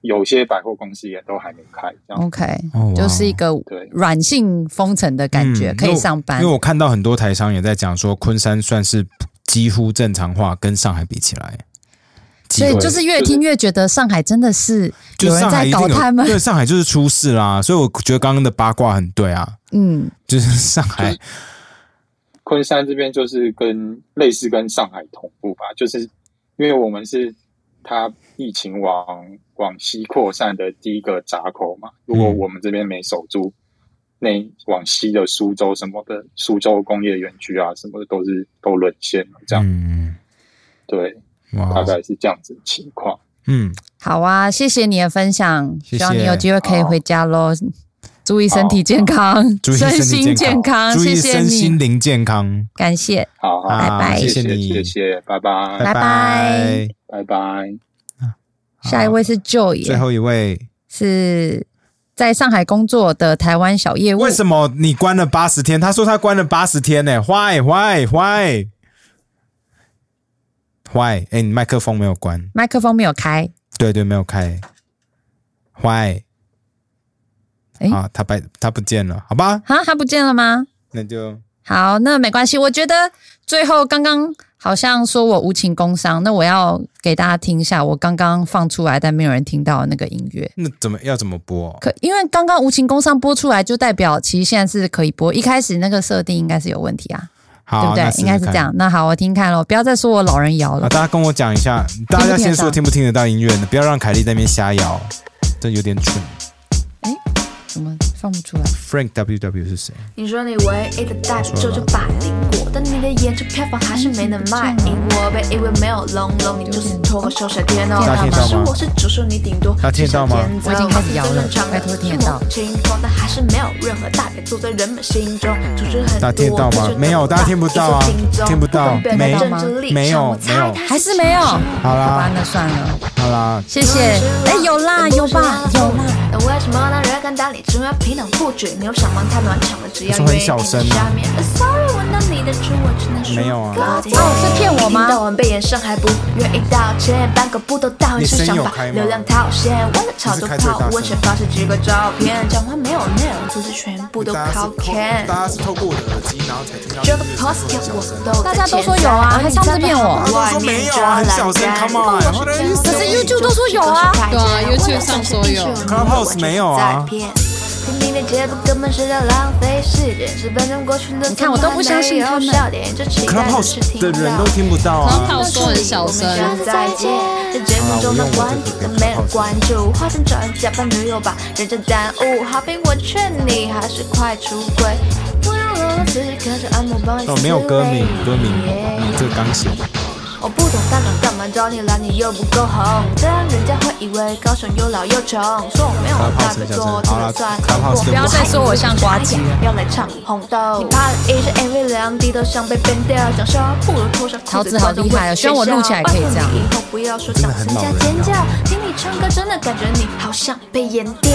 N: 有些百货公司也都还没开，这样
A: OK，、
B: 哦哇
A: 就是一个
N: 对
A: 软性封城的感觉，
B: 嗯
A: 可以上班
B: 因为我。因为我看到很多台商也在讲说，昆山算是几乎正常化，跟上海比起来，
A: 所以
N: 对
A: 就是越听越觉得上海真的是
B: 就
A: 有人
B: 是上海
A: 在
B: 一定
A: 搞
B: 有
A: 他们。
B: 对，上海就是出事啦，所以我觉得刚刚的八卦很对啊，
A: 嗯，
B: 就是上海
N: 昆山这边就是跟类似跟上海同步吧，就是因为我们是它疫情往往西扩散的第一个闸口嘛。如果我们这边没守住，那往西的苏州什么的，苏州工业园区啊什么的都是都沦陷了，这样、
B: 嗯，
N: 对，
B: 哇
N: 大，概是这样子的情况。
B: 嗯，
A: 好啊，谢谢你的分享，
B: 谢谢
A: 希望你有机会可以回家喽。注意身体健康，
B: 注意身
A: 身
B: 体
A: 心
B: 健
A: 康，
B: 注
A: 谢
B: 意
A: 谢
B: 身
A: 你
B: 心，灵健康，
A: 感谢。
N: 好好，
B: 啊
A: 拜拜
N: 谢
B: 谢谢你
N: 谢谢，拜拜，
A: 拜拜
N: 拜拜。
A: 下一位是
B: 最
A: Joy，
B: 后一位，
A: 是在上海工作的台湾小业务。
B: 为什么你关了八十天？他说他关了八十天呢、坏坏坏坏，哎，你麦克风没有关，
A: 麦克风没有开？
B: 对对，没有开，坏，
A: 哎
B: 啊，他白他不见了，好吧，
A: 啊，他不见了吗？
B: 那就
A: 好，那没关系。我觉得最后刚刚好像说我无情工伤，那我要给大家听一下我刚刚放出来但没有人听到的那个音乐。
B: 那怎么要怎么播？
A: 可因为刚刚无情工伤播出来，就代表其实现在是可以播。一开始那个设定应该是有问题啊，
B: 好，
A: 对不
B: 那
A: 对
B: 试？试
A: 应该是
B: 看
A: 这样。那好，我听看咯，不要再说我老人摇了
B: 啊！。大家跟我讲一下，大家先说听不听得到音乐呢？不要让凯莉在那边瞎摇，这有点蠢。
A: 怎么放不出来？
B: Frank W W 是谁？
C: 你说你唯一的代表就是百灵果，但你的演出票房还是没能卖
B: 嗯
C: 赢我。别以为没有龙龙，你就是脱口秀小天哦。
B: 大家听得到吗
C: 是我是主说你顶多
B: 大家听得到吗
A: 我已经开始摇了拜托听得到
C: 情况，但还是没有任何代表作在人们心中。主持很多，
B: 大家嗯听得到吗？没有，大家听不到啊，听不到，没
A: 听得到吗
B: 没有，没有。
A: 还是没有？好
B: 好
A: 吧，
B: 啦，
A: 那算了，
B: 好啦，
A: 谢谢。哎，有啦，有吧，有啦。
C: 那为什么男人跟道理只要平等不举？你有想望太暖场了，只要
B: 说很小声啊
C: 下面。呃 Sorry，闻到你的猪，我只能说
B: 没有啊
C: 高级
A: 哦是骗我吗
C: 一天到晚被延上还不愿意道歉，半个不都大混
B: 你
C: 是想
B: 声音有
C: 法
B: 开吗，
C: 流量套现，为了炒
B: 这
C: 作
B: 是开最大声
C: 泡温泉方式几个照片，讲话没有内容，组织全部都靠 can。
B: 大家是透过我的耳机，然后才听到
C: 这个 podcast 我都
A: 大家都说有啊还上次骗我
B: 他都说没有啊很小声，come on，what are you saying？
A: 可是 YouTube 都说有啊
H: 对啊，YouTube 上说有
B: Clubhouse 没有啊
C: 听你的节目根本是在浪费时间，十分钟过去了，
A: 你看我都不相信他们
C: 怎么还没有笑点这期待的是
B: Clubhouse
C: 听不
B: 的
C: 到
B: 人都听不到啊。
H: Clubhouse 说很小声
C: 我们下次再见。这节目中的观点都没人关注，花钱找人假扮女友吧，人真耽误。好评我劝你还是快出轨。不要让自己跟着按摩棒一起
B: 哦，没有歌名
C: 累，
B: 歌名，你这刚写的。
C: 我不懂大港干嘛找你来，你又不够红，这样人家会以为高雄又老又穷。说我没有大在做，这个算
B: 好啦
C: 过。
B: 不要再
A: 说我像瓜子了
C: 要来唱红豆。你拍了一支 MV，两地都想被变掉，想说不如脱上
A: 桃
C: 裤
A: 子
C: 子，
A: 好厉害啊希望我录起来可以这样
C: 拜托你以后不要说想参加尖叫，听你唱歌真的感觉你好像被淹掉。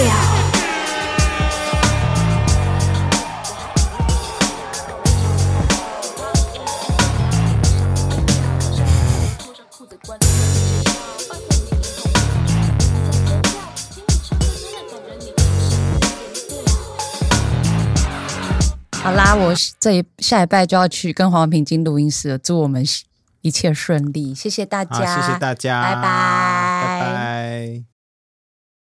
A: 好啦，我这一下一拜就要去跟黄平金录音室了，祝我们一切顺利，谢谢大
B: 好，
A: 家，
B: 谢谢大家，
A: 拜拜
B: 拜拜。